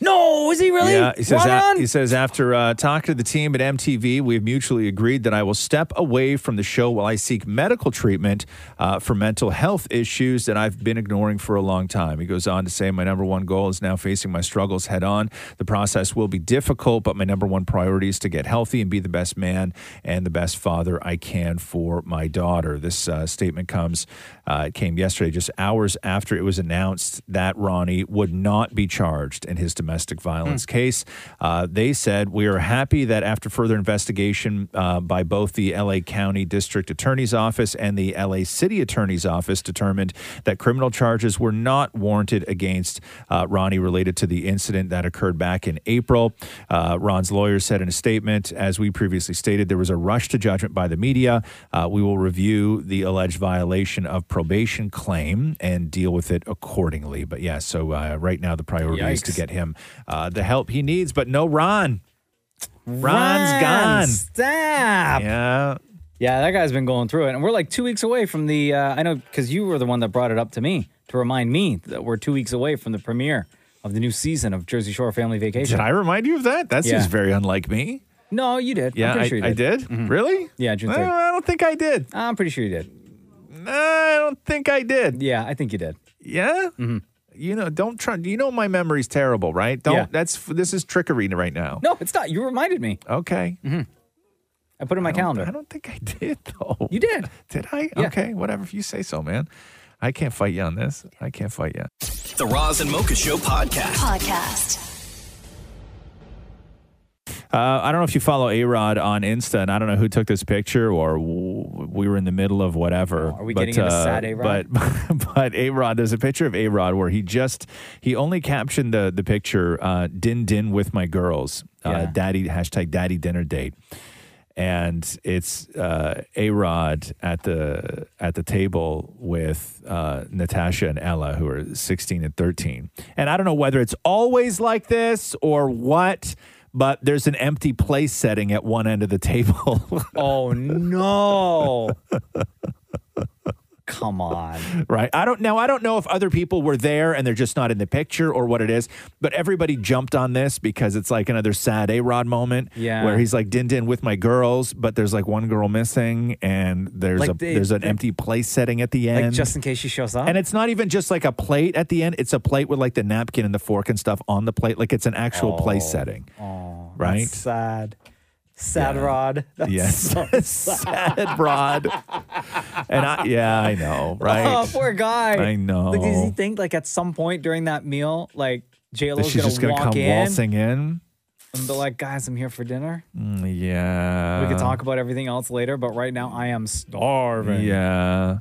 Speaker 6: No, is he really?
Speaker 5: Yeah, he says.
Speaker 6: Right
Speaker 5: a-
Speaker 6: on?
Speaker 5: he says after uh, talking to the team at MTV, we have mutually agreed that I will step away from the show while I seek medical treatment uh, for mental health issues that I've been ignoring for a long time. He goes on to say, my number one goal is now facing my struggles head on. The process will be difficult, but my number one priority is to get healthy and be the best man and the best father I can for my daughter. This uh, statement comes. Uh, it came yesterday, just hours after it was announced that Ronnie would not be charged in his domestic violence case. Uh, they said, We are happy that after further investigation uh, by both the LA County District Attorney's Office and the LA City Attorney's Office determined that criminal charges were not warranted against uh, Ronnie related to the incident that occurred back in April. Uh, Ron's lawyer said in a statement, as we previously stated, there was a rush to judgment by the media. Uh, we will review the alleged violation of probation claim and deal with it accordingly. But yeah, so uh, right now the priority is to
Speaker 6: Yikes.
Speaker 5: get him uh, the help he needs, but no Ron.
Speaker 6: Ron
Speaker 5: Ron's gone.
Speaker 6: Stop.
Speaker 5: Yeah.
Speaker 6: Yeah, that guy's been going through it. And we're like two weeks away from the, uh, I know, because you were the one that brought it up to me to remind me that we're two weeks away from the premiere of the new season of Jersey Shore Family Vacation.
Speaker 5: Did I remind you of that? That seems
Speaker 6: Yeah.
Speaker 5: very unlike me.
Speaker 6: No, you did.
Speaker 5: Yeah,
Speaker 6: I'm pretty
Speaker 5: I-
Speaker 6: sure you
Speaker 5: I
Speaker 6: did. Mm-hmm.
Speaker 5: did? Really?
Speaker 6: Yeah, June
Speaker 5: Well,
Speaker 6: 3rd.
Speaker 5: I don't think I did.
Speaker 6: I'm pretty sure you did.
Speaker 5: I don't think I did.
Speaker 6: Yeah, I think you did. Mm-hmm.
Speaker 5: Yeah? You know, don't try. You know, my memory's terrible, right? Don't.
Speaker 6: Yeah.
Speaker 5: That's this is trickery right now.
Speaker 6: No, it's not. You reminded me. Mm-hmm.
Speaker 5: Okay.
Speaker 6: I put it in my
Speaker 5: I don't-
Speaker 6: calendar.
Speaker 5: I don't think I did though.
Speaker 6: You did.
Speaker 5: Did I? Okay, whatever. If you say so, man. I can't fight you on this. I can't fight you.
Speaker 2: The Roz and Mocha Show podcast.
Speaker 10: Podcast.
Speaker 5: Uh, I don't know if you follow A Rod on Insta, and I don't know who took this picture or w- we were in the middle of whatever.
Speaker 6: Oh,
Speaker 5: uh,
Speaker 6: are we getting into sad A-Rod?
Speaker 5: But but A Rod, there's a picture of A Rod where he just he only captioned the the picture uh, "din din with my girls," uh, daddy hashtag daddy dinner date, and it's uh, A Rod at the at the table with uh, Natasha and Ella, who are 16 and 13. And I don't know whether it's always like this or what. But there's an empty place setting at one end of the table.
Speaker 6: oh no. Come on.
Speaker 5: Right. I don't now I don't know if other people were there and they're just not in the picture or what it is, but everybody jumped on this because it's like another sad A-Rod moment
Speaker 6: Yeah.
Speaker 5: where he's like din din with my girls, but there's like one girl missing and there's
Speaker 6: Like
Speaker 5: a
Speaker 6: they-
Speaker 5: there's an
Speaker 6: they-
Speaker 5: empty place setting at the end.
Speaker 6: Like just in case she shows up.
Speaker 5: and it's not even just like a plate at the end, it's a plate with like the napkin and the fork and stuff on the plate. Like it's an actual place setting.
Speaker 6: Oh,
Speaker 5: Right?
Speaker 6: That's sad. Sad Rod. That's
Speaker 5: Yes.
Speaker 6: so
Speaker 5: Sad Rod. And I, yeah, I know, right?
Speaker 6: Oh, poor guy.
Speaker 5: I know.
Speaker 6: Like, does he think like at some point during that meal, like J
Speaker 5: that
Speaker 6: Lo's
Speaker 5: she's
Speaker 6: gonna,
Speaker 5: just gonna
Speaker 6: walk
Speaker 5: come
Speaker 6: in
Speaker 5: waltzing in?
Speaker 6: and be like, "Guys, I'm here for dinner.
Speaker 5: Mm, yeah.
Speaker 6: we could talk about everything else later, but right now I am starving."
Speaker 5: Yeah.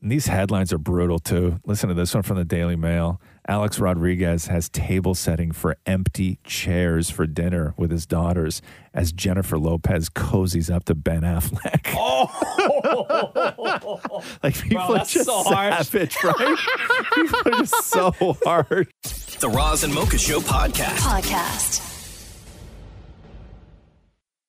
Speaker 5: And these headlines are brutal too. Listen to this one from the Daily Mail. Alex Rodriguez has table setting for empty chairs for dinner with his daughters as Jennifer Lopez cozies up to Ben Affleck.
Speaker 6: Oh,
Speaker 5: Like people
Speaker 2: Bro,
Speaker 5: are
Speaker 2: that's
Speaker 5: just
Speaker 2: so harsh.
Speaker 5: savage, right? people are just so hard.
Speaker 2: The Roz and Mocha Show podcast.
Speaker 10: Podcast.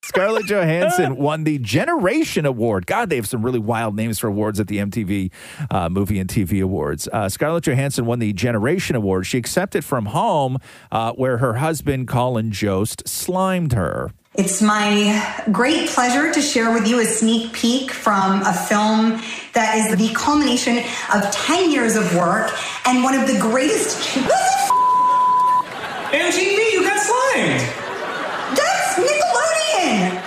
Speaker 5: Scarlett Johansson won the Generation Award. God, they have some really wild names for awards at the MTV uh, Movie and TV Awards. Uh, Scarlett Johansson won the Generation Award. She accepted from home, uh, where her husband Colin Jost slimed her.
Speaker 18: It's my great pleasure to share with you a sneak peek from a film that is the culmination of 10 years of work and one of the greatest.
Speaker 19: MTV, you got slimed!
Speaker 18: That's Nickelodeon!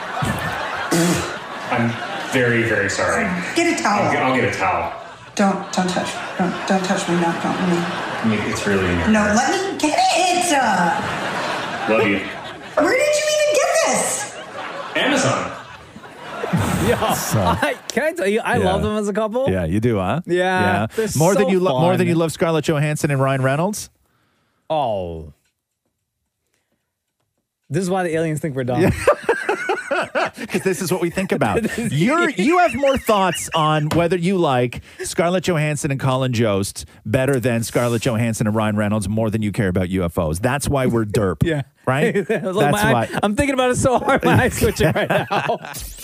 Speaker 19: I'm very, very sorry.
Speaker 18: Get a towel.
Speaker 19: I'll get, I'll get a towel.
Speaker 18: Don't, don't touch. Don't, don't touch me. No, don't. No,
Speaker 19: I mean, it's really
Speaker 18: no let me get it. Uh,
Speaker 19: Love you.
Speaker 18: where did you even get this?
Speaker 19: Amazon.
Speaker 6: Yeah.
Speaker 5: So-
Speaker 6: I, can I tell you, I
Speaker 5: Yeah.
Speaker 6: love them as a couple.
Speaker 5: Yeah, you do, huh?
Speaker 6: Yeah,
Speaker 5: yeah.
Speaker 6: they're
Speaker 5: More than
Speaker 6: so
Speaker 5: you lo- more than
Speaker 6: fun.
Speaker 5: you love Scarlett Johansson and Ryan Reynolds.
Speaker 6: Oh. This is why the aliens think we're dumb.
Speaker 5: because this is what we think about. Oh. You're you have more thoughts on whether you like Scarlett Johansson and Colin Jost better than Scarlett Johansson and Ryan Reynolds more than you care about UFOs. That's why we're derp. yeah. Right?
Speaker 6: Look,
Speaker 5: That's
Speaker 6: my eye-
Speaker 5: why.
Speaker 6: I'm thinking about it so hard, my eyes switching right now.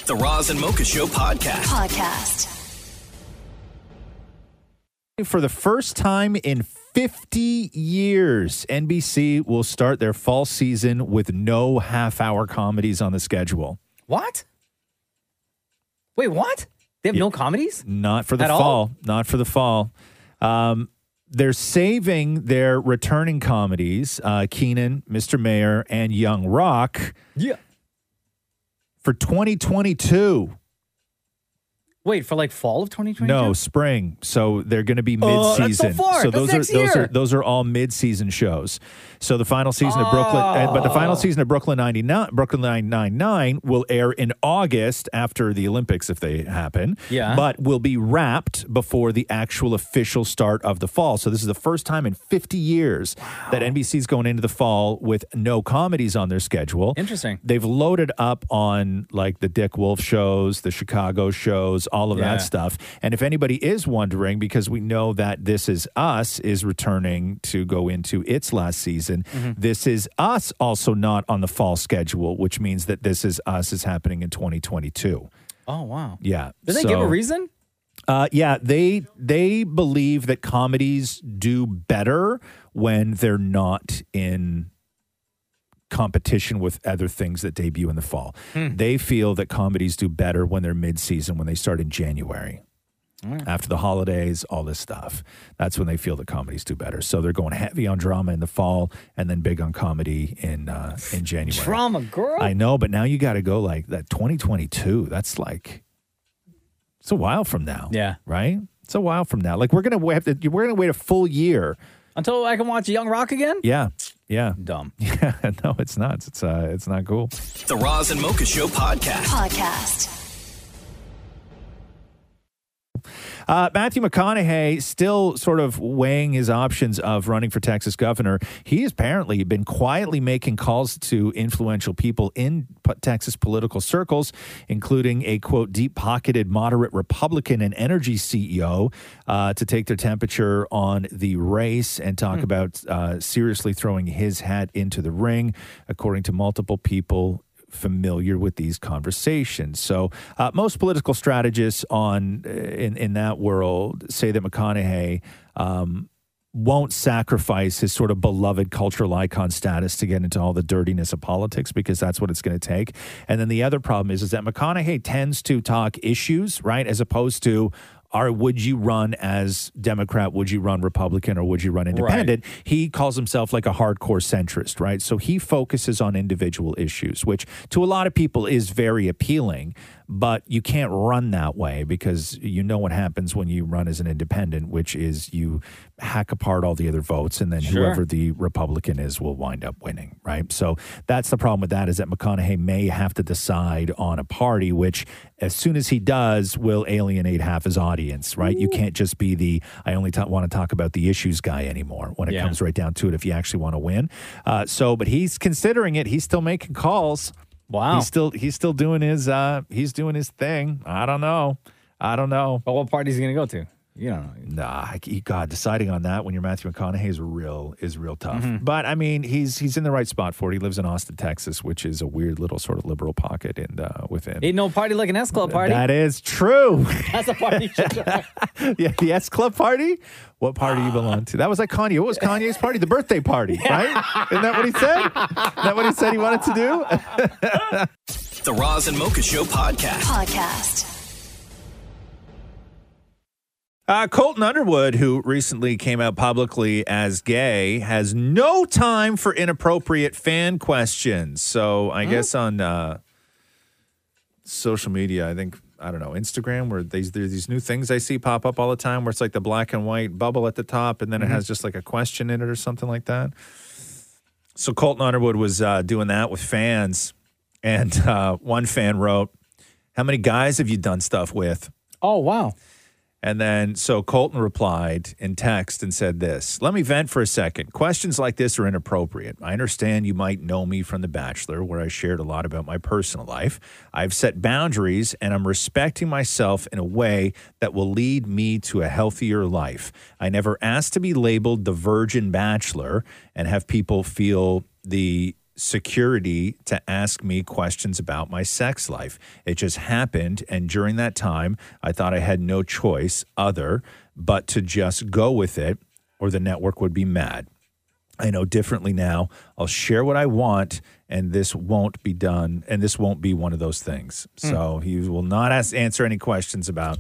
Speaker 2: The Roz and Mocha Show podcast.
Speaker 10: Podcast.
Speaker 5: For the first time in 50 years, NBC will start their fall season with no half hour comedies on the schedule.
Speaker 6: What? Wait, what? They have no comedies?
Speaker 5: Not for the
Speaker 6: At all?
Speaker 5: fall. Not for the fall. Um, they're saving their returning comedies, uh, Keenan, Mr. Mayor, and Young Rock.
Speaker 6: Yeah.
Speaker 5: For 2022.
Speaker 6: Wait, for like fall of 2022?
Speaker 5: No, spring. So they're going to be
Speaker 6: Oh, that's so
Speaker 5: mid-season.
Speaker 6: far. That's
Speaker 5: those are
Speaker 6: next
Speaker 5: those are
Speaker 6: year.
Speaker 5: those are all mid-season shows. So the final season of Brooklyn, uh, but the
Speaker 6: Oh.
Speaker 5: final season of Brooklyn 99 Brooklyn 999 will air in August after the Olympics if they happen.
Speaker 6: Yeah.
Speaker 5: But will be wrapped before the actual official start of the fall. So this is the first time in 50 years that NBC's going into the fall with no comedies on their schedule. Interesting. They've loaded up on like the Dick Wolf shows, the Chicago shows, all of
Speaker 6: Yeah.
Speaker 5: that stuff. And if anybody is wondering, because we know that This Is Us is returning to go into its last season,
Speaker 6: Mm-hmm.
Speaker 5: This Is Us also not on the fall schedule, which means that This Is Us is happening in 2022.
Speaker 6: Oh, wow.
Speaker 5: Yeah.
Speaker 6: Did they give a
Speaker 5: so-
Speaker 6: reason?
Speaker 5: uh, yeah, they they believe that comedies do better when they're not in competition with other things that debut in the fall.
Speaker 6: Hmm.
Speaker 5: They feel that comedies do better when they're mid-season, when they start in January. After the holidays, all this stuff. That's when they feel that comedies do better. So they're going heavy on drama in the fall, and then big on comedy in uh, in January.
Speaker 6: Drama girl.
Speaker 5: I know, but now you got to go like that 2022. That's like it's a while from now. Yeah. Right? It's a while from now. Like we're going to have to we're going to wait a full year.
Speaker 6: Until I can watch Young Rock again?
Speaker 5: Yeah. Yeah.
Speaker 6: Dumb.
Speaker 5: Yeah, no, it's nuts. It's uh it's not cool.
Speaker 2: The Roz and Mocha Show podcast.
Speaker 10: Podcast.
Speaker 5: Uh, Matthew McConaughey still sort of weighing his options of running for Texas governor. He has apparently been quietly making calls to influential people in p- Texas political circles, including a quote deep pocketed moderate Republican and energy CEO, uh, to take their temperature on the race and talk about uh, seriously throwing his hat into the ring, according to multiple people familiar with these conversations. So uh, most political strategists on in in that world say that McConaughey. Um, won't sacrifice his sort of beloved cultural icon status to get into all the dirtiness of politics because that's what it's going to take. And then the other problem is is that McConaughey tends to talk issues, right, as opposed to are would you run as Democrat, would you run Republican, or would you run independent? He calls himself like a hardcore centrist, right? So he focuses on individual issues, which to a lot of people is very appealing, but you can't run that way because you know what happens when you run as an independent, which is you hack apart all the other votes and then
Speaker 21: Sure.
Speaker 5: whoever the Republican is will wind up winning, right? So that's the problem with that is that McConaughey may have to decide on a party, which as soon as he does will alienate half his audience, right? You can't just be the I only ta want to talk about the issues guy anymore when it
Speaker 21: Yeah.
Speaker 5: comes right down to it if you actually want to win. Uh, so, but he's considering it. He's still making calls.
Speaker 6: Wow.
Speaker 5: He's still he's still doing his uh he's doing his thing. I don't know. I don't know.
Speaker 6: But what party's he gonna go to? You don't
Speaker 5: know. Nah, I- God, deciding on that when you're Matthew McConaughey is real is real tough.
Speaker 6: Mhm.
Speaker 5: But I mean, he's he's in the right spot for it. He lives in Austin, Texas, which is a weird little sort of liberal pocket in uh, within.
Speaker 6: Ain't no party like an S Club party.
Speaker 5: That is true.
Speaker 6: That's a party.
Speaker 5: yeah, the S Club party. What party you belong to? That was like Kanye. What was Kanye's party? The birthday party, right? Isn't that what he said? Isn't that what he said he wanted to do?
Speaker 2: The Roz and Mocha Show podcast.
Speaker 10: Podcast.
Speaker 5: Uh, Colton Underwood, who recently came out publicly as gay, has no time for inappropriate fan questions. So
Speaker 6: Oh.
Speaker 5: I guess on uh, social media, I think I don't know Instagram, where these there's these new things I see pop up all the time, where it's like the black and white bubble at the top, and then
Speaker 6: Mm-hmm.
Speaker 21: Mhm.
Speaker 5: it has just like a question in it or something like that. So Colton Underwood was uh, doing that with fans, and uh, one fan wrote, "How many guys have you done stuff with?"
Speaker 6: Oh wow.
Speaker 5: And then, so Colton replied in text and said this Let me vent for a second. Questions like this are inappropriate. I understand you might know me from The Bachelor, where I shared a lot about my personal life. I've set boundaries and I'm respecting myself in a way that will lead me to a healthier life. I never asked to be labeled the Virgin Bachelor and have people feel the security to ask me questions about my sex life. It just happened. And during that time, I thought I had no choice other but to just go with it, or the network would be mad. I know differently now. I'll share what I want, and this won't be done, and this won't be one of those things. So he will not ask, answer any questions about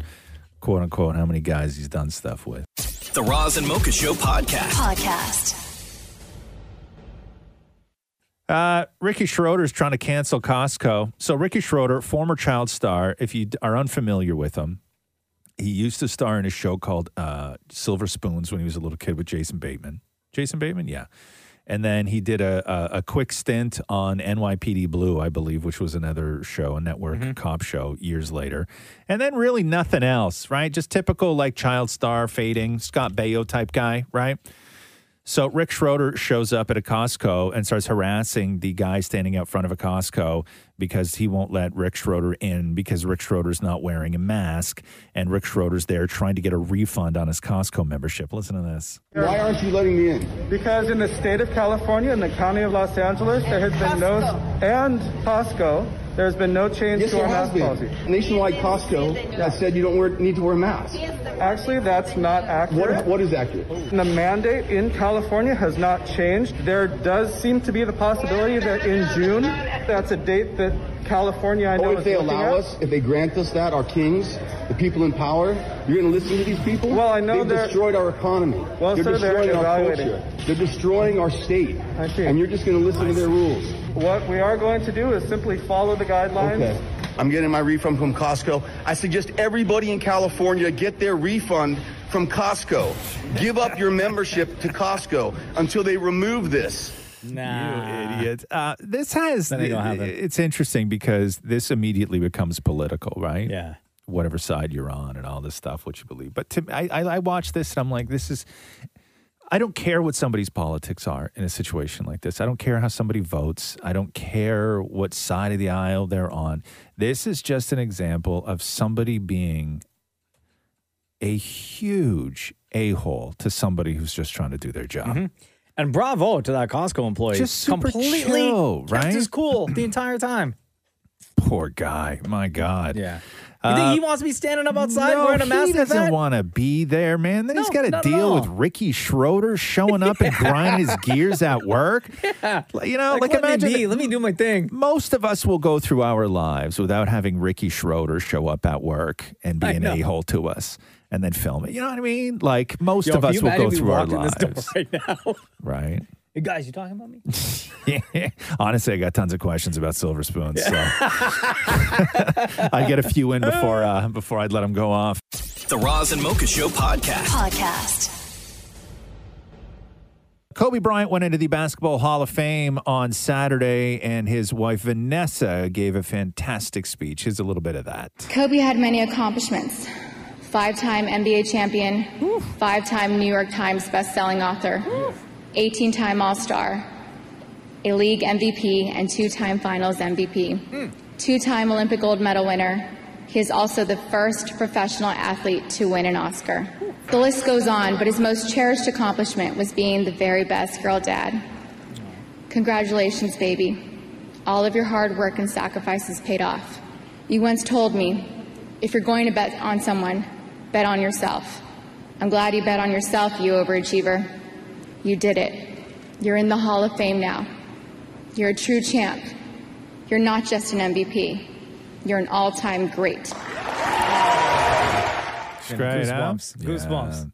Speaker 5: quote unquote how many guys he's done stuff with.
Speaker 2: The Roz and Mocha Show podcast.
Speaker 10: Podcast.
Speaker 5: Uh, Ricky Schroeder is trying to cancel Costco. So Ricky Schroeder, former child star, if you d- are unfamiliar with him, he used to star in a show called uh, Silver Spoons when he was a little kid with Jason Bateman. Jason Bateman, yeah. And then he did a, a, a quick stint on NYPD Blue, I believe, which was another show, a network cop show years later. And then really nothing else, right? Just typical like child star fading, Scott Baio type guy, right? So Rick Schroeder shows up at a Costco and starts harassing the guy standing out front of a Costco because he won't let Rick Schroeder in because Rick Schroeder's not wearing a mask and Rick Schroeder's there trying to get a refund on his Costco membership. Listen to this.
Speaker 22: Why aren't you letting me in? Because in the state of California and the county of Los Angeles, there has been no and Costco, there has been no change Yes, to our there has mask been. policy. Nationwide Costco that said you don't wear, need to wear masks. Actually, that's not accurate. What, what is accurate? The mandate in California has not changed. There does seem to be the possibility that in June, that's a date that California I know Or is if they looking allow at. us, if they grant us that, our kings, the people in power, you're going to listen to these people? Well, I know They've they're destroyed our economy. Well, they're sir, they're destroying our evaluating. culture. They're destroying our state. I see. And you're just going to listen to their rules. What we are going to do is simply follow the guidelines. Okay.
Speaker 24: I'm getting my refund from Costco. I suggest everybody in California get their refund from Costco. Give up your membership to Costco until they remove this.
Speaker 5: Nah. You idiot. Uh, this has.
Speaker 24: That ain't gonna happen.
Speaker 5: It's interesting because this immediately becomes political, right? Yeah. Whatever side you're on and all this stuff, what you believe. But to, I, I, I watch this and I'm like, this is. I don't care what somebody's politics are in a situation like this. I don't care how somebody votes. I don't care what side of the aisle they're on. This is just an example of somebody being a huge a hole to somebody who's just trying to do their job.
Speaker 6: Mm-hmm. And bravo to that Costco employee.
Speaker 5: Just super
Speaker 6: completely
Speaker 5: chill,
Speaker 6: kept
Speaker 5: right?
Speaker 6: his cool the entire time.
Speaker 5: Poor guy. My God. Yeah.
Speaker 6: You think he wants to be standing up outside
Speaker 5: Uh, no,
Speaker 6: wearing a mask?
Speaker 5: He
Speaker 6: like
Speaker 5: doesn't
Speaker 6: that?
Speaker 5: want to be there, man. Then he's
Speaker 6: No,
Speaker 5: got to
Speaker 6: not at
Speaker 5: deal with
Speaker 6: all.
Speaker 5: Ricky Schroeder showing up and grinding his gears at work.
Speaker 6: Yeah.
Speaker 5: You know, like,
Speaker 6: let me
Speaker 5: imagine.
Speaker 6: be, let me do my thing.
Speaker 5: Most of us will go through our lives without having Ricky Schroeder show up at work and be
Speaker 6: I
Speaker 5: an
Speaker 6: know.
Speaker 5: a hole to us. and then film it. You know what I mean? Like most
Speaker 6: Yo,
Speaker 5: of
Speaker 6: can
Speaker 5: us
Speaker 6: you
Speaker 5: will
Speaker 6: imagine
Speaker 5: go
Speaker 6: if we
Speaker 5: through our
Speaker 6: walked in
Speaker 5: lives,
Speaker 6: this door right now.
Speaker 5: right?
Speaker 6: Hey, guys, you talking about me?
Speaker 5: Honestly, I got tons of questions about silver spoons. So. I get a few in before uh, before I'd let them go off.
Speaker 2: The Roz and Mocha Show podcast.
Speaker 10: Podcast.
Speaker 5: Kobe Bryant went into the Basketball Hall of Fame on Saturday, and his wife Vanessa gave a fantastic speech. Here's a little bit of that.
Speaker 20: Kobe had many accomplishments five time NBA champion, five time New York Times best-selling author, 18 time All Star, a league MVP, and two time finals MVP, two time Olympic gold medal winner. He is also the first professional athlete to win an Oscar. The list goes on, but his most cherished accomplishment was being the very best girl dad. Congratulations, baby. All of your hard work and sacrifices paid off. You once told me, if you're going to bet on someone, bet on yourself. I'm glad you bet on yourself, you overachiever. You did it. You're in the Hall of Fame now. You're a true champ. You're not just an MVP. You're an all-time great.
Speaker 5: Straight out.
Speaker 6: Goosebumps. Goosebumps.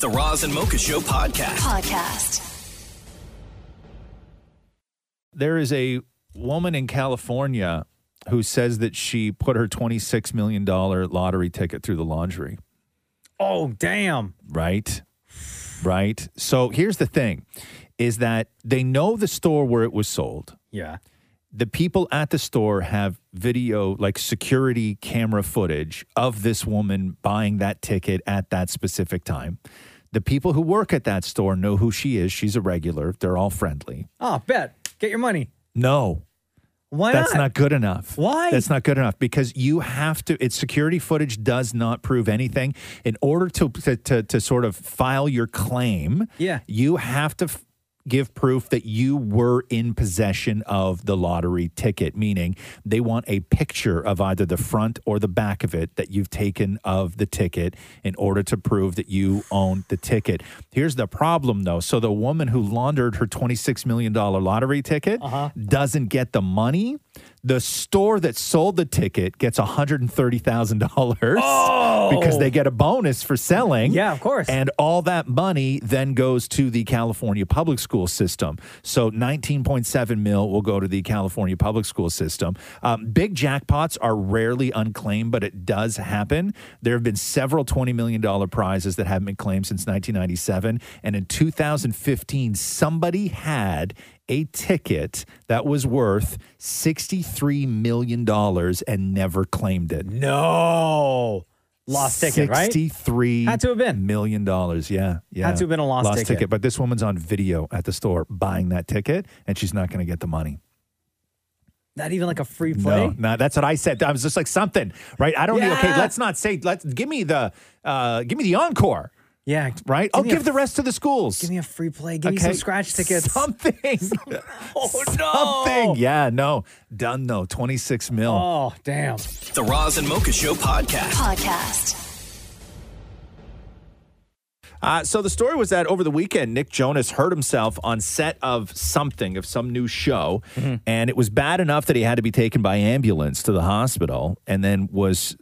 Speaker 2: The Roz and Mocha Show podcast.
Speaker 10: Podcast.
Speaker 5: There is a woman in California who says that she put her $26 million lottery ticket through the laundry.
Speaker 6: Oh, damn.
Speaker 5: Right? Right? So here's the thing is that they know the store where it was sold.
Speaker 6: Yeah.
Speaker 5: the people at the store have video, like security camera footage of this woman buying that ticket at that specific time. The people who work at that store know who she is. She's a regular. They're all friendly.
Speaker 6: Oh, bet. Get your money.
Speaker 5: No.
Speaker 6: Why
Speaker 5: That's
Speaker 6: not?
Speaker 5: not good enough.
Speaker 6: Why?
Speaker 5: That's not good enough because you have to. It's security footage does not prove anything. In order to to to, to sort of file your claim,
Speaker 6: Yeah.
Speaker 5: you have to f- give proof that you were in possession of the lottery ticket, meaning they want a picture of either the front or the back of it that you've taken of the ticket in order to prove that you owned the ticket. Here's the problem though. So the woman who laundered her $26 million lottery ticket doesn't get the money. The store that sold the ticket gets $130,000 because they get a bonus for selling. Oh! Yeah, of course. And all that money then goes to the California public school system. So 19.7 mil will go to the California public school system. Um, big jackpots are rarely unclaimed, but it does happen. There have been several $20 million prizes that haven't been claimed since 1997. And in 2015, somebody had a ticket that was worth $63 million and never claimed it.
Speaker 6: No. Lost ticket, right?
Speaker 5: Sixty-three had to have been million dollars. Yeah, yeah,
Speaker 6: Had to have been a lost ticket.
Speaker 5: But this woman's on video at the store buying that ticket, and she's not going to get the money.
Speaker 6: Not even like a free play.
Speaker 5: No, no, that's what I said. I was just like something, right? I don't need. Okay,
Speaker 6: Yeah.
Speaker 5: let's not say. Let's give me the, uh give me the encore.
Speaker 6: Yeah,
Speaker 5: right. I'll
Speaker 6: me
Speaker 5: give
Speaker 6: a-
Speaker 5: the rest to the schools.
Speaker 6: Give me a free play. Give me some
Speaker 5: Okay.
Speaker 6: scratch tickets.
Speaker 5: Something.
Speaker 6: oh,
Speaker 5: Something. Yeah, no, done though. Twenty-six mil.
Speaker 6: Oh, damn.
Speaker 2: The Roz and Mocha Show podcast.
Speaker 10: Podcast.
Speaker 5: Uh, so the story was that over the weekend, Nick Jonas hurt himself on set of something, of some new show.
Speaker 23: Mm-hmm.
Speaker 5: And it was bad enough that he had to be taken by ambulance to the hospital and then was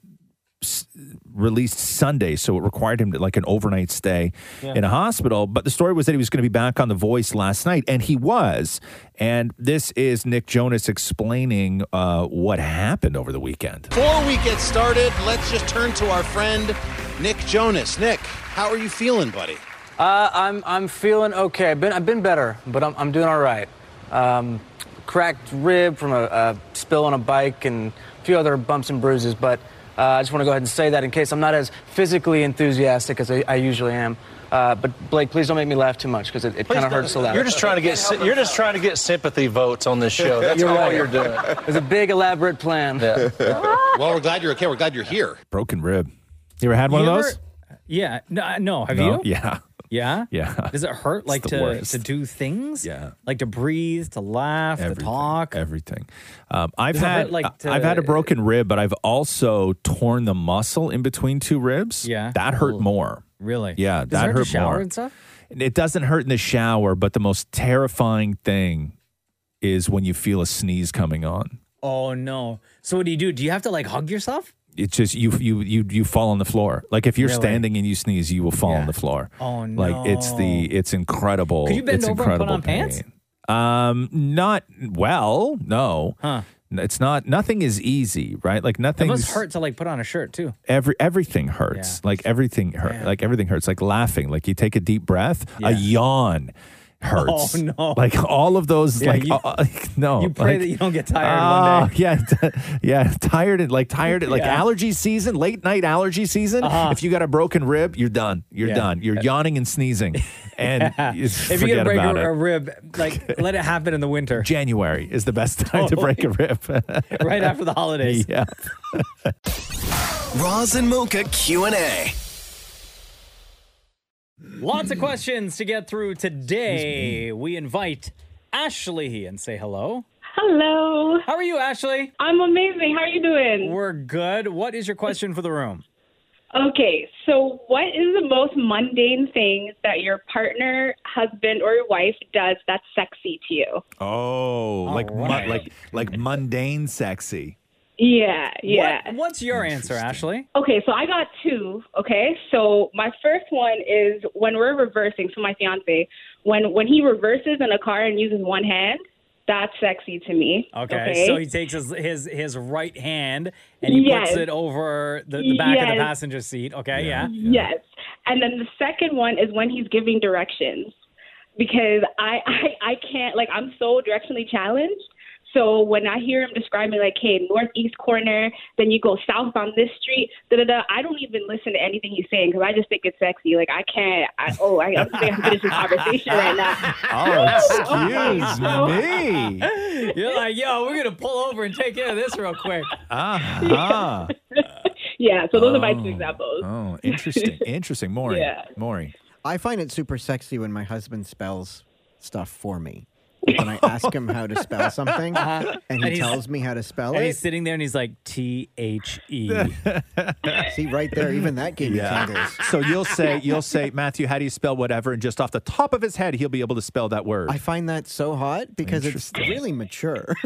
Speaker 5: s- released Sunday. So it required him to like an overnight stay
Speaker 21: Yeah.
Speaker 5: in a hospital. But the story was that he was going to be back on The Voice last night, and he was. And this is Nick Jonas explaining uh, what happened over the weekend.
Speaker 21: Before we get started, let's just turn to our friend Nick Jonas. Nick, how are you feeling, buddy?
Speaker 23: Uh, I'm, I'm feeling okay. I've been, I've been better, but I'm, I'm doing all right. Um, cracked rib from a, a spill on a bike and a few other bumps and bruises, but uh, I just want to go ahead and say that in case I'm not as physically enthusiastic as I, I usually am. Uh, but Blake, please don't make me laugh too much because it, it kind of hurts a lot.
Speaker 30: You're just trying to get sy- you're just trying to get sympathy votes on this show. That's
Speaker 23: You're
Speaker 30: all
Speaker 23: right.
Speaker 30: you're doing.
Speaker 23: It's a big elaborate plan.
Speaker 21: well, we're glad you're okay. We're glad you're here.
Speaker 5: Broken rib. You ever had one
Speaker 6: You
Speaker 5: of
Speaker 6: ever-
Speaker 5: those?
Speaker 6: Yeah. No, I- no have you?
Speaker 5: No? Yeah.
Speaker 6: Yeah?
Speaker 5: Yeah.
Speaker 6: Does it hurt
Speaker 5: It's
Speaker 6: like
Speaker 5: the
Speaker 6: to,
Speaker 5: worst.
Speaker 6: to do things?
Speaker 5: Yeah.
Speaker 6: Like to breathe, to laugh, to talk?
Speaker 5: Everything. Um, I've
Speaker 6: Does it
Speaker 5: had
Speaker 6: hurt, like, to-
Speaker 5: I've had a broken rib, but I've also torn the muscle in between two ribs.
Speaker 6: Yeah.
Speaker 5: that hurt more.
Speaker 6: Really? Does
Speaker 5: Yeah,
Speaker 6: it
Speaker 5: that
Speaker 6: hurt to
Speaker 5: hurt
Speaker 6: shower
Speaker 5: more.
Speaker 6: and stuff?
Speaker 5: And It doesn't hurt in the shower, but the most terrifying thing is when you feel a sneeze coming on.
Speaker 6: Oh, no. So what do you do? Do you have to like hug yourself?
Speaker 5: it's just you you you you fall on the floor. Like if you're
Speaker 6: Really?
Speaker 5: standing and you sneeze, you will fall on the floor.
Speaker 6: Oh, no.
Speaker 5: Like it's the it's incredible.
Speaker 6: Could you bend
Speaker 5: Oh, it's
Speaker 6: over and put
Speaker 5: incredible
Speaker 6: on pants?
Speaker 5: pain. Um, not well. No.
Speaker 6: Huh.
Speaker 5: It's not. Nothing is easy, right? Like
Speaker 6: It
Speaker 5: nothing.
Speaker 6: must hurt to like put on a shirt too.
Speaker 5: Every everything hurts. Like everything hurt. Like everything hurts. Like laughing. Like you take a deep breath. A yawn hurts.
Speaker 6: Oh, no.
Speaker 5: Like all of those.
Speaker 6: Yeah,
Speaker 5: like,
Speaker 6: you-
Speaker 5: uh, like, no.
Speaker 6: you pray
Speaker 5: like-
Speaker 6: that you don't get tired one
Speaker 5: Oh, yeah, yeah. Tired and like tired. Like
Speaker 6: Yeah.
Speaker 5: allergy season, late night allergy season.
Speaker 6: Uh-huh.
Speaker 5: If you got a broken rib, you're done. You're
Speaker 6: Yeah.
Speaker 5: done. You're yawning and sneezing, and
Speaker 6: Yeah.
Speaker 5: you
Speaker 6: if
Speaker 5: forget
Speaker 6: you get a break
Speaker 5: about
Speaker 6: a, a
Speaker 5: it.
Speaker 6: rib, like let it happen in the winter. Oh,
Speaker 5: January is the best time to break a rib.
Speaker 6: right after the holidays.
Speaker 5: Yeah.
Speaker 2: Roz and Mocha Q&A.
Speaker 6: Lots of questions to get through today. We invite Ashley and say hello.
Speaker 13: Hello.
Speaker 6: How are you, Ashley?
Speaker 13: I'm amazing. How are you doing?
Speaker 6: We're good. What is your question for the room?
Speaker 13: Okay, so what is the most mundane thing that your partner, husband, or wife does that's sexy to you?
Speaker 5: Oh, like mu- like like mundane sexy.
Speaker 13: Yeah, yeah.
Speaker 6: What, what's your answer, Ashley?
Speaker 13: Okay, so I got two. Okay, so my first one is when we're reversing. So my fiance, when when he reverses in a car and uses one hand, that's sexy to me.
Speaker 6: Okay, so he takes his his, his right hand and he
Speaker 13: Yes.
Speaker 6: puts it over the, the back of
Speaker 13: Yes.
Speaker 6: the passenger seat. Okay, yeah.
Speaker 13: Yes. And then the second one is when he's giving directions because I, I I can't like I'm so directionally challenged. So when I hear him describing like, hey, northeast corner, then you go south on this street, da da da. I don't even listen to anything he's saying because I just think it's sexy. Like I can't. I, oh, I, I'm saying I'm finishing conversation right now.
Speaker 5: Oh,
Speaker 6: Oh, me. You're like, yo, we're gonna pull over and take care of this real quick. Uh-huh.
Speaker 5: Ah.
Speaker 13: Yeah. So those are my
Speaker 5: Oh.
Speaker 13: two examples.
Speaker 5: Oh, interesting. Interesting. Maury.
Speaker 13: Yeah.
Speaker 5: Maury.
Speaker 9: I find it super sexy when my husband spells stuff for me. When I ask him how to spell something,
Speaker 6: Uh-huh.
Speaker 9: and he
Speaker 6: And he's-
Speaker 9: tells me how to spell
Speaker 6: And
Speaker 9: it.
Speaker 6: he's sitting there and he's like, T H E.
Speaker 9: See right there, even that gave
Speaker 5: Yeah.
Speaker 9: me tingles.
Speaker 5: So you'll say you'll say Matthew, how do you spell whatever? And just off the top of his head, he'll be able to spell that word.
Speaker 9: I find that so hot because it's really mature.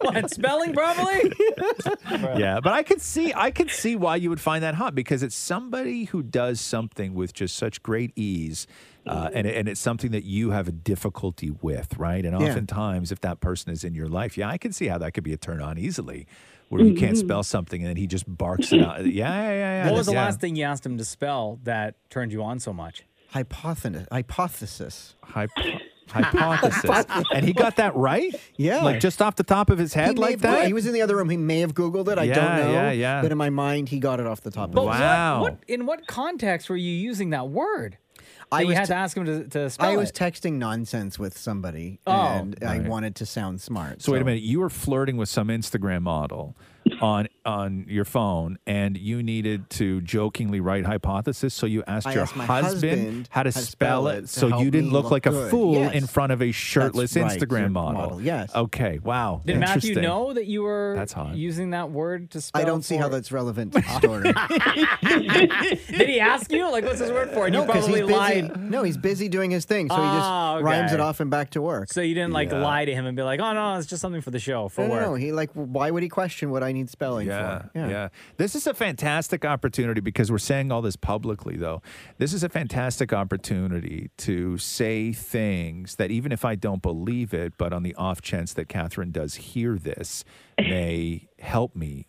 Speaker 6: What spelling probably?
Speaker 5: yeah, but I could see I could see why you would find that hot because it's somebody who does something with just such great ease, uh, and it- and it's something that you have a difficulty with, right? And
Speaker 25: Yeah.
Speaker 5: oftentimes, if that person is in your life, yeah, I can see how that could be a turn on easily, where you can't
Speaker 9: Mm-hmm.
Speaker 6: Mhm.
Speaker 5: spell something and then he just barks it out. Yeah, yeah, yeah. yeah
Speaker 6: what was the
Speaker 5: yeah.
Speaker 6: last thing you asked him to spell that turned you on so much?
Speaker 9: Hypothesis. Hypothesis.
Speaker 5: Hypo- hypothesis? and he got that right.
Speaker 9: Yeah.
Speaker 5: like just off the top of his
Speaker 9: He
Speaker 5: head,
Speaker 9: may
Speaker 5: like
Speaker 9: have-
Speaker 5: that.
Speaker 9: He was in the other room. He may have Googled it. I
Speaker 5: Yeah,
Speaker 9: don't know.
Speaker 5: yeah, yeah.
Speaker 9: But in my mind, he got it off the top of
Speaker 6: But
Speaker 9: his
Speaker 6: what-
Speaker 9: head.
Speaker 6: what, in what context were you using that word?
Speaker 9: I
Speaker 6: I you
Speaker 9: was
Speaker 6: had
Speaker 9: t-
Speaker 6: to ask him to, to spell
Speaker 9: I was
Speaker 6: it.
Speaker 9: texting nonsense with somebody,
Speaker 6: Oh.
Speaker 9: and I
Speaker 5: Right.
Speaker 9: wanted to sound smart.
Speaker 5: So, wait a minute. You were flirting with some Instagram model on on your phone, and you needed to jokingly write hypothesis. So you asked
Speaker 9: I
Speaker 5: your
Speaker 9: asked my
Speaker 5: husband,
Speaker 9: husband
Speaker 5: how to
Speaker 9: how to
Speaker 5: spell
Speaker 9: spell
Speaker 5: it,
Speaker 9: it to
Speaker 5: so
Speaker 9: help
Speaker 5: you didn't
Speaker 9: me
Speaker 5: look
Speaker 9: look
Speaker 5: like a
Speaker 9: good.
Speaker 5: fool
Speaker 9: Yes.
Speaker 5: in front of a shirtless
Speaker 9: right, your
Speaker 5: Instagram model.
Speaker 9: model, yes.
Speaker 5: Okay. Wow.
Speaker 6: Did Matthew
Speaker 5: Interesting.
Speaker 6: know that you were
Speaker 5: That's hot.
Speaker 6: using that word to spell?
Speaker 9: I don't see how
Speaker 6: for-
Speaker 9: that's relevant to the story.
Speaker 6: Did he ask you? Like, what's his word for? And
Speaker 9: no,
Speaker 6: you
Speaker 9: 'cause
Speaker 6: probably
Speaker 9: he's busy.
Speaker 6: lied.
Speaker 9: No, he's busy doing his thing, so he just
Speaker 6: Ah, okay.
Speaker 9: rhymes it off and back to work.
Speaker 6: So you didn't like lie to him and be like, oh no, it's just something for the show for
Speaker 9: no, no,
Speaker 6: work.
Speaker 9: no, he like, why would he question what I need spelling
Speaker 5: Yeah,
Speaker 9: for?
Speaker 5: yeah. This is a fantastic opportunity because we're saying all this publicly, though. This is a fantastic opportunity to say things that, even if I don't believe it, but on the off chance that Catherine does hear this, may help me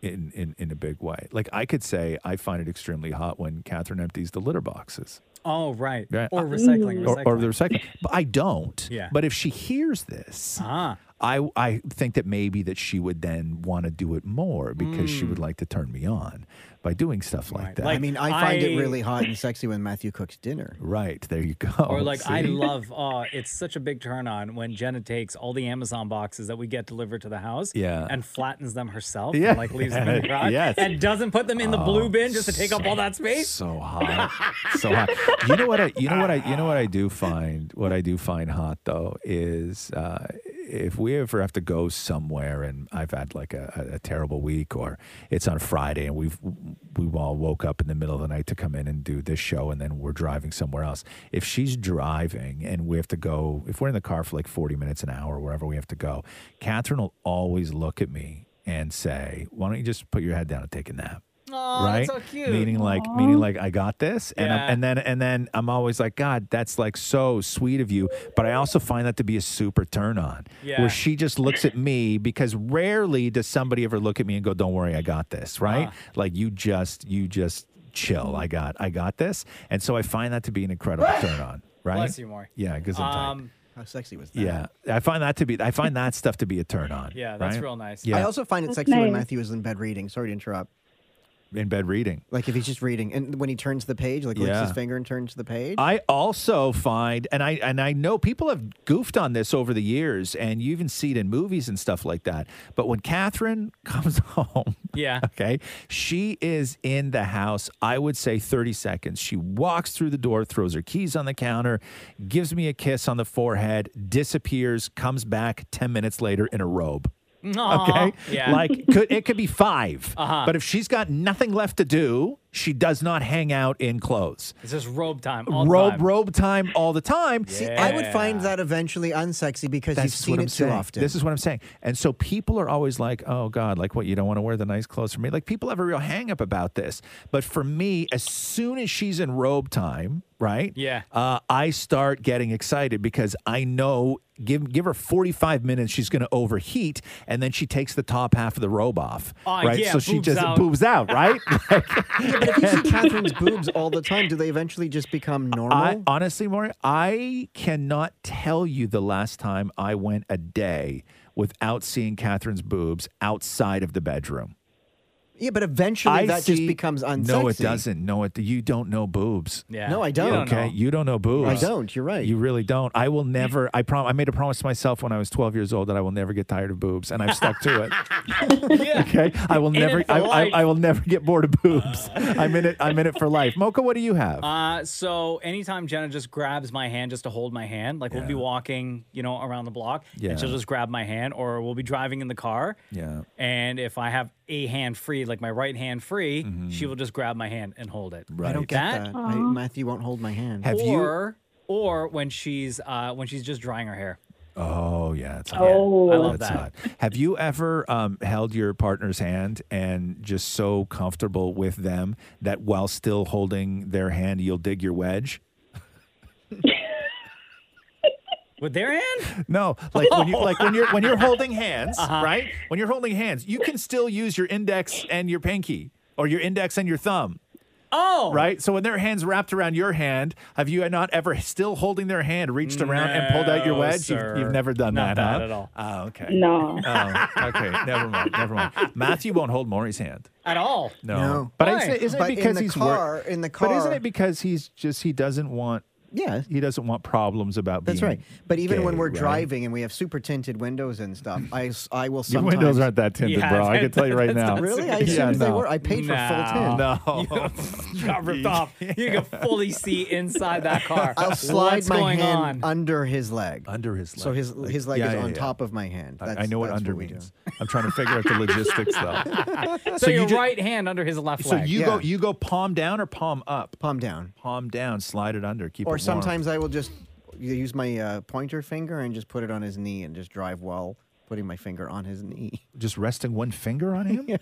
Speaker 5: in, in, in a big way. Like, I could say, I find it extremely hot when Catherine empties the litter boxes.
Speaker 6: Oh right.
Speaker 5: Right.
Speaker 6: Or recycling.
Speaker 5: Uh, Or,
Speaker 6: recycling.
Speaker 5: or the recycling. But I don't.
Speaker 6: Yeah.
Speaker 5: But if she hears this,
Speaker 6: Ah.
Speaker 5: I I think that maybe that she would then want to do it more because she
Speaker 6: Hmm.
Speaker 5: would like to turn me on by doing stuff like that.
Speaker 9: I mean, I find it really hot and sexy when Matthew cooks dinner.
Speaker 5: Right. There you go.
Speaker 6: Or like I
Speaker 5: Oh, See?
Speaker 6: love oh it's such a big turn on when Jenna takes all the Amazon boxes that we get delivered to the house
Speaker 5: Yeah.
Speaker 6: and flattens them herself
Speaker 5: Yeah.
Speaker 6: and like leaves them in the garage
Speaker 5: Yes.
Speaker 6: and doesn't put them in the blue
Speaker 5: Oh,
Speaker 6: bin just to take up all that space.
Speaker 5: So hot. so hot. You know what I you know what I you know what I do find what I do find hot though is uh, if we ever have to go somewhere and I've had like a, a, a terrible week or it's on Friday and we've we all woke up in the middle of the night to come in and do this show and then we're driving somewhere else. If she's driving and we have to go if we're in the car for like forty minutes an hour wherever we have to go, Catherine will always look at me and say, "Why don't you just put your head down and take a nap?"
Speaker 6: Aw, that's
Speaker 5: right?
Speaker 6: so cute.
Speaker 5: Meaning like,
Speaker 6: Aw.
Speaker 5: meaning like, I got this, and I'm,
Speaker 6: Yeah.
Speaker 5: and then and then I'm always like, God, that's like so sweet of you, but I also find that to be a super turn on,
Speaker 28: Yeah.
Speaker 5: where she just looks at me because rarely does somebody ever look at me and go, "Don't worry, I got
Speaker 6: Uh-huh.
Speaker 5: this," right?
Speaker 28: Ah.
Speaker 5: Like you just, you just chill. I got, I got this, and so I find that to be an incredible turn on, right?
Speaker 6: Bless you, Maury. Um,
Speaker 5: Yeah, because
Speaker 9: How sexy was that?
Speaker 5: yeah, I find that to be, I find that stuff to be a turn on.
Speaker 6: Yeah, that's
Speaker 5: right?
Speaker 6: real nice.
Speaker 5: Yeah,
Speaker 9: I also find it
Speaker 6: That's
Speaker 9: sexy when
Speaker 6: nice.
Speaker 9: Matthew is in bed reading. Sorry to interrupt.
Speaker 5: in bed reading.
Speaker 9: Like if he's just reading, and when he turns the page, like lifts
Speaker 5: Yeah.
Speaker 9: his finger and turns the page.
Speaker 5: I also find, and I and I know people have goofed on this over the years, and you even see it in movies and stuff like that. But when Catherine comes home,
Speaker 6: Yeah.
Speaker 5: okay, she is in the house. I would say thirty seconds. She walks through the door, throws her keys on the counter, gives me a kiss on the forehead, disappears, comes back ten minutes later in a robe.
Speaker 6: Aw.
Speaker 5: Okay,
Speaker 6: Yeah.
Speaker 5: like could it could be 5
Speaker 6: Uh-huh.
Speaker 5: but if she's got nothing left to do, she does not hang out in clothes
Speaker 6: It's just robe time. All the
Speaker 5: robe
Speaker 6: time.
Speaker 5: robe time all the time.
Speaker 9: See, I would find that eventually unsexy because you've seen
Speaker 5: what
Speaker 9: it
Speaker 5: I'm
Speaker 9: too
Speaker 5: saying.
Speaker 9: often.
Speaker 5: This is what I'm saying. And so people are always like, "Oh God, like what? You don't want to wear the nice clothes for me?" Like people have a real hang up about this. But for me, as soon as she's in robe time, right?
Speaker 6: Yeah.
Speaker 5: Uh, I start getting excited because I know. Give give her 45 minutes. She's going to overheat, and then she takes the top half of the robe off,
Speaker 9: Aw,
Speaker 5: right?
Speaker 9: Oh, yeah,
Speaker 5: so she
Speaker 9: boobs
Speaker 5: just
Speaker 9: out.
Speaker 5: boobs out, right?
Speaker 9: Yeah, but if you see Catherine's boobs all the time, do they eventually just become normal?
Speaker 5: I honestly, Maury, I cannot tell you the last time I went a day without seeing Catherine's boobs outside of the bedroom.
Speaker 9: yeah, but eventually
Speaker 5: I
Speaker 9: that
Speaker 5: see-
Speaker 9: just becomes unsexy.
Speaker 5: No, it doesn't. No, it. You don't know boobs.
Speaker 9: Yeah. No, I don't. You don't
Speaker 5: okay,
Speaker 9: know.
Speaker 5: you don't know boobs.
Speaker 9: I don't. You're right.
Speaker 5: You really don't. I will never. I prom. I made a promise to myself when I was 12 years old that I will never get tired of boobs, and I've stuck to it. Okay, I will
Speaker 6: In it
Speaker 5: never.
Speaker 6: for
Speaker 5: I,
Speaker 6: life.
Speaker 5: I, I will never get bored of boobs. I'm in it. I'm in it for life. Mocha, what do you have?
Speaker 6: Uh, so anytime Jenna just grabs my hand just to hold my hand, like we'll be walking, you know, around the block,
Speaker 5: Yeah.
Speaker 6: and she'll just grab my hand, or we'll be driving in the car,
Speaker 5: Yeah.
Speaker 6: and if I have a hand free, like my right hand free,
Speaker 5: Mm-hmm.
Speaker 6: she will just grab my hand and hold it.
Speaker 9: I don't get that. I- Matthew won't hold my hand.
Speaker 6: or, Or when she's uh, when she's just drying her hair.
Speaker 5: Oh yeah, it's hot.
Speaker 6: Oh. I love
Speaker 5: That's
Speaker 6: that.
Speaker 5: hot. Have you ever um, held your partner's hand and just so comfortable with them that while still holding their hand, you'll dig your wedge?
Speaker 6: With their hand?
Speaker 5: No, like when you like when you're when you're holding hands,
Speaker 6: Uh-huh.
Speaker 5: right? When you're holding hands, you can still use your index and your pinky, or your index and your thumb.
Speaker 6: Oh,
Speaker 5: right. So when their hands wrapped around your hand, have you not ever still holding their hand, reached
Speaker 6: Mm.
Speaker 5: around and pulled out your
Speaker 6: No,
Speaker 5: wedge? You've- You've,
Speaker 6: sir.
Speaker 5: never done
Speaker 6: Not
Speaker 5: that,
Speaker 6: that
Speaker 5: huh?
Speaker 6: at all.
Speaker 5: Oh, okay.
Speaker 6: No.
Speaker 5: Oh, okay. Never mind. Never mind. Matthew won't hold Maury's hand.
Speaker 6: At all?
Speaker 5: No. But
Speaker 6: Why?
Speaker 5: isn't, it- isn't
Speaker 9: But
Speaker 5: it
Speaker 9: in
Speaker 5: because
Speaker 9: the
Speaker 5: he's
Speaker 9: car-
Speaker 5: wor-
Speaker 9: in the
Speaker 5: But isn't
Speaker 9: car-
Speaker 5: it because he's just he doesn't want
Speaker 9: Yeah.
Speaker 5: He doesn't want problems about
Speaker 9: That's
Speaker 5: being
Speaker 9: right. But even when
Speaker 5: gay,
Speaker 9: we're
Speaker 5: right?
Speaker 9: driving and we have super tinted windows and stuff, I, s- I will
Speaker 5: Your
Speaker 9: sometimes.
Speaker 5: windows aren't that tinted, bro. I can tell you right now.
Speaker 9: Really? I
Speaker 5: Yeah,
Speaker 9: assumed they
Speaker 5: no.
Speaker 9: were. I paid
Speaker 5: No.
Speaker 9: for full tint.
Speaker 6: Uh, You got ripped off. You can fully see inside that car.
Speaker 9: I'll slide
Speaker 6: What's
Speaker 9: my
Speaker 6: going
Speaker 9: hand
Speaker 6: on?
Speaker 9: under his leg.
Speaker 5: Under his leg.
Speaker 9: So his
Speaker 5: Like-
Speaker 9: his leg
Speaker 5: yeah,
Speaker 9: is
Speaker 5: yeah,
Speaker 9: on
Speaker 5: yeah.
Speaker 9: top of my hand.
Speaker 5: I-
Speaker 9: That's,
Speaker 5: I know what
Speaker 9: that's
Speaker 5: under
Speaker 9: we do.
Speaker 5: means. I'm trying to figure out the logistics though.
Speaker 6: so,
Speaker 5: So you
Speaker 6: your
Speaker 5: ju-
Speaker 6: right hand under his left
Speaker 5: So
Speaker 6: leg.
Speaker 5: you go you go palm down or palm up?
Speaker 9: Palm down.
Speaker 5: Palm down, slide it under, keep it
Speaker 9: Or
Speaker 5: warm.
Speaker 9: sometimes I will just use my uh, pointer finger and just put it on his knee and just drive while putting my finger on his knee.
Speaker 5: just resting one finger on him?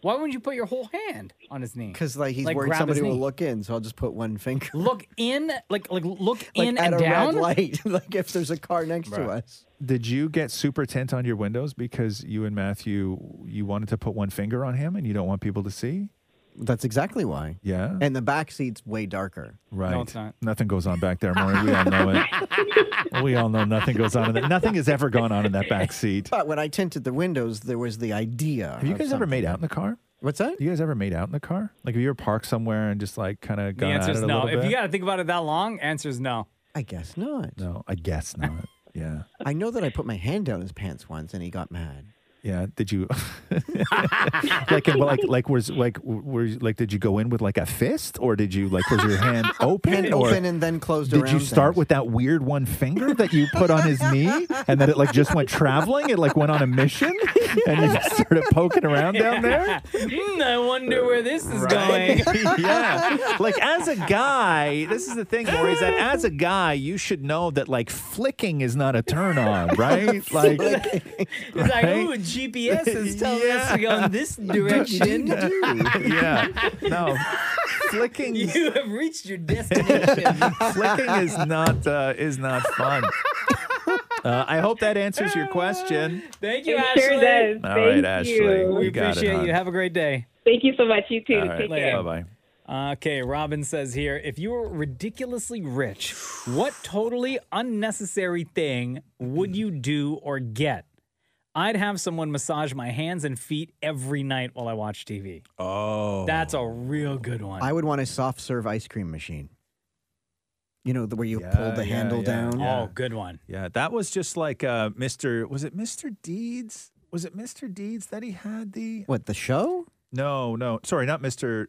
Speaker 6: Why wouldn't you put your whole hand on his knee?
Speaker 9: Because like he's worried
Speaker 6: grab his
Speaker 9: somebody will
Speaker 6: knee.
Speaker 9: look in, so I'll just put one finger.
Speaker 6: Look in, like like look
Speaker 9: Like
Speaker 6: in
Speaker 9: at
Speaker 6: and
Speaker 9: a red
Speaker 6: down.
Speaker 9: light, like if there's a car next to
Speaker 5: Bruh.
Speaker 9: us.
Speaker 5: Did you get super tint on your windows because you and Matthew you wanted to put one finger on him and you don't want people to see?
Speaker 9: That's exactly why.
Speaker 5: Yeah.
Speaker 9: And the back seat's way darker.
Speaker 5: Right.
Speaker 9: No, it's not.
Speaker 5: Nothing goes on back there, Maury. We all know it. we all know nothing goes on in that. Nothing has ever gone on in that back seat.
Speaker 9: But when I tinted the windows, there was the idea.
Speaker 5: Have you guys ever made out in the car?
Speaker 9: What's that?
Speaker 5: You guys ever made out in the car? Like, have you ever parked somewhere and just like kind of
Speaker 6: The
Speaker 5: gone at
Speaker 6: answer
Speaker 5: it
Speaker 6: is
Speaker 5: a
Speaker 6: no.
Speaker 5: little bit?
Speaker 6: If you got to think about it that long, answer is no.
Speaker 9: I guess not.
Speaker 5: no, I guess not. Yeah.
Speaker 9: I know that I put my hand down his pants once, and he got mad.
Speaker 5: Yeah. Did you like and, like like was like were you- like did you go in with like a fist or did you like was your hand open
Speaker 9: Hand
Speaker 5: or
Speaker 9: open and then closed
Speaker 5: Did
Speaker 9: around
Speaker 5: you start
Speaker 9: things.
Speaker 5: with that weird one finger that you put on his knee and that it like just went traveling? It like went on a mission and you just started poking around down there?
Speaker 6: Hmm, I wonder where this is
Speaker 5: Right?
Speaker 6: going.
Speaker 5: yeah. Like as a guy, this is the thing, Maury, is that as a guy, you should know that like flicking is not a turn on, right? Like
Speaker 6: It's like, ooh, GPS is telling us to go in this direction.
Speaker 5: yeah. No. Flicking.
Speaker 6: You have reached your destination.
Speaker 5: Flicking is not uh, is not fun. Uh, I hope that answers your question.
Speaker 6: Thank you,
Speaker 13: It
Speaker 6: Ashley.
Speaker 13: sure does.
Speaker 5: All right, Ashley, you
Speaker 6: We
Speaker 5: got it,
Speaker 6: appreciate
Speaker 5: hon.
Speaker 6: you. Have a great day.
Speaker 13: Thank you so much. You too.
Speaker 5: All right,
Speaker 6: Take care.
Speaker 5: Bye bye.
Speaker 6: Okay, Robin says here if you were ridiculously rich, what totally unnecessary thing would you do or get? I'd have someone massage my hands and feet every night while I watch TV.
Speaker 5: Oh.
Speaker 6: That's a real good one.
Speaker 9: I would want a soft serve ice cream machine. You know, the, where you pull the handle down.
Speaker 6: Oh, good one.
Speaker 5: Yeah, that was just like uh, Mr. Was it Mr. Deeds? Was it Mr. Deeds that he had the?
Speaker 9: What, the show?
Speaker 5: No, no. Sorry, not Mr.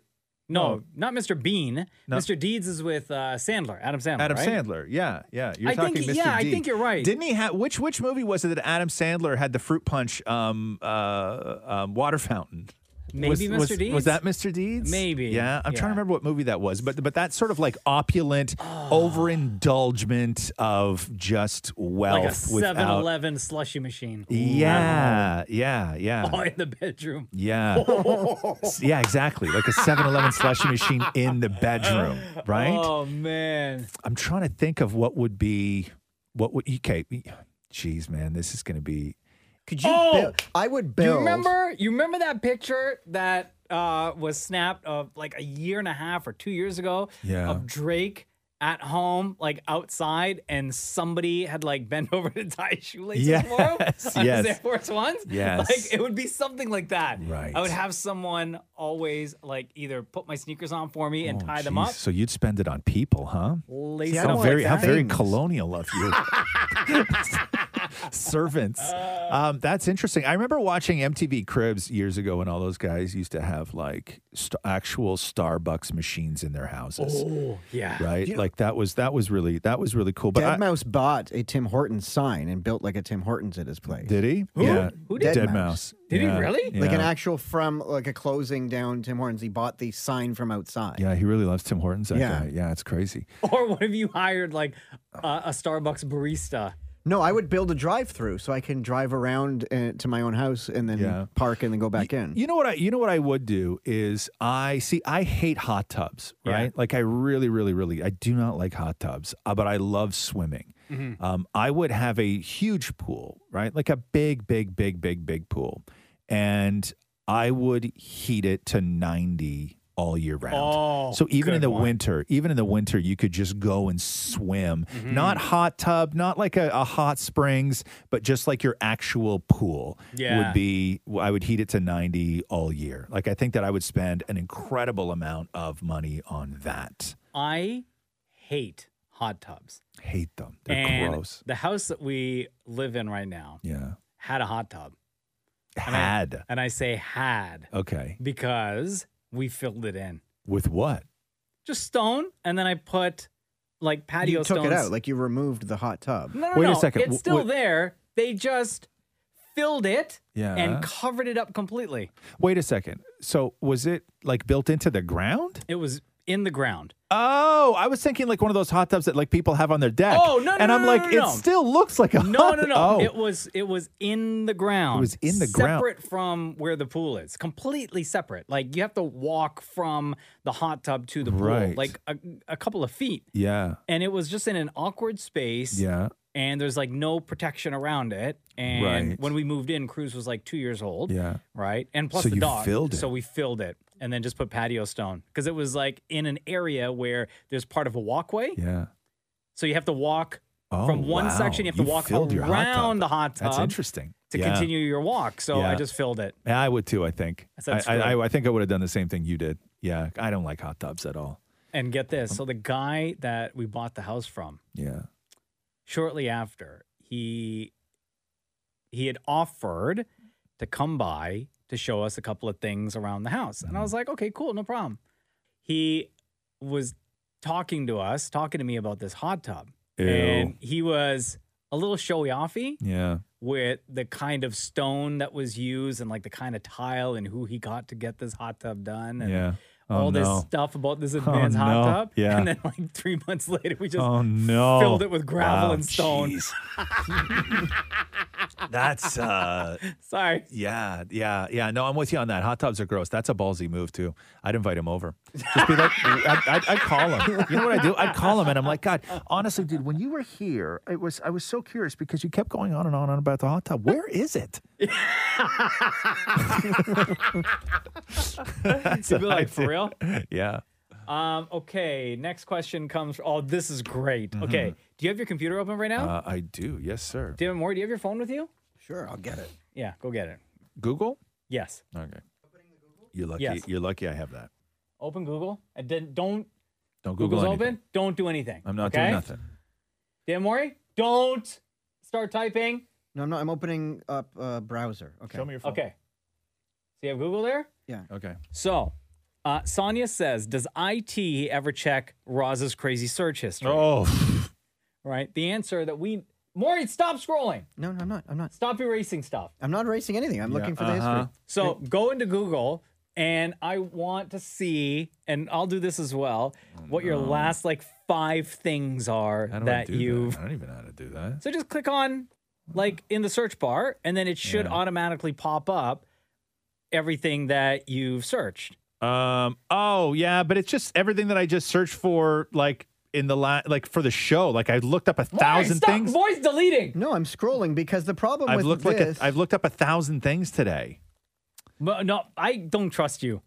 Speaker 6: No,
Speaker 5: Oh,
Speaker 6: not Mr. Bean.
Speaker 5: No.
Speaker 6: Mr. Deeds is with uh, Sandler, Adam Sandler.
Speaker 5: Adam
Speaker 6: right?
Speaker 5: Sandler. Yeah, yeah. You're
Speaker 6: I think-
Speaker 5: talking Mr.
Speaker 6: yeah, I
Speaker 5: D.
Speaker 6: think you're right.
Speaker 5: Didn't he have which which movie was it that Adam Sandler had the fruit punch um uh um, water fountain?
Speaker 6: Maybe
Speaker 5: was,
Speaker 6: Mr.
Speaker 5: Was,
Speaker 6: Deeds?
Speaker 5: was that Mr. Deeds?
Speaker 6: Maybe.
Speaker 5: Yeah, I'm
Speaker 6: Yeah.
Speaker 5: trying to remember what movie that was, but but that sort of like opulent overindulgement of just
Speaker 6: Oh. Like a
Speaker 5: wealth
Speaker 6: 7
Speaker 5: without.
Speaker 6: Eleven slushy machine.
Speaker 5: Yeah, yeah, yeah.
Speaker 6: Oh, in the bedroom. Oh,
Speaker 5: Yeah. S- yeah, exactly. Like a 7 Eleven slushy machine in the bedroom, right?
Speaker 6: Oh, man.
Speaker 5: I'm trying to think of what would be, what would, okay, geez, man, this is going to be.
Speaker 9: Could
Speaker 6: you Oh! build-
Speaker 9: I would
Speaker 6: Do
Speaker 5: build.
Speaker 6: You remember? You remember that picture that uh, was snapped of like a year and a half or two years ago
Speaker 5: Yeah.
Speaker 6: of Drake at home, like outside, and somebody had like bent over to tie shoelaces for him
Speaker 5: Yes,
Speaker 6: on
Speaker 5: yes.
Speaker 6: his Air Force Ones.
Speaker 5: Yes.
Speaker 6: like it would be something like that.
Speaker 5: Right.
Speaker 6: I would have someone always like either put my sneakers on for me and tie them
Speaker 5: Jeez,
Speaker 6: up.
Speaker 5: So you'd spend it on people, huh?
Speaker 6: Lace
Speaker 5: how
Speaker 6: them up
Speaker 5: very,
Speaker 6: like
Speaker 5: how
Speaker 6: that.
Speaker 5: very
Speaker 6: Things.
Speaker 5: colonial of you. Servants. Um, that's interesting. I remember watching MTV Cribs years ago when all those guys used to have like st- actual Starbucks machines in their houses.
Speaker 6: Oh, yeah.
Speaker 5: Right,
Speaker 9: You know-
Speaker 5: like that was that was really that was really cool. But I-
Speaker 9: Dead Mouse bought a Tim Hortons sign and built like a Tim Hortons at his place.
Speaker 5: Did he? Who? Yeah. Who did? Dead Mouse. Did he Yeah. really?
Speaker 9: Like an
Speaker 5: Yeah.
Speaker 9: actual from like a closing down Tim Hortons. He bought the sign from outside.
Speaker 5: Yeah, he really loves Tim Hortons. That
Speaker 9: Yeah.
Speaker 5: guy. yeah, it's crazy.
Speaker 6: Or what if you hired like uh, a Starbucks barista?
Speaker 9: No, I would build a drive-through so I can drive around uh, to my own house and then
Speaker 5: Yeah.
Speaker 9: park and then go back in.
Speaker 5: You know what I you know what I would do is I see I hate hot tubs, right? Like I really really really I do not like hot tubs, uh, but I love swimming.
Speaker 23: Mm-hmm.
Speaker 28: Mhm.
Speaker 5: Um, I would have a huge pool, right? Like a big big big big big pool. And I would heat it to 90 all year round.
Speaker 28: Oh,
Speaker 5: so even in
Speaker 28: good
Speaker 5: the
Speaker 28: one.
Speaker 5: winter, even in the winter you could just go and swim.
Speaker 28: Mhm.
Speaker 5: Not hot tub, not like a, a hot springs, but just like your actual pool
Speaker 28: Yeah.
Speaker 5: would be be- I would heat it to 90 all year. Like I think that I would spend an incredible amount of money on that.
Speaker 6: I hate hot tubs.
Speaker 5: Hate them. They're
Speaker 6: And
Speaker 5: gross.
Speaker 6: The house that we live in right now
Speaker 5: Yeah.
Speaker 6: had a hot tub. And I-
Speaker 5: Had.
Speaker 6: and I say had
Speaker 5: Okay.
Speaker 6: because we filled it in.
Speaker 5: With what?
Speaker 6: Just stone, and then I put like patio
Speaker 9: you took
Speaker 6: stones.
Speaker 9: it out, like you removed the hot tub.
Speaker 6: no, no, no. It's still there. They just filled it
Speaker 5: Yeah.
Speaker 6: and covered it up completely.
Speaker 5: Wait a second. So was it like built into the ground?
Speaker 6: It was in the ground.
Speaker 5: Oh, I was thinking like one of those hot tubs that like people have on their deck.
Speaker 6: Oh, no, no,
Speaker 5: And
Speaker 6: no,
Speaker 5: I'm
Speaker 6: no,
Speaker 5: like,
Speaker 6: no, no,
Speaker 5: it
Speaker 6: no.
Speaker 5: still looks like a
Speaker 6: No,
Speaker 5: hot
Speaker 6: no, no.
Speaker 5: Oh.
Speaker 6: It was it was in the ground.
Speaker 5: It was in the ground.
Speaker 6: Separate from where the pool is. Completely separate. Like you have to walk from the hot tub to the pool.
Speaker 5: Right.
Speaker 6: Like a, a couple of feet.
Speaker 5: yeah.
Speaker 6: And it was just in an awkward space.
Speaker 5: Yeah.
Speaker 6: And there's like no protection around it. And
Speaker 5: Right.
Speaker 6: when we moved in, Cruz was like two years old.
Speaker 5: Yeah.
Speaker 6: Right. And plus
Speaker 5: So
Speaker 6: the
Speaker 5: you
Speaker 6: dog.
Speaker 5: filled it.
Speaker 6: So we filled it and then just put patio stone. Because it was like in an area where there's part of a walkway.
Speaker 5: Yeah.
Speaker 6: So you have to walk
Speaker 5: Oh,
Speaker 6: from one
Speaker 5: wow.
Speaker 6: section, you have to
Speaker 5: You
Speaker 6: walk
Speaker 5: filled your hot tub.
Speaker 6: around the hot tub.
Speaker 5: That's interesting.
Speaker 6: To
Speaker 5: Yeah.
Speaker 6: continue your walk. So I
Speaker 5: Yeah.
Speaker 6: just filled it.
Speaker 5: Yeah, I would too, I think.
Speaker 6: I said
Speaker 5: I, I,
Speaker 6: screw it.
Speaker 5: I, I think I would have done the same thing you did. Yeah. I don't like hot tubs at all.
Speaker 6: And get
Speaker 5: Um,
Speaker 6: this. So the guy that we bought the house from,
Speaker 5: Yeah.
Speaker 6: shortly after, he he had offered to come by to show us a couple of things around the house. And I
Speaker 5: Mm-hmm.
Speaker 6: was like, okay, cool, no problem. He was talking to us, talking to me about this hot tub.
Speaker 5: Ew.
Speaker 6: And he was a little showy offy.
Speaker 5: Yeah.
Speaker 6: with the kind of stone that was used and like the kind of tile and who he got to get this hot tub done and
Speaker 5: Yeah. Oh,
Speaker 6: all
Speaker 5: no.
Speaker 6: this stuff about this
Speaker 5: Oh,
Speaker 6: man's hot
Speaker 5: no.
Speaker 6: tub.
Speaker 5: Yeah.
Speaker 6: And then like three months later, we just
Speaker 5: Oh, no.
Speaker 6: filled it with gravel
Speaker 5: Wow,
Speaker 6: and stone.
Speaker 5: That's uh
Speaker 6: Sorry.
Speaker 5: Yeah, yeah, yeah. No, I'm with you on that. Hot tubs are gross. That's a ballsy move too. I'd invite him over. Just be like, I'd, I'd, I'd call him. You know what I do? I'd call him, and I'm like, God, honestly, dude, when you were here, it was I was so curious because you kept going on and on and on about the hot tub. Where is it? That's
Speaker 6: You'd be
Speaker 5: what I
Speaker 6: like, for
Speaker 5: do.
Speaker 6: real?
Speaker 5: Yeah.
Speaker 6: Um, okay, next question comes. Oh, this is great.
Speaker 5: Mhm.
Speaker 6: Okay, do you have your computer open right now?
Speaker 5: Uh, I do. Yes, sir.
Speaker 6: David Moore, do you have your phone with you?
Speaker 21: Sure, I'll get it.
Speaker 6: Yeah, go get it.
Speaker 5: Google.
Speaker 6: Yes.
Speaker 5: Okay. You're lucky.
Speaker 6: Yes.
Speaker 5: You're lucky. I have that.
Speaker 6: Open Google and then don't.
Speaker 5: Don't Google
Speaker 6: Google's
Speaker 5: anything.
Speaker 6: open. Don't do anything.
Speaker 5: I'm not
Speaker 6: okay?
Speaker 5: doing nothing.
Speaker 6: Dan Mori, don't start typing.
Speaker 28: No, I'm not. I'm opening up a browser. Okay.
Speaker 6: Okay. So you have Google there?
Speaker 28: Yeah.
Speaker 5: Okay.
Speaker 6: So, uh, Sonia says, does IT ever check Roz's crazy search history?
Speaker 5: Oh.
Speaker 6: Right? The answer that we. Maury, stop scrolling.
Speaker 28: No, no, I'm not. I'm not.
Speaker 6: Stop erasing stuff.
Speaker 28: I'm not erasing anything. I'm looking for the
Speaker 5: uh-huh.
Speaker 28: history.
Speaker 6: So go into Google and I want to see, and I'll do this as well, what your last like five things are
Speaker 5: How do I
Speaker 6: that
Speaker 5: do
Speaker 6: you've.
Speaker 5: I don't even know how to do that.
Speaker 6: So just click on like in the search bar, and then it should automatically pop up everything that you've searched.
Speaker 5: Um. Oh yeah, but it's just everything that I just searched for, like in the la- like for the show. Like I looked up a thousand things.
Speaker 6: Voice deleting.
Speaker 28: No, I'm scrolling because the problem
Speaker 5: I've
Speaker 28: with
Speaker 5: looked like a,
Speaker 28: this.
Speaker 5: I've looked up a thousand things today.
Speaker 6: But no, I don't trust you.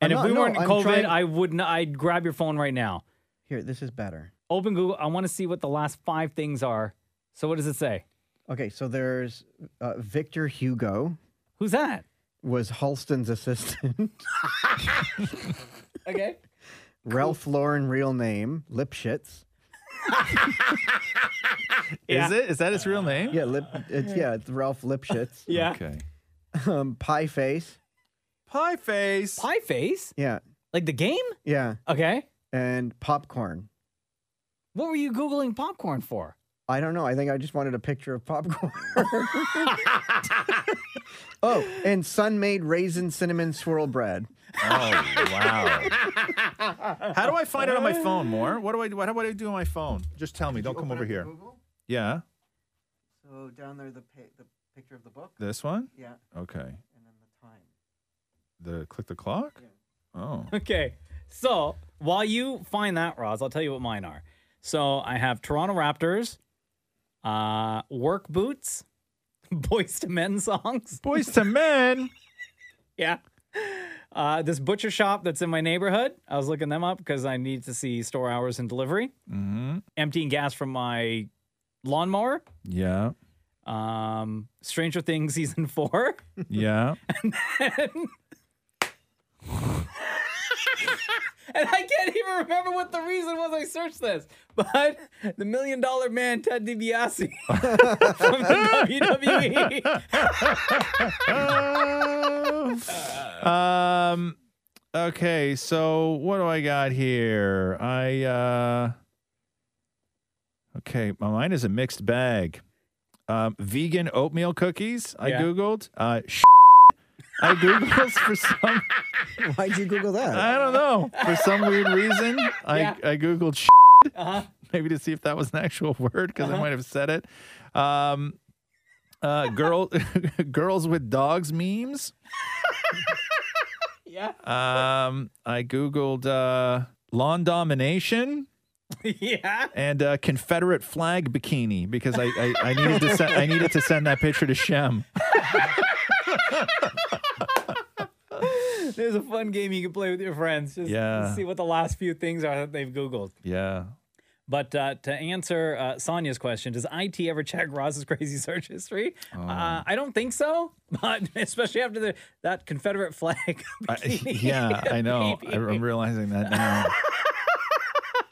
Speaker 6: And if
Speaker 28: I'm not-
Speaker 6: we
Speaker 28: no,
Speaker 6: weren't in
Speaker 28: I'm
Speaker 6: COVID,
Speaker 28: trying-
Speaker 6: I would not. I'd grab your phone right now.
Speaker 28: Here, this is better.
Speaker 6: Open Google. I want to see what the last five things are. So what does it say?
Speaker 28: Okay, so there's uh, Victor Hugo.
Speaker 6: Who's that?
Speaker 28: Was Halston's assistant.
Speaker 6: Okay.
Speaker 28: Ralph Lauren, real name Lipschitz.
Speaker 5: Is it? Is that his real name?
Speaker 28: Yeah, Lip. It's yeah, it's Ralph Lipschitz.
Speaker 6: yeah.
Speaker 5: Okay.
Speaker 28: Um, pie face.
Speaker 5: Pie face.
Speaker 6: Pie face.
Speaker 28: Yeah.
Speaker 6: Like the game.
Speaker 28: Yeah.
Speaker 6: Okay.
Speaker 28: And popcorn.
Speaker 6: What were you googling popcorn for?
Speaker 28: I don't know. I think I just wanted a picture of popcorn. oh, and sun-made raisin cinnamon swirl bread.
Speaker 5: Oh wow. how do I find it on my phone? More? What do I do? What, do I do on my phone? Just tell me. Don't come over here. Yeah.
Speaker 28: So down there, the pa- the picture of the book.
Speaker 5: This one.
Speaker 28: Yeah.
Speaker 5: Okay. The click the clock. Oh.
Speaker 6: Okay. So while you find that, Roz, I'll tell you what mine are. So I have Toronto Raptors, uh, work boots, boys to men songs.
Speaker 5: Boys to men.
Speaker 6: yeah. Uh, this butcher shop that's in my neighborhood. I was looking them up because I need to see store hours and delivery.
Speaker 5: Mm-hmm.
Speaker 6: Emptying gas from my lawnmower.
Speaker 5: Yeah.
Speaker 6: Um, Stranger Things season four.
Speaker 5: Yeah.
Speaker 6: And I can't even remember what the reason was I searched this. But the million dollar man, Ted DiBiase from the WWE.
Speaker 5: Um. Okay, so what do I got here? I uh. Okay, my mine is a mixed bag. Um, vegan oatmeal cookies. I
Speaker 16: Yeah.
Speaker 5: googled. Uh, I googled for some.
Speaker 28: Why'd you Google that?
Speaker 5: I don't know. For some weird reason, I
Speaker 16: Yeah.
Speaker 5: I googled.
Speaker 6: Uh-huh.
Speaker 5: Maybe to see if that was an actual word because
Speaker 16: Uh-huh.
Speaker 5: I might have said it. Um, uh, girl, girls with dogs memes.
Speaker 6: yeah.
Speaker 5: Um, I googled uh, lawn domination
Speaker 6: yeah.
Speaker 5: and uh, Confederate flag bikini because I, I, I needed to send I needed to send that picture to Shem.
Speaker 6: There's a fun game you can play with your friends. Just
Speaker 5: Yeah.
Speaker 6: see what the last few things are that they've Googled.
Speaker 5: Yeah.
Speaker 6: But uh, to answer uh, Sonia's question, does IT ever check Roz's crazy search history?
Speaker 5: Oh.
Speaker 6: Uh, I don't think so, but especially after the, that Confederate flag.
Speaker 5: I, yeah, I know. I, I'm realizing that now.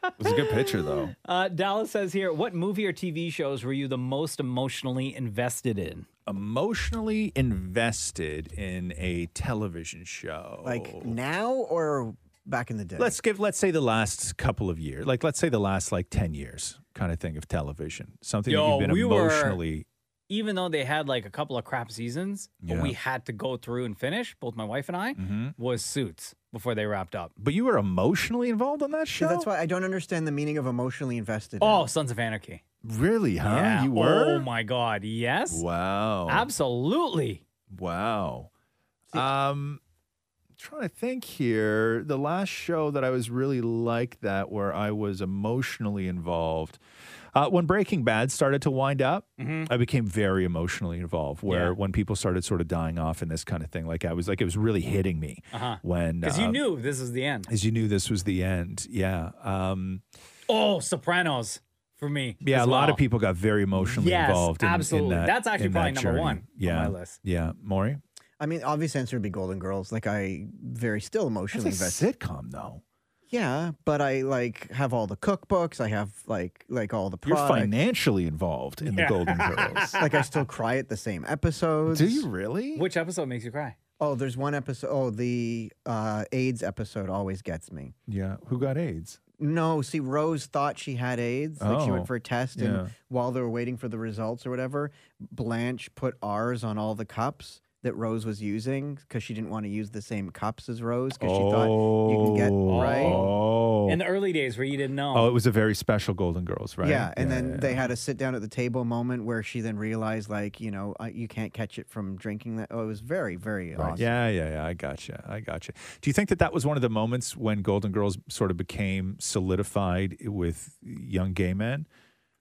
Speaker 5: it was a good picture though.
Speaker 6: Uh, Dallas says here, what movie or TV shows were you the most emotionally invested in?
Speaker 5: Emotionally invested in a television show.
Speaker 28: Like now or back in the day?
Speaker 5: Let's give let's say the last couple of years. Like let's say the last like 10 years kind of thing of television. Something
Speaker 6: Yo,
Speaker 5: that you've been
Speaker 6: we were-
Speaker 5: emotionally
Speaker 6: Even though they had like a couple of crap seasons, but
Speaker 5: Yeah. Mm-hmm.
Speaker 6: we had to go through and finish, both my wife and I, was Suits. before they wrapped up.
Speaker 5: But you were emotionally involved on that show.
Speaker 9: that's why I don't understand the meaning of emotionally invested.
Speaker 6: Oh, Sons of Anarchy.
Speaker 5: Really, huh?
Speaker 6: Yeah.
Speaker 5: You were?
Speaker 6: Oh my God. Yes.
Speaker 5: Wow.
Speaker 6: Absolutely.
Speaker 5: Wow. Um trying to think here. The last show that I was really like that where I was emotionally involved. Uh, when Breaking Bad started to wind up, I became very emotionally involved. Where
Speaker 6: Mm-hmm. Yeah.
Speaker 5: when people started sort of dying off and this kind of thing, like I was like it was really hitting me
Speaker 6: Uh-huh.
Speaker 5: when
Speaker 6: Because you
Speaker 5: um,
Speaker 6: knew this was the end.
Speaker 5: as you knew this was the end. Yeah. Um,
Speaker 6: Oh, Sopranos for me.
Speaker 5: yeah,
Speaker 6: as
Speaker 5: a lot
Speaker 6: well.
Speaker 5: of people got very emotionally
Speaker 6: Yes,
Speaker 5: involved. In, in
Speaker 6: absolutely.
Speaker 5: that-
Speaker 6: That's actually
Speaker 5: in that
Speaker 6: probably number
Speaker 5: journey.
Speaker 6: one on
Speaker 5: yeah.
Speaker 6: my list.
Speaker 5: Yeah, Maury.
Speaker 9: I mean, obvious answer would be Golden Girls. Like I very still emotionally
Speaker 5: That's a
Speaker 9: invested.
Speaker 5: sitcom though.
Speaker 9: Yeah, but I like have all the cookbooks. I have like like all the
Speaker 5: You're
Speaker 9: products.
Speaker 5: financially involved in the Golden Girls.
Speaker 9: like I still cry at the same episodes.
Speaker 5: Do you really?
Speaker 6: Which episode makes you cry?
Speaker 9: Oh, there's one episode. Oh, the uh, AIDS episode always gets me.
Speaker 5: Yeah. Who got AIDS?
Speaker 9: No, see, Rose thought she had AIDS. Like she
Speaker 5: Oh,
Speaker 9: went for a test,
Speaker 5: yeah.
Speaker 9: and while they were waiting for the results or whatever, Blanche put R's on all the cups that Rose was using because she didn't want to use the same cups as Rose because she thought you can get right.
Speaker 5: Oh.
Speaker 6: In the early days where you didn't know.
Speaker 5: Oh, it was a very special Golden Girls, right?
Speaker 9: Yeah, and then they had a sit down at the table moment where she then realized, like, you know, uh, you can't catch it from drinking that. Oh, it was very, very
Speaker 5: Right.
Speaker 9: awesome.
Speaker 5: Yeah, yeah, yeah. I gotcha. I gotcha. Do you think that that was one of the moments when Golden Girls sort of became solidified with young gay men?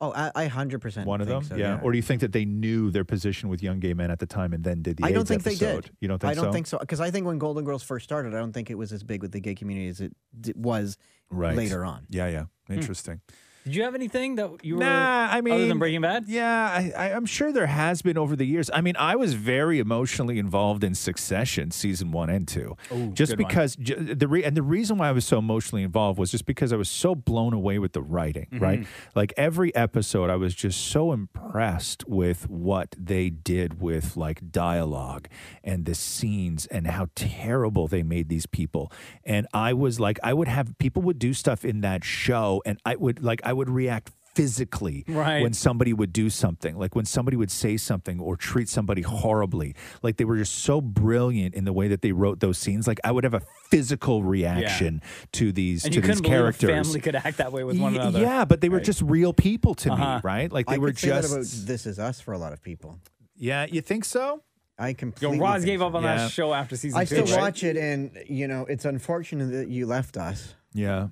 Speaker 9: Oh, I, I 100%
Speaker 5: One of them,
Speaker 9: think so,
Speaker 5: yeah. Or do you think that they knew their position with young gay men at the time and then did the?
Speaker 9: I don't
Speaker 5: AIDS
Speaker 9: think they
Speaker 5: episode?
Speaker 9: did.
Speaker 5: You don't think
Speaker 9: I don't
Speaker 5: so?
Speaker 9: think so because I think when Golden Girls first started, I don't think it was as big with the gay community as it d- was
Speaker 5: Right.
Speaker 9: later on. Hmm.
Speaker 5: Yeah, yeah. Interesting.
Speaker 6: Did you have anything that you were?
Speaker 5: Nah, I mean,
Speaker 6: other than Breaking Bad.
Speaker 5: Yeah, I, I, I'm sure there has been over the years. I mean, I was very emotionally involved in Succession season one and two,
Speaker 14: Ooh,
Speaker 5: just
Speaker 14: good one.
Speaker 5: because ju- the re- and the reason why I was so emotionally involved was just because I was so blown away with the writing.
Speaker 6: Mm-hmm.
Speaker 5: Right,
Speaker 14: Mhm.
Speaker 5: Mm-hmm. like every episode, I was just so impressed with what they did with like dialogue and the scenes and how terrible they made these people. And I was like, I would have people would do stuff in that show, and I would like I would react physically
Speaker 14: Right.
Speaker 5: when somebody would do something, like when somebody would say something or treat somebody horribly. Like they were just so brilliant in the way that they wrote those scenes. Like I would have a physical reaction to these
Speaker 6: And
Speaker 5: to
Speaker 6: you
Speaker 5: these
Speaker 6: couldn't believe a
Speaker 5: characters.
Speaker 6: family could act that way with one
Speaker 5: Y-
Speaker 6: another.
Speaker 5: Yeah, but they were
Speaker 6: Right.
Speaker 5: just real people to
Speaker 6: Uh-huh.
Speaker 5: me, right? Like they
Speaker 9: I
Speaker 5: were
Speaker 9: could say that
Speaker 5: just.
Speaker 9: about This Is Us for a lot of people.
Speaker 5: yeah, you think so?
Speaker 9: I completely.
Speaker 6: Roz
Speaker 9: think
Speaker 6: gave
Speaker 9: so.
Speaker 6: up on that show after season
Speaker 9: I
Speaker 6: two,
Speaker 9: still
Speaker 6: right?
Speaker 9: watch it, and you know, it's unfortunate that you left us.
Speaker 5: Yeah.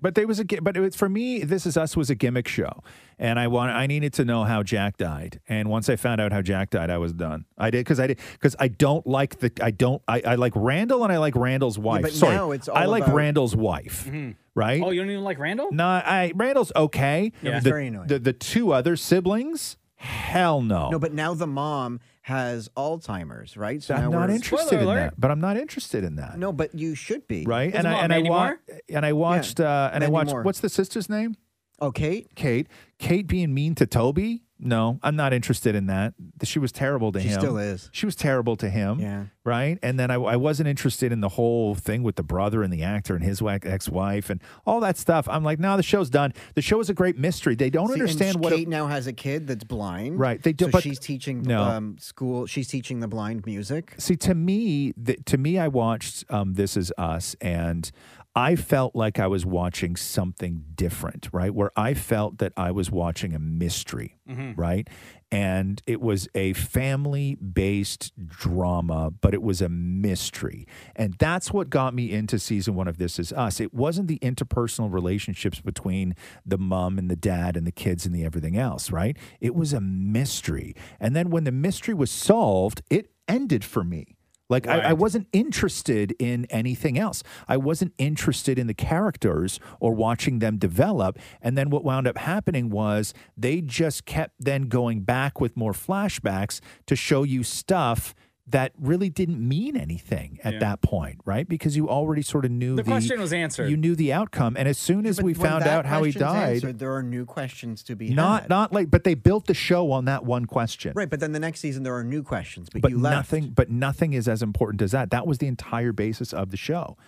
Speaker 5: But they was a gi- but it was, for me this is us was a gimmick show and I want I needed to know how Jack died and once I found out how Jack died I was done I did because I did because I don't like the I don't I, I like Randall and I like Randall's wife
Speaker 6: but
Speaker 5: sorry
Speaker 6: now it's
Speaker 5: I
Speaker 6: all
Speaker 5: like
Speaker 6: about-
Speaker 5: Randall's
Speaker 9: Mm-hmm.
Speaker 5: wife
Speaker 23: Mm-hmm.
Speaker 6: Mhm.
Speaker 5: right
Speaker 6: Oh, you don't even like Randall?
Speaker 5: no I Randall's okay
Speaker 6: Yeah. He's
Speaker 5: the,
Speaker 6: very
Speaker 9: annoying.
Speaker 5: the the two other siblings hell no
Speaker 9: No, but now the mom has Alzheimer's, right? So now
Speaker 5: I'm not
Speaker 9: we're-
Speaker 5: interested in that but I'm not interested in that
Speaker 9: No, but you should be
Speaker 5: Uh, right and I and I wa- and I watched uh, and I
Speaker 9: Mandy
Speaker 5: watched
Speaker 9: Moore.
Speaker 5: what's the sister's name
Speaker 9: Oh, Kate.
Speaker 5: Kate. Kate being mean to Toby. No, I'm not interested in that. She was terrible to
Speaker 9: She
Speaker 5: him.
Speaker 9: still is.
Speaker 5: She was terrible to him. Yeah. Right. And then I, I wasn't interested in the whole thing with the brother and the actor and his ex wife and all that stuff. I'm like, no, the show's done. The show is a great mystery. They don't
Speaker 9: See, and
Speaker 5: understand what.
Speaker 9: Kate
Speaker 5: it,
Speaker 9: now has a kid that's blind.
Speaker 5: Right, they do-
Speaker 9: So
Speaker 5: but-
Speaker 9: she's teaching
Speaker 5: No.
Speaker 9: um, school. She's teaching the blind music.
Speaker 5: See, to me, th- to me, I watched um, This Is Us, and I felt like I was watching something different, right? Where I felt that I was watching a mystery,
Speaker 14: Mhm.
Speaker 5: right? And it was a family based drama, but it was a mystery. And that's what got me into season one of This Is Us. It wasn't the interpersonal relationships between the mom and the dad and the kids and the everything else, right? It was a mystery. And then when the mystery was solved, it ended for me. Like I, I wasn't interested in anything else. I wasn't interested in the characters or watching them develop. And then what wound up happening was they just kept then going back with more flashbacks to show you stuff that really didn't mean anything at
Speaker 6: Yeah.
Speaker 5: that point, right? Because you already sort of knew
Speaker 6: The
Speaker 5: the,
Speaker 6: question was answered.
Speaker 5: You knew the outcome, and as soon as
Speaker 9: But
Speaker 5: we
Speaker 9: when
Speaker 5: found
Speaker 9: that
Speaker 5: out how he
Speaker 9: question's
Speaker 5: died,
Speaker 9: answered, there are new questions to be
Speaker 5: not
Speaker 9: had.
Speaker 5: not like, but they built the show on that one question.
Speaker 9: right. But then the next season there are new questions. But,
Speaker 5: but
Speaker 9: you left.
Speaker 5: nothing but nothing is as important as that that was the entire basis of the show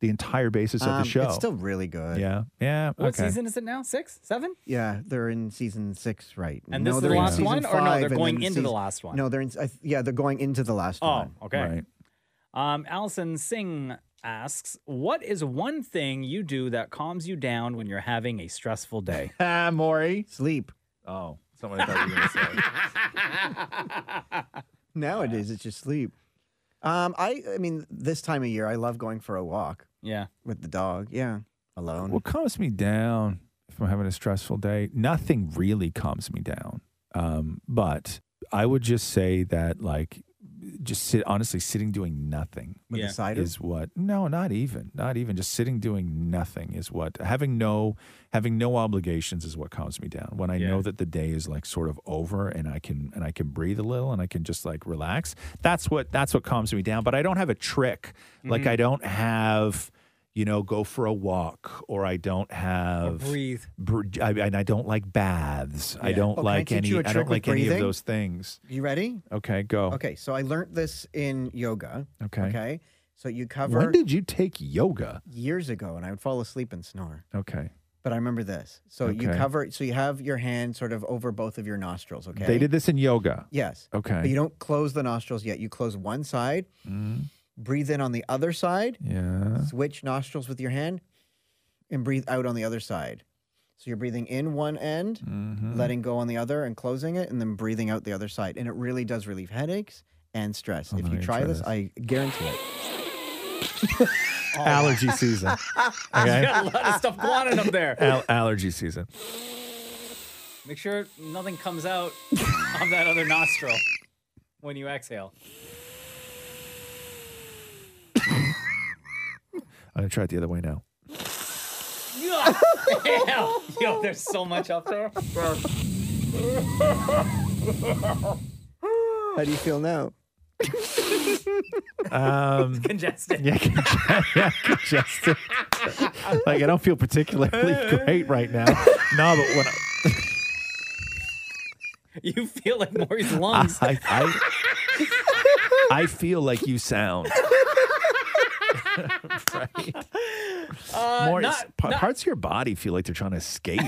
Speaker 5: the entire basis of
Speaker 9: Um,
Speaker 5: the show
Speaker 9: It's still really good.
Speaker 5: yeah yeah
Speaker 6: What
Speaker 5: okay
Speaker 6: season is it now? Six, seven?
Speaker 9: Yeah, they're in season six, right?
Speaker 6: And this is the
Speaker 9: they're in
Speaker 6: last
Speaker 9: season
Speaker 6: one, or no, they're
Speaker 9: five, and
Speaker 6: going
Speaker 9: then
Speaker 6: into the
Speaker 9: season-
Speaker 6: last one?
Speaker 9: No, they're in. I th- yeah, they're going into the last
Speaker 6: Oh,
Speaker 9: one.
Speaker 6: okay. Um, Allison Singh asks, "What is one thing you do that calms you down when you're having a stressful day?"
Speaker 5: Ah, Maury.
Speaker 9: Sleep.
Speaker 5: Oh, somebody thought you were going to say.
Speaker 9: Nowadays, it's just sleep. Um, I, I mean, this time of year, I love going for a walk.
Speaker 6: Yeah.
Speaker 9: With the dog. Yeah. Alone.
Speaker 5: What calms me down if I'm having a stressful day? Nothing really calms me down. Um, but I would just say that, like, just sit honestly sitting doing nothing
Speaker 9: With a Yeah. cider?
Speaker 5: is what no not even not even just sitting doing nothing is what having no having no obligations is what calms me down when i know that the day is like sort of over and i can and i can breathe a little and i can just like relax that's what that's what calms me down but i don't have a trick like
Speaker 6: Mhm.
Speaker 5: i don't have you know go for a walk or i don't have
Speaker 6: breathe.
Speaker 5: br- I, and i don't like baths i
Speaker 9: Yeah.
Speaker 5: don't
Speaker 9: Oh, can I
Speaker 5: like
Speaker 9: teach
Speaker 5: any
Speaker 9: you a
Speaker 5: i
Speaker 9: trick
Speaker 5: don't
Speaker 9: with
Speaker 5: like any of
Speaker 9: breathing?
Speaker 5: those things
Speaker 9: You ready?
Speaker 5: okay go
Speaker 9: Okay. So I learned this in yoga.
Speaker 5: Okay.
Speaker 9: Okay. So you cover.
Speaker 5: When did you take yoga?
Speaker 9: Years ago, and I would fall asleep and snore.
Speaker 5: Okay.
Speaker 9: But I remember this. So you
Speaker 5: Okay.
Speaker 9: cover. So you have your hand sort of over both of your nostrils. Okay.
Speaker 5: They did this in yoga.
Speaker 9: Yes.
Speaker 5: Okay.
Speaker 9: But you don't close the nostrils yet. You close one side.
Speaker 5: Mm,
Speaker 9: Breathe in on the other side.
Speaker 5: yeah.
Speaker 9: Switch nostrils with your hand, and breathe out on the other side. So you're breathing in one end,
Speaker 5: Mhm.
Speaker 9: letting go on the other, and closing it, and then breathing out the other side. And it really does relieve headaches and stress. if you
Speaker 5: gonna
Speaker 9: try
Speaker 5: try
Speaker 9: this,
Speaker 5: this.
Speaker 9: I guarantee it. Oh,
Speaker 5: Allergy season.
Speaker 6: He's
Speaker 5: Okay.
Speaker 6: got a lot of stuff going on up there.
Speaker 5: Al- allergy season.
Speaker 6: Make sure nothing comes out of that other nostril when you exhale.
Speaker 5: I'm gonna try it the other way now.
Speaker 6: Damn. Yo, there's so much up there.
Speaker 9: How do you feel now?
Speaker 5: Um,
Speaker 6: congested.
Speaker 5: Yeah, conge- yeah, congested. like I don't feel particularly great right now. No, but when I,
Speaker 6: You feel like Maury's lungs.
Speaker 5: I, I, I feel like you sound. right.
Speaker 6: Uh,
Speaker 5: More
Speaker 6: not-
Speaker 5: pa-
Speaker 6: not-
Speaker 5: parts of your body feel like they're trying to escape.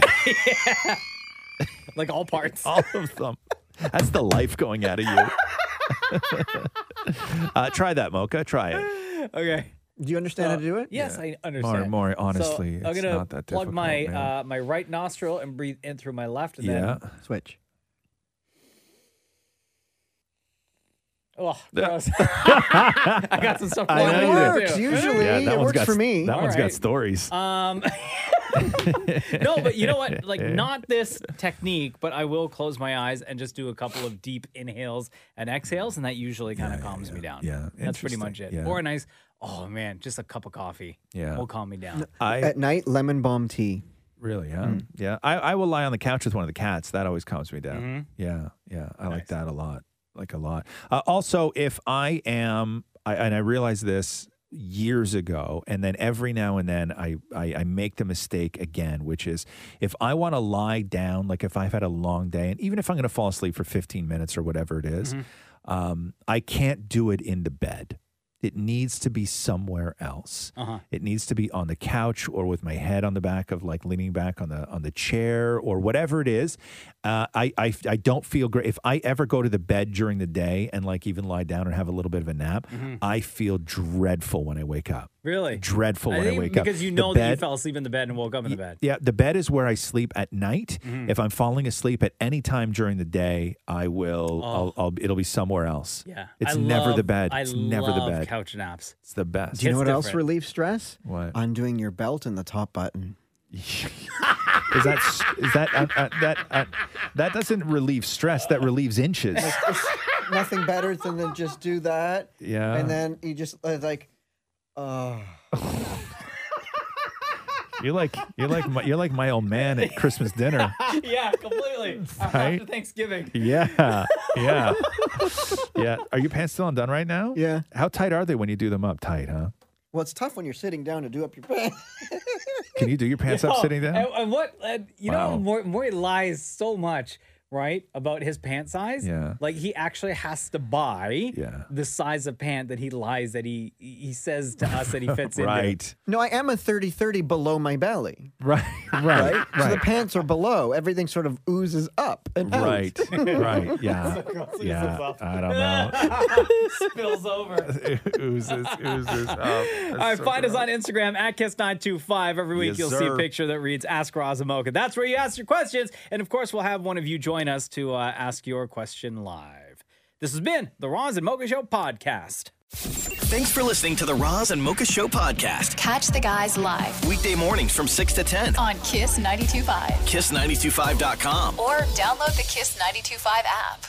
Speaker 6: like all parts.
Speaker 5: All of them. That's the life going out of you. uh, try that, Mocha. Try it.
Speaker 6: okay.
Speaker 9: Do you understand how to do it?
Speaker 6: Uh, Yes, I
Speaker 5: Maury,
Speaker 6: understand.
Speaker 5: Maury,
Speaker 6: So
Speaker 5: honestly,
Speaker 6: I'm
Speaker 5: it's
Speaker 6: gonna
Speaker 5: not that
Speaker 6: plug
Speaker 5: difficult,
Speaker 6: my
Speaker 5: man.
Speaker 6: uh, my right nostril and breathe in through my left, and
Speaker 5: Yeah.
Speaker 6: then
Speaker 9: Switch.
Speaker 6: oh, gross. I got some stuff.
Speaker 5: I
Speaker 6: going
Speaker 5: know
Speaker 6: on
Speaker 5: you
Speaker 6: here,
Speaker 5: do.
Speaker 6: too.
Speaker 5: Yeah, that one's got s- That
Speaker 6: All
Speaker 5: one's
Speaker 6: right.
Speaker 5: got stories.
Speaker 6: Um, no, but you know what? Like,
Speaker 5: Yeah.
Speaker 6: not this technique, but I will close my eyes and just do a couple of deep inhales and exhales, and that usually kind of calms me down.
Speaker 5: yeah.
Speaker 6: that's pretty much it.
Speaker 5: Interesting, yeah.
Speaker 6: Or a nice, oh man, just a cup of coffee.
Speaker 5: Yeah.
Speaker 6: will calm me down.
Speaker 5: I
Speaker 9: At night, lemon balm tea.
Speaker 5: really, yeah, yeah. I, I will lie on the couch with one of the cats. That always calms me down.
Speaker 6: Mhm.
Speaker 5: Yeah, yeah. I like that a lot, like a lot. Uh, also, if I am, I, and I realized this years ago, and then every now and then I, I I make the mistake again, which is if I want to lie down, like if I've had a long day, and even if I'm going to fall asleep for 15 minutes or whatever it is, um, I can't do it in the bed. It needs to be somewhere else.
Speaker 6: Uh-huh.
Speaker 5: It needs to be on the couch or with my head on the back of like leaning back on the on the chair or whatever it is. Uh, I, I I don't feel great if I ever go to the bed during the day and like even lie down and have a little bit of a nap.
Speaker 6: Mhm.
Speaker 5: I feel dreadful when I wake up.
Speaker 6: Really
Speaker 5: Dreadful
Speaker 6: I
Speaker 5: when I
Speaker 6: think
Speaker 5: wake up.
Speaker 6: because you
Speaker 5: The
Speaker 6: know that you
Speaker 5: bed-
Speaker 6: fell asleep in the bed and woke up in the bed.
Speaker 5: Yeah, the bed is where I sleep at night.
Speaker 6: Mhm.
Speaker 5: If I'm falling asleep at any time during the day, I will. I'll, I'll, it'll be somewhere else.
Speaker 6: Oh. Yeah,
Speaker 5: it's
Speaker 6: I
Speaker 5: never the
Speaker 6: love-
Speaker 5: bed.
Speaker 6: I
Speaker 5: It's never the
Speaker 6: love
Speaker 5: bed.
Speaker 6: Couch naps.
Speaker 5: It's the best.
Speaker 9: Do you know what else
Speaker 5: different.
Speaker 9: relieves stress?
Speaker 5: What?
Speaker 9: Undoing your belt and the top button.
Speaker 5: Is that s- is that uh, uh, that uh, that doesn't relieve stress? That relieves inches.
Speaker 9: Like, it's nothing better than to just do that.
Speaker 5: Yeah.
Speaker 9: And then you just uh, like, oh.
Speaker 5: You're like you're like my, you're like my old man at Christmas dinner.
Speaker 6: yeah, completely.
Speaker 5: Right?
Speaker 6: After Thanksgiving.
Speaker 5: Yeah, yeah, yeah. Are your pants still undone right now?
Speaker 9: Yeah.
Speaker 5: How tight are they when you do them up? Tight, huh?
Speaker 9: Well, it's tough when you're sitting down to do up your pants.
Speaker 5: Can you do your pants up
Speaker 6: Yo,
Speaker 5: sitting down?
Speaker 6: And, and what and, you
Speaker 5: Wow.
Speaker 6: know, Maury, Maury lies so much. right? About his pant size.
Speaker 5: Yeah.
Speaker 6: Like he actually has to buy the size of pant that he lies that he he says to us that he fits in.
Speaker 5: Right.
Speaker 9: No, I am a 30 30 below my belly.
Speaker 5: Right.
Speaker 9: Right. So the pants are below. Everything sort of oozes up and out.
Speaker 5: Right. right. Yeah. yeah. I don't know.
Speaker 6: Spills over.
Speaker 5: oozes, oozes up. Oh, That's
Speaker 6: All right,
Speaker 5: so
Speaker 6: find us
Speaker 5: gross.
Speaker 6: on Instagram at Kiss925. Every week
Speaker 5: Yes,
Speaker 6: you'll see a
Speaker 5: sir.
Speaker 6: picture that reads Ask Roz and Mocha. That's where you ask your questions. And of course, we'll have one of you join us to uh, ask your question live. This has been the Roz and Mocha Show podcast.
Speaker 2: Thanks for listening to the Roz and Mocha Show podcast.
Speaker 10: Catch the guys live
Speaker 2: Weekday mornings from 6 to 10.
Speaker 10: on Kiss 92.5
Speaker 2: Kiss925.com.
Speaker 10: or download the Kiss 92.5 app.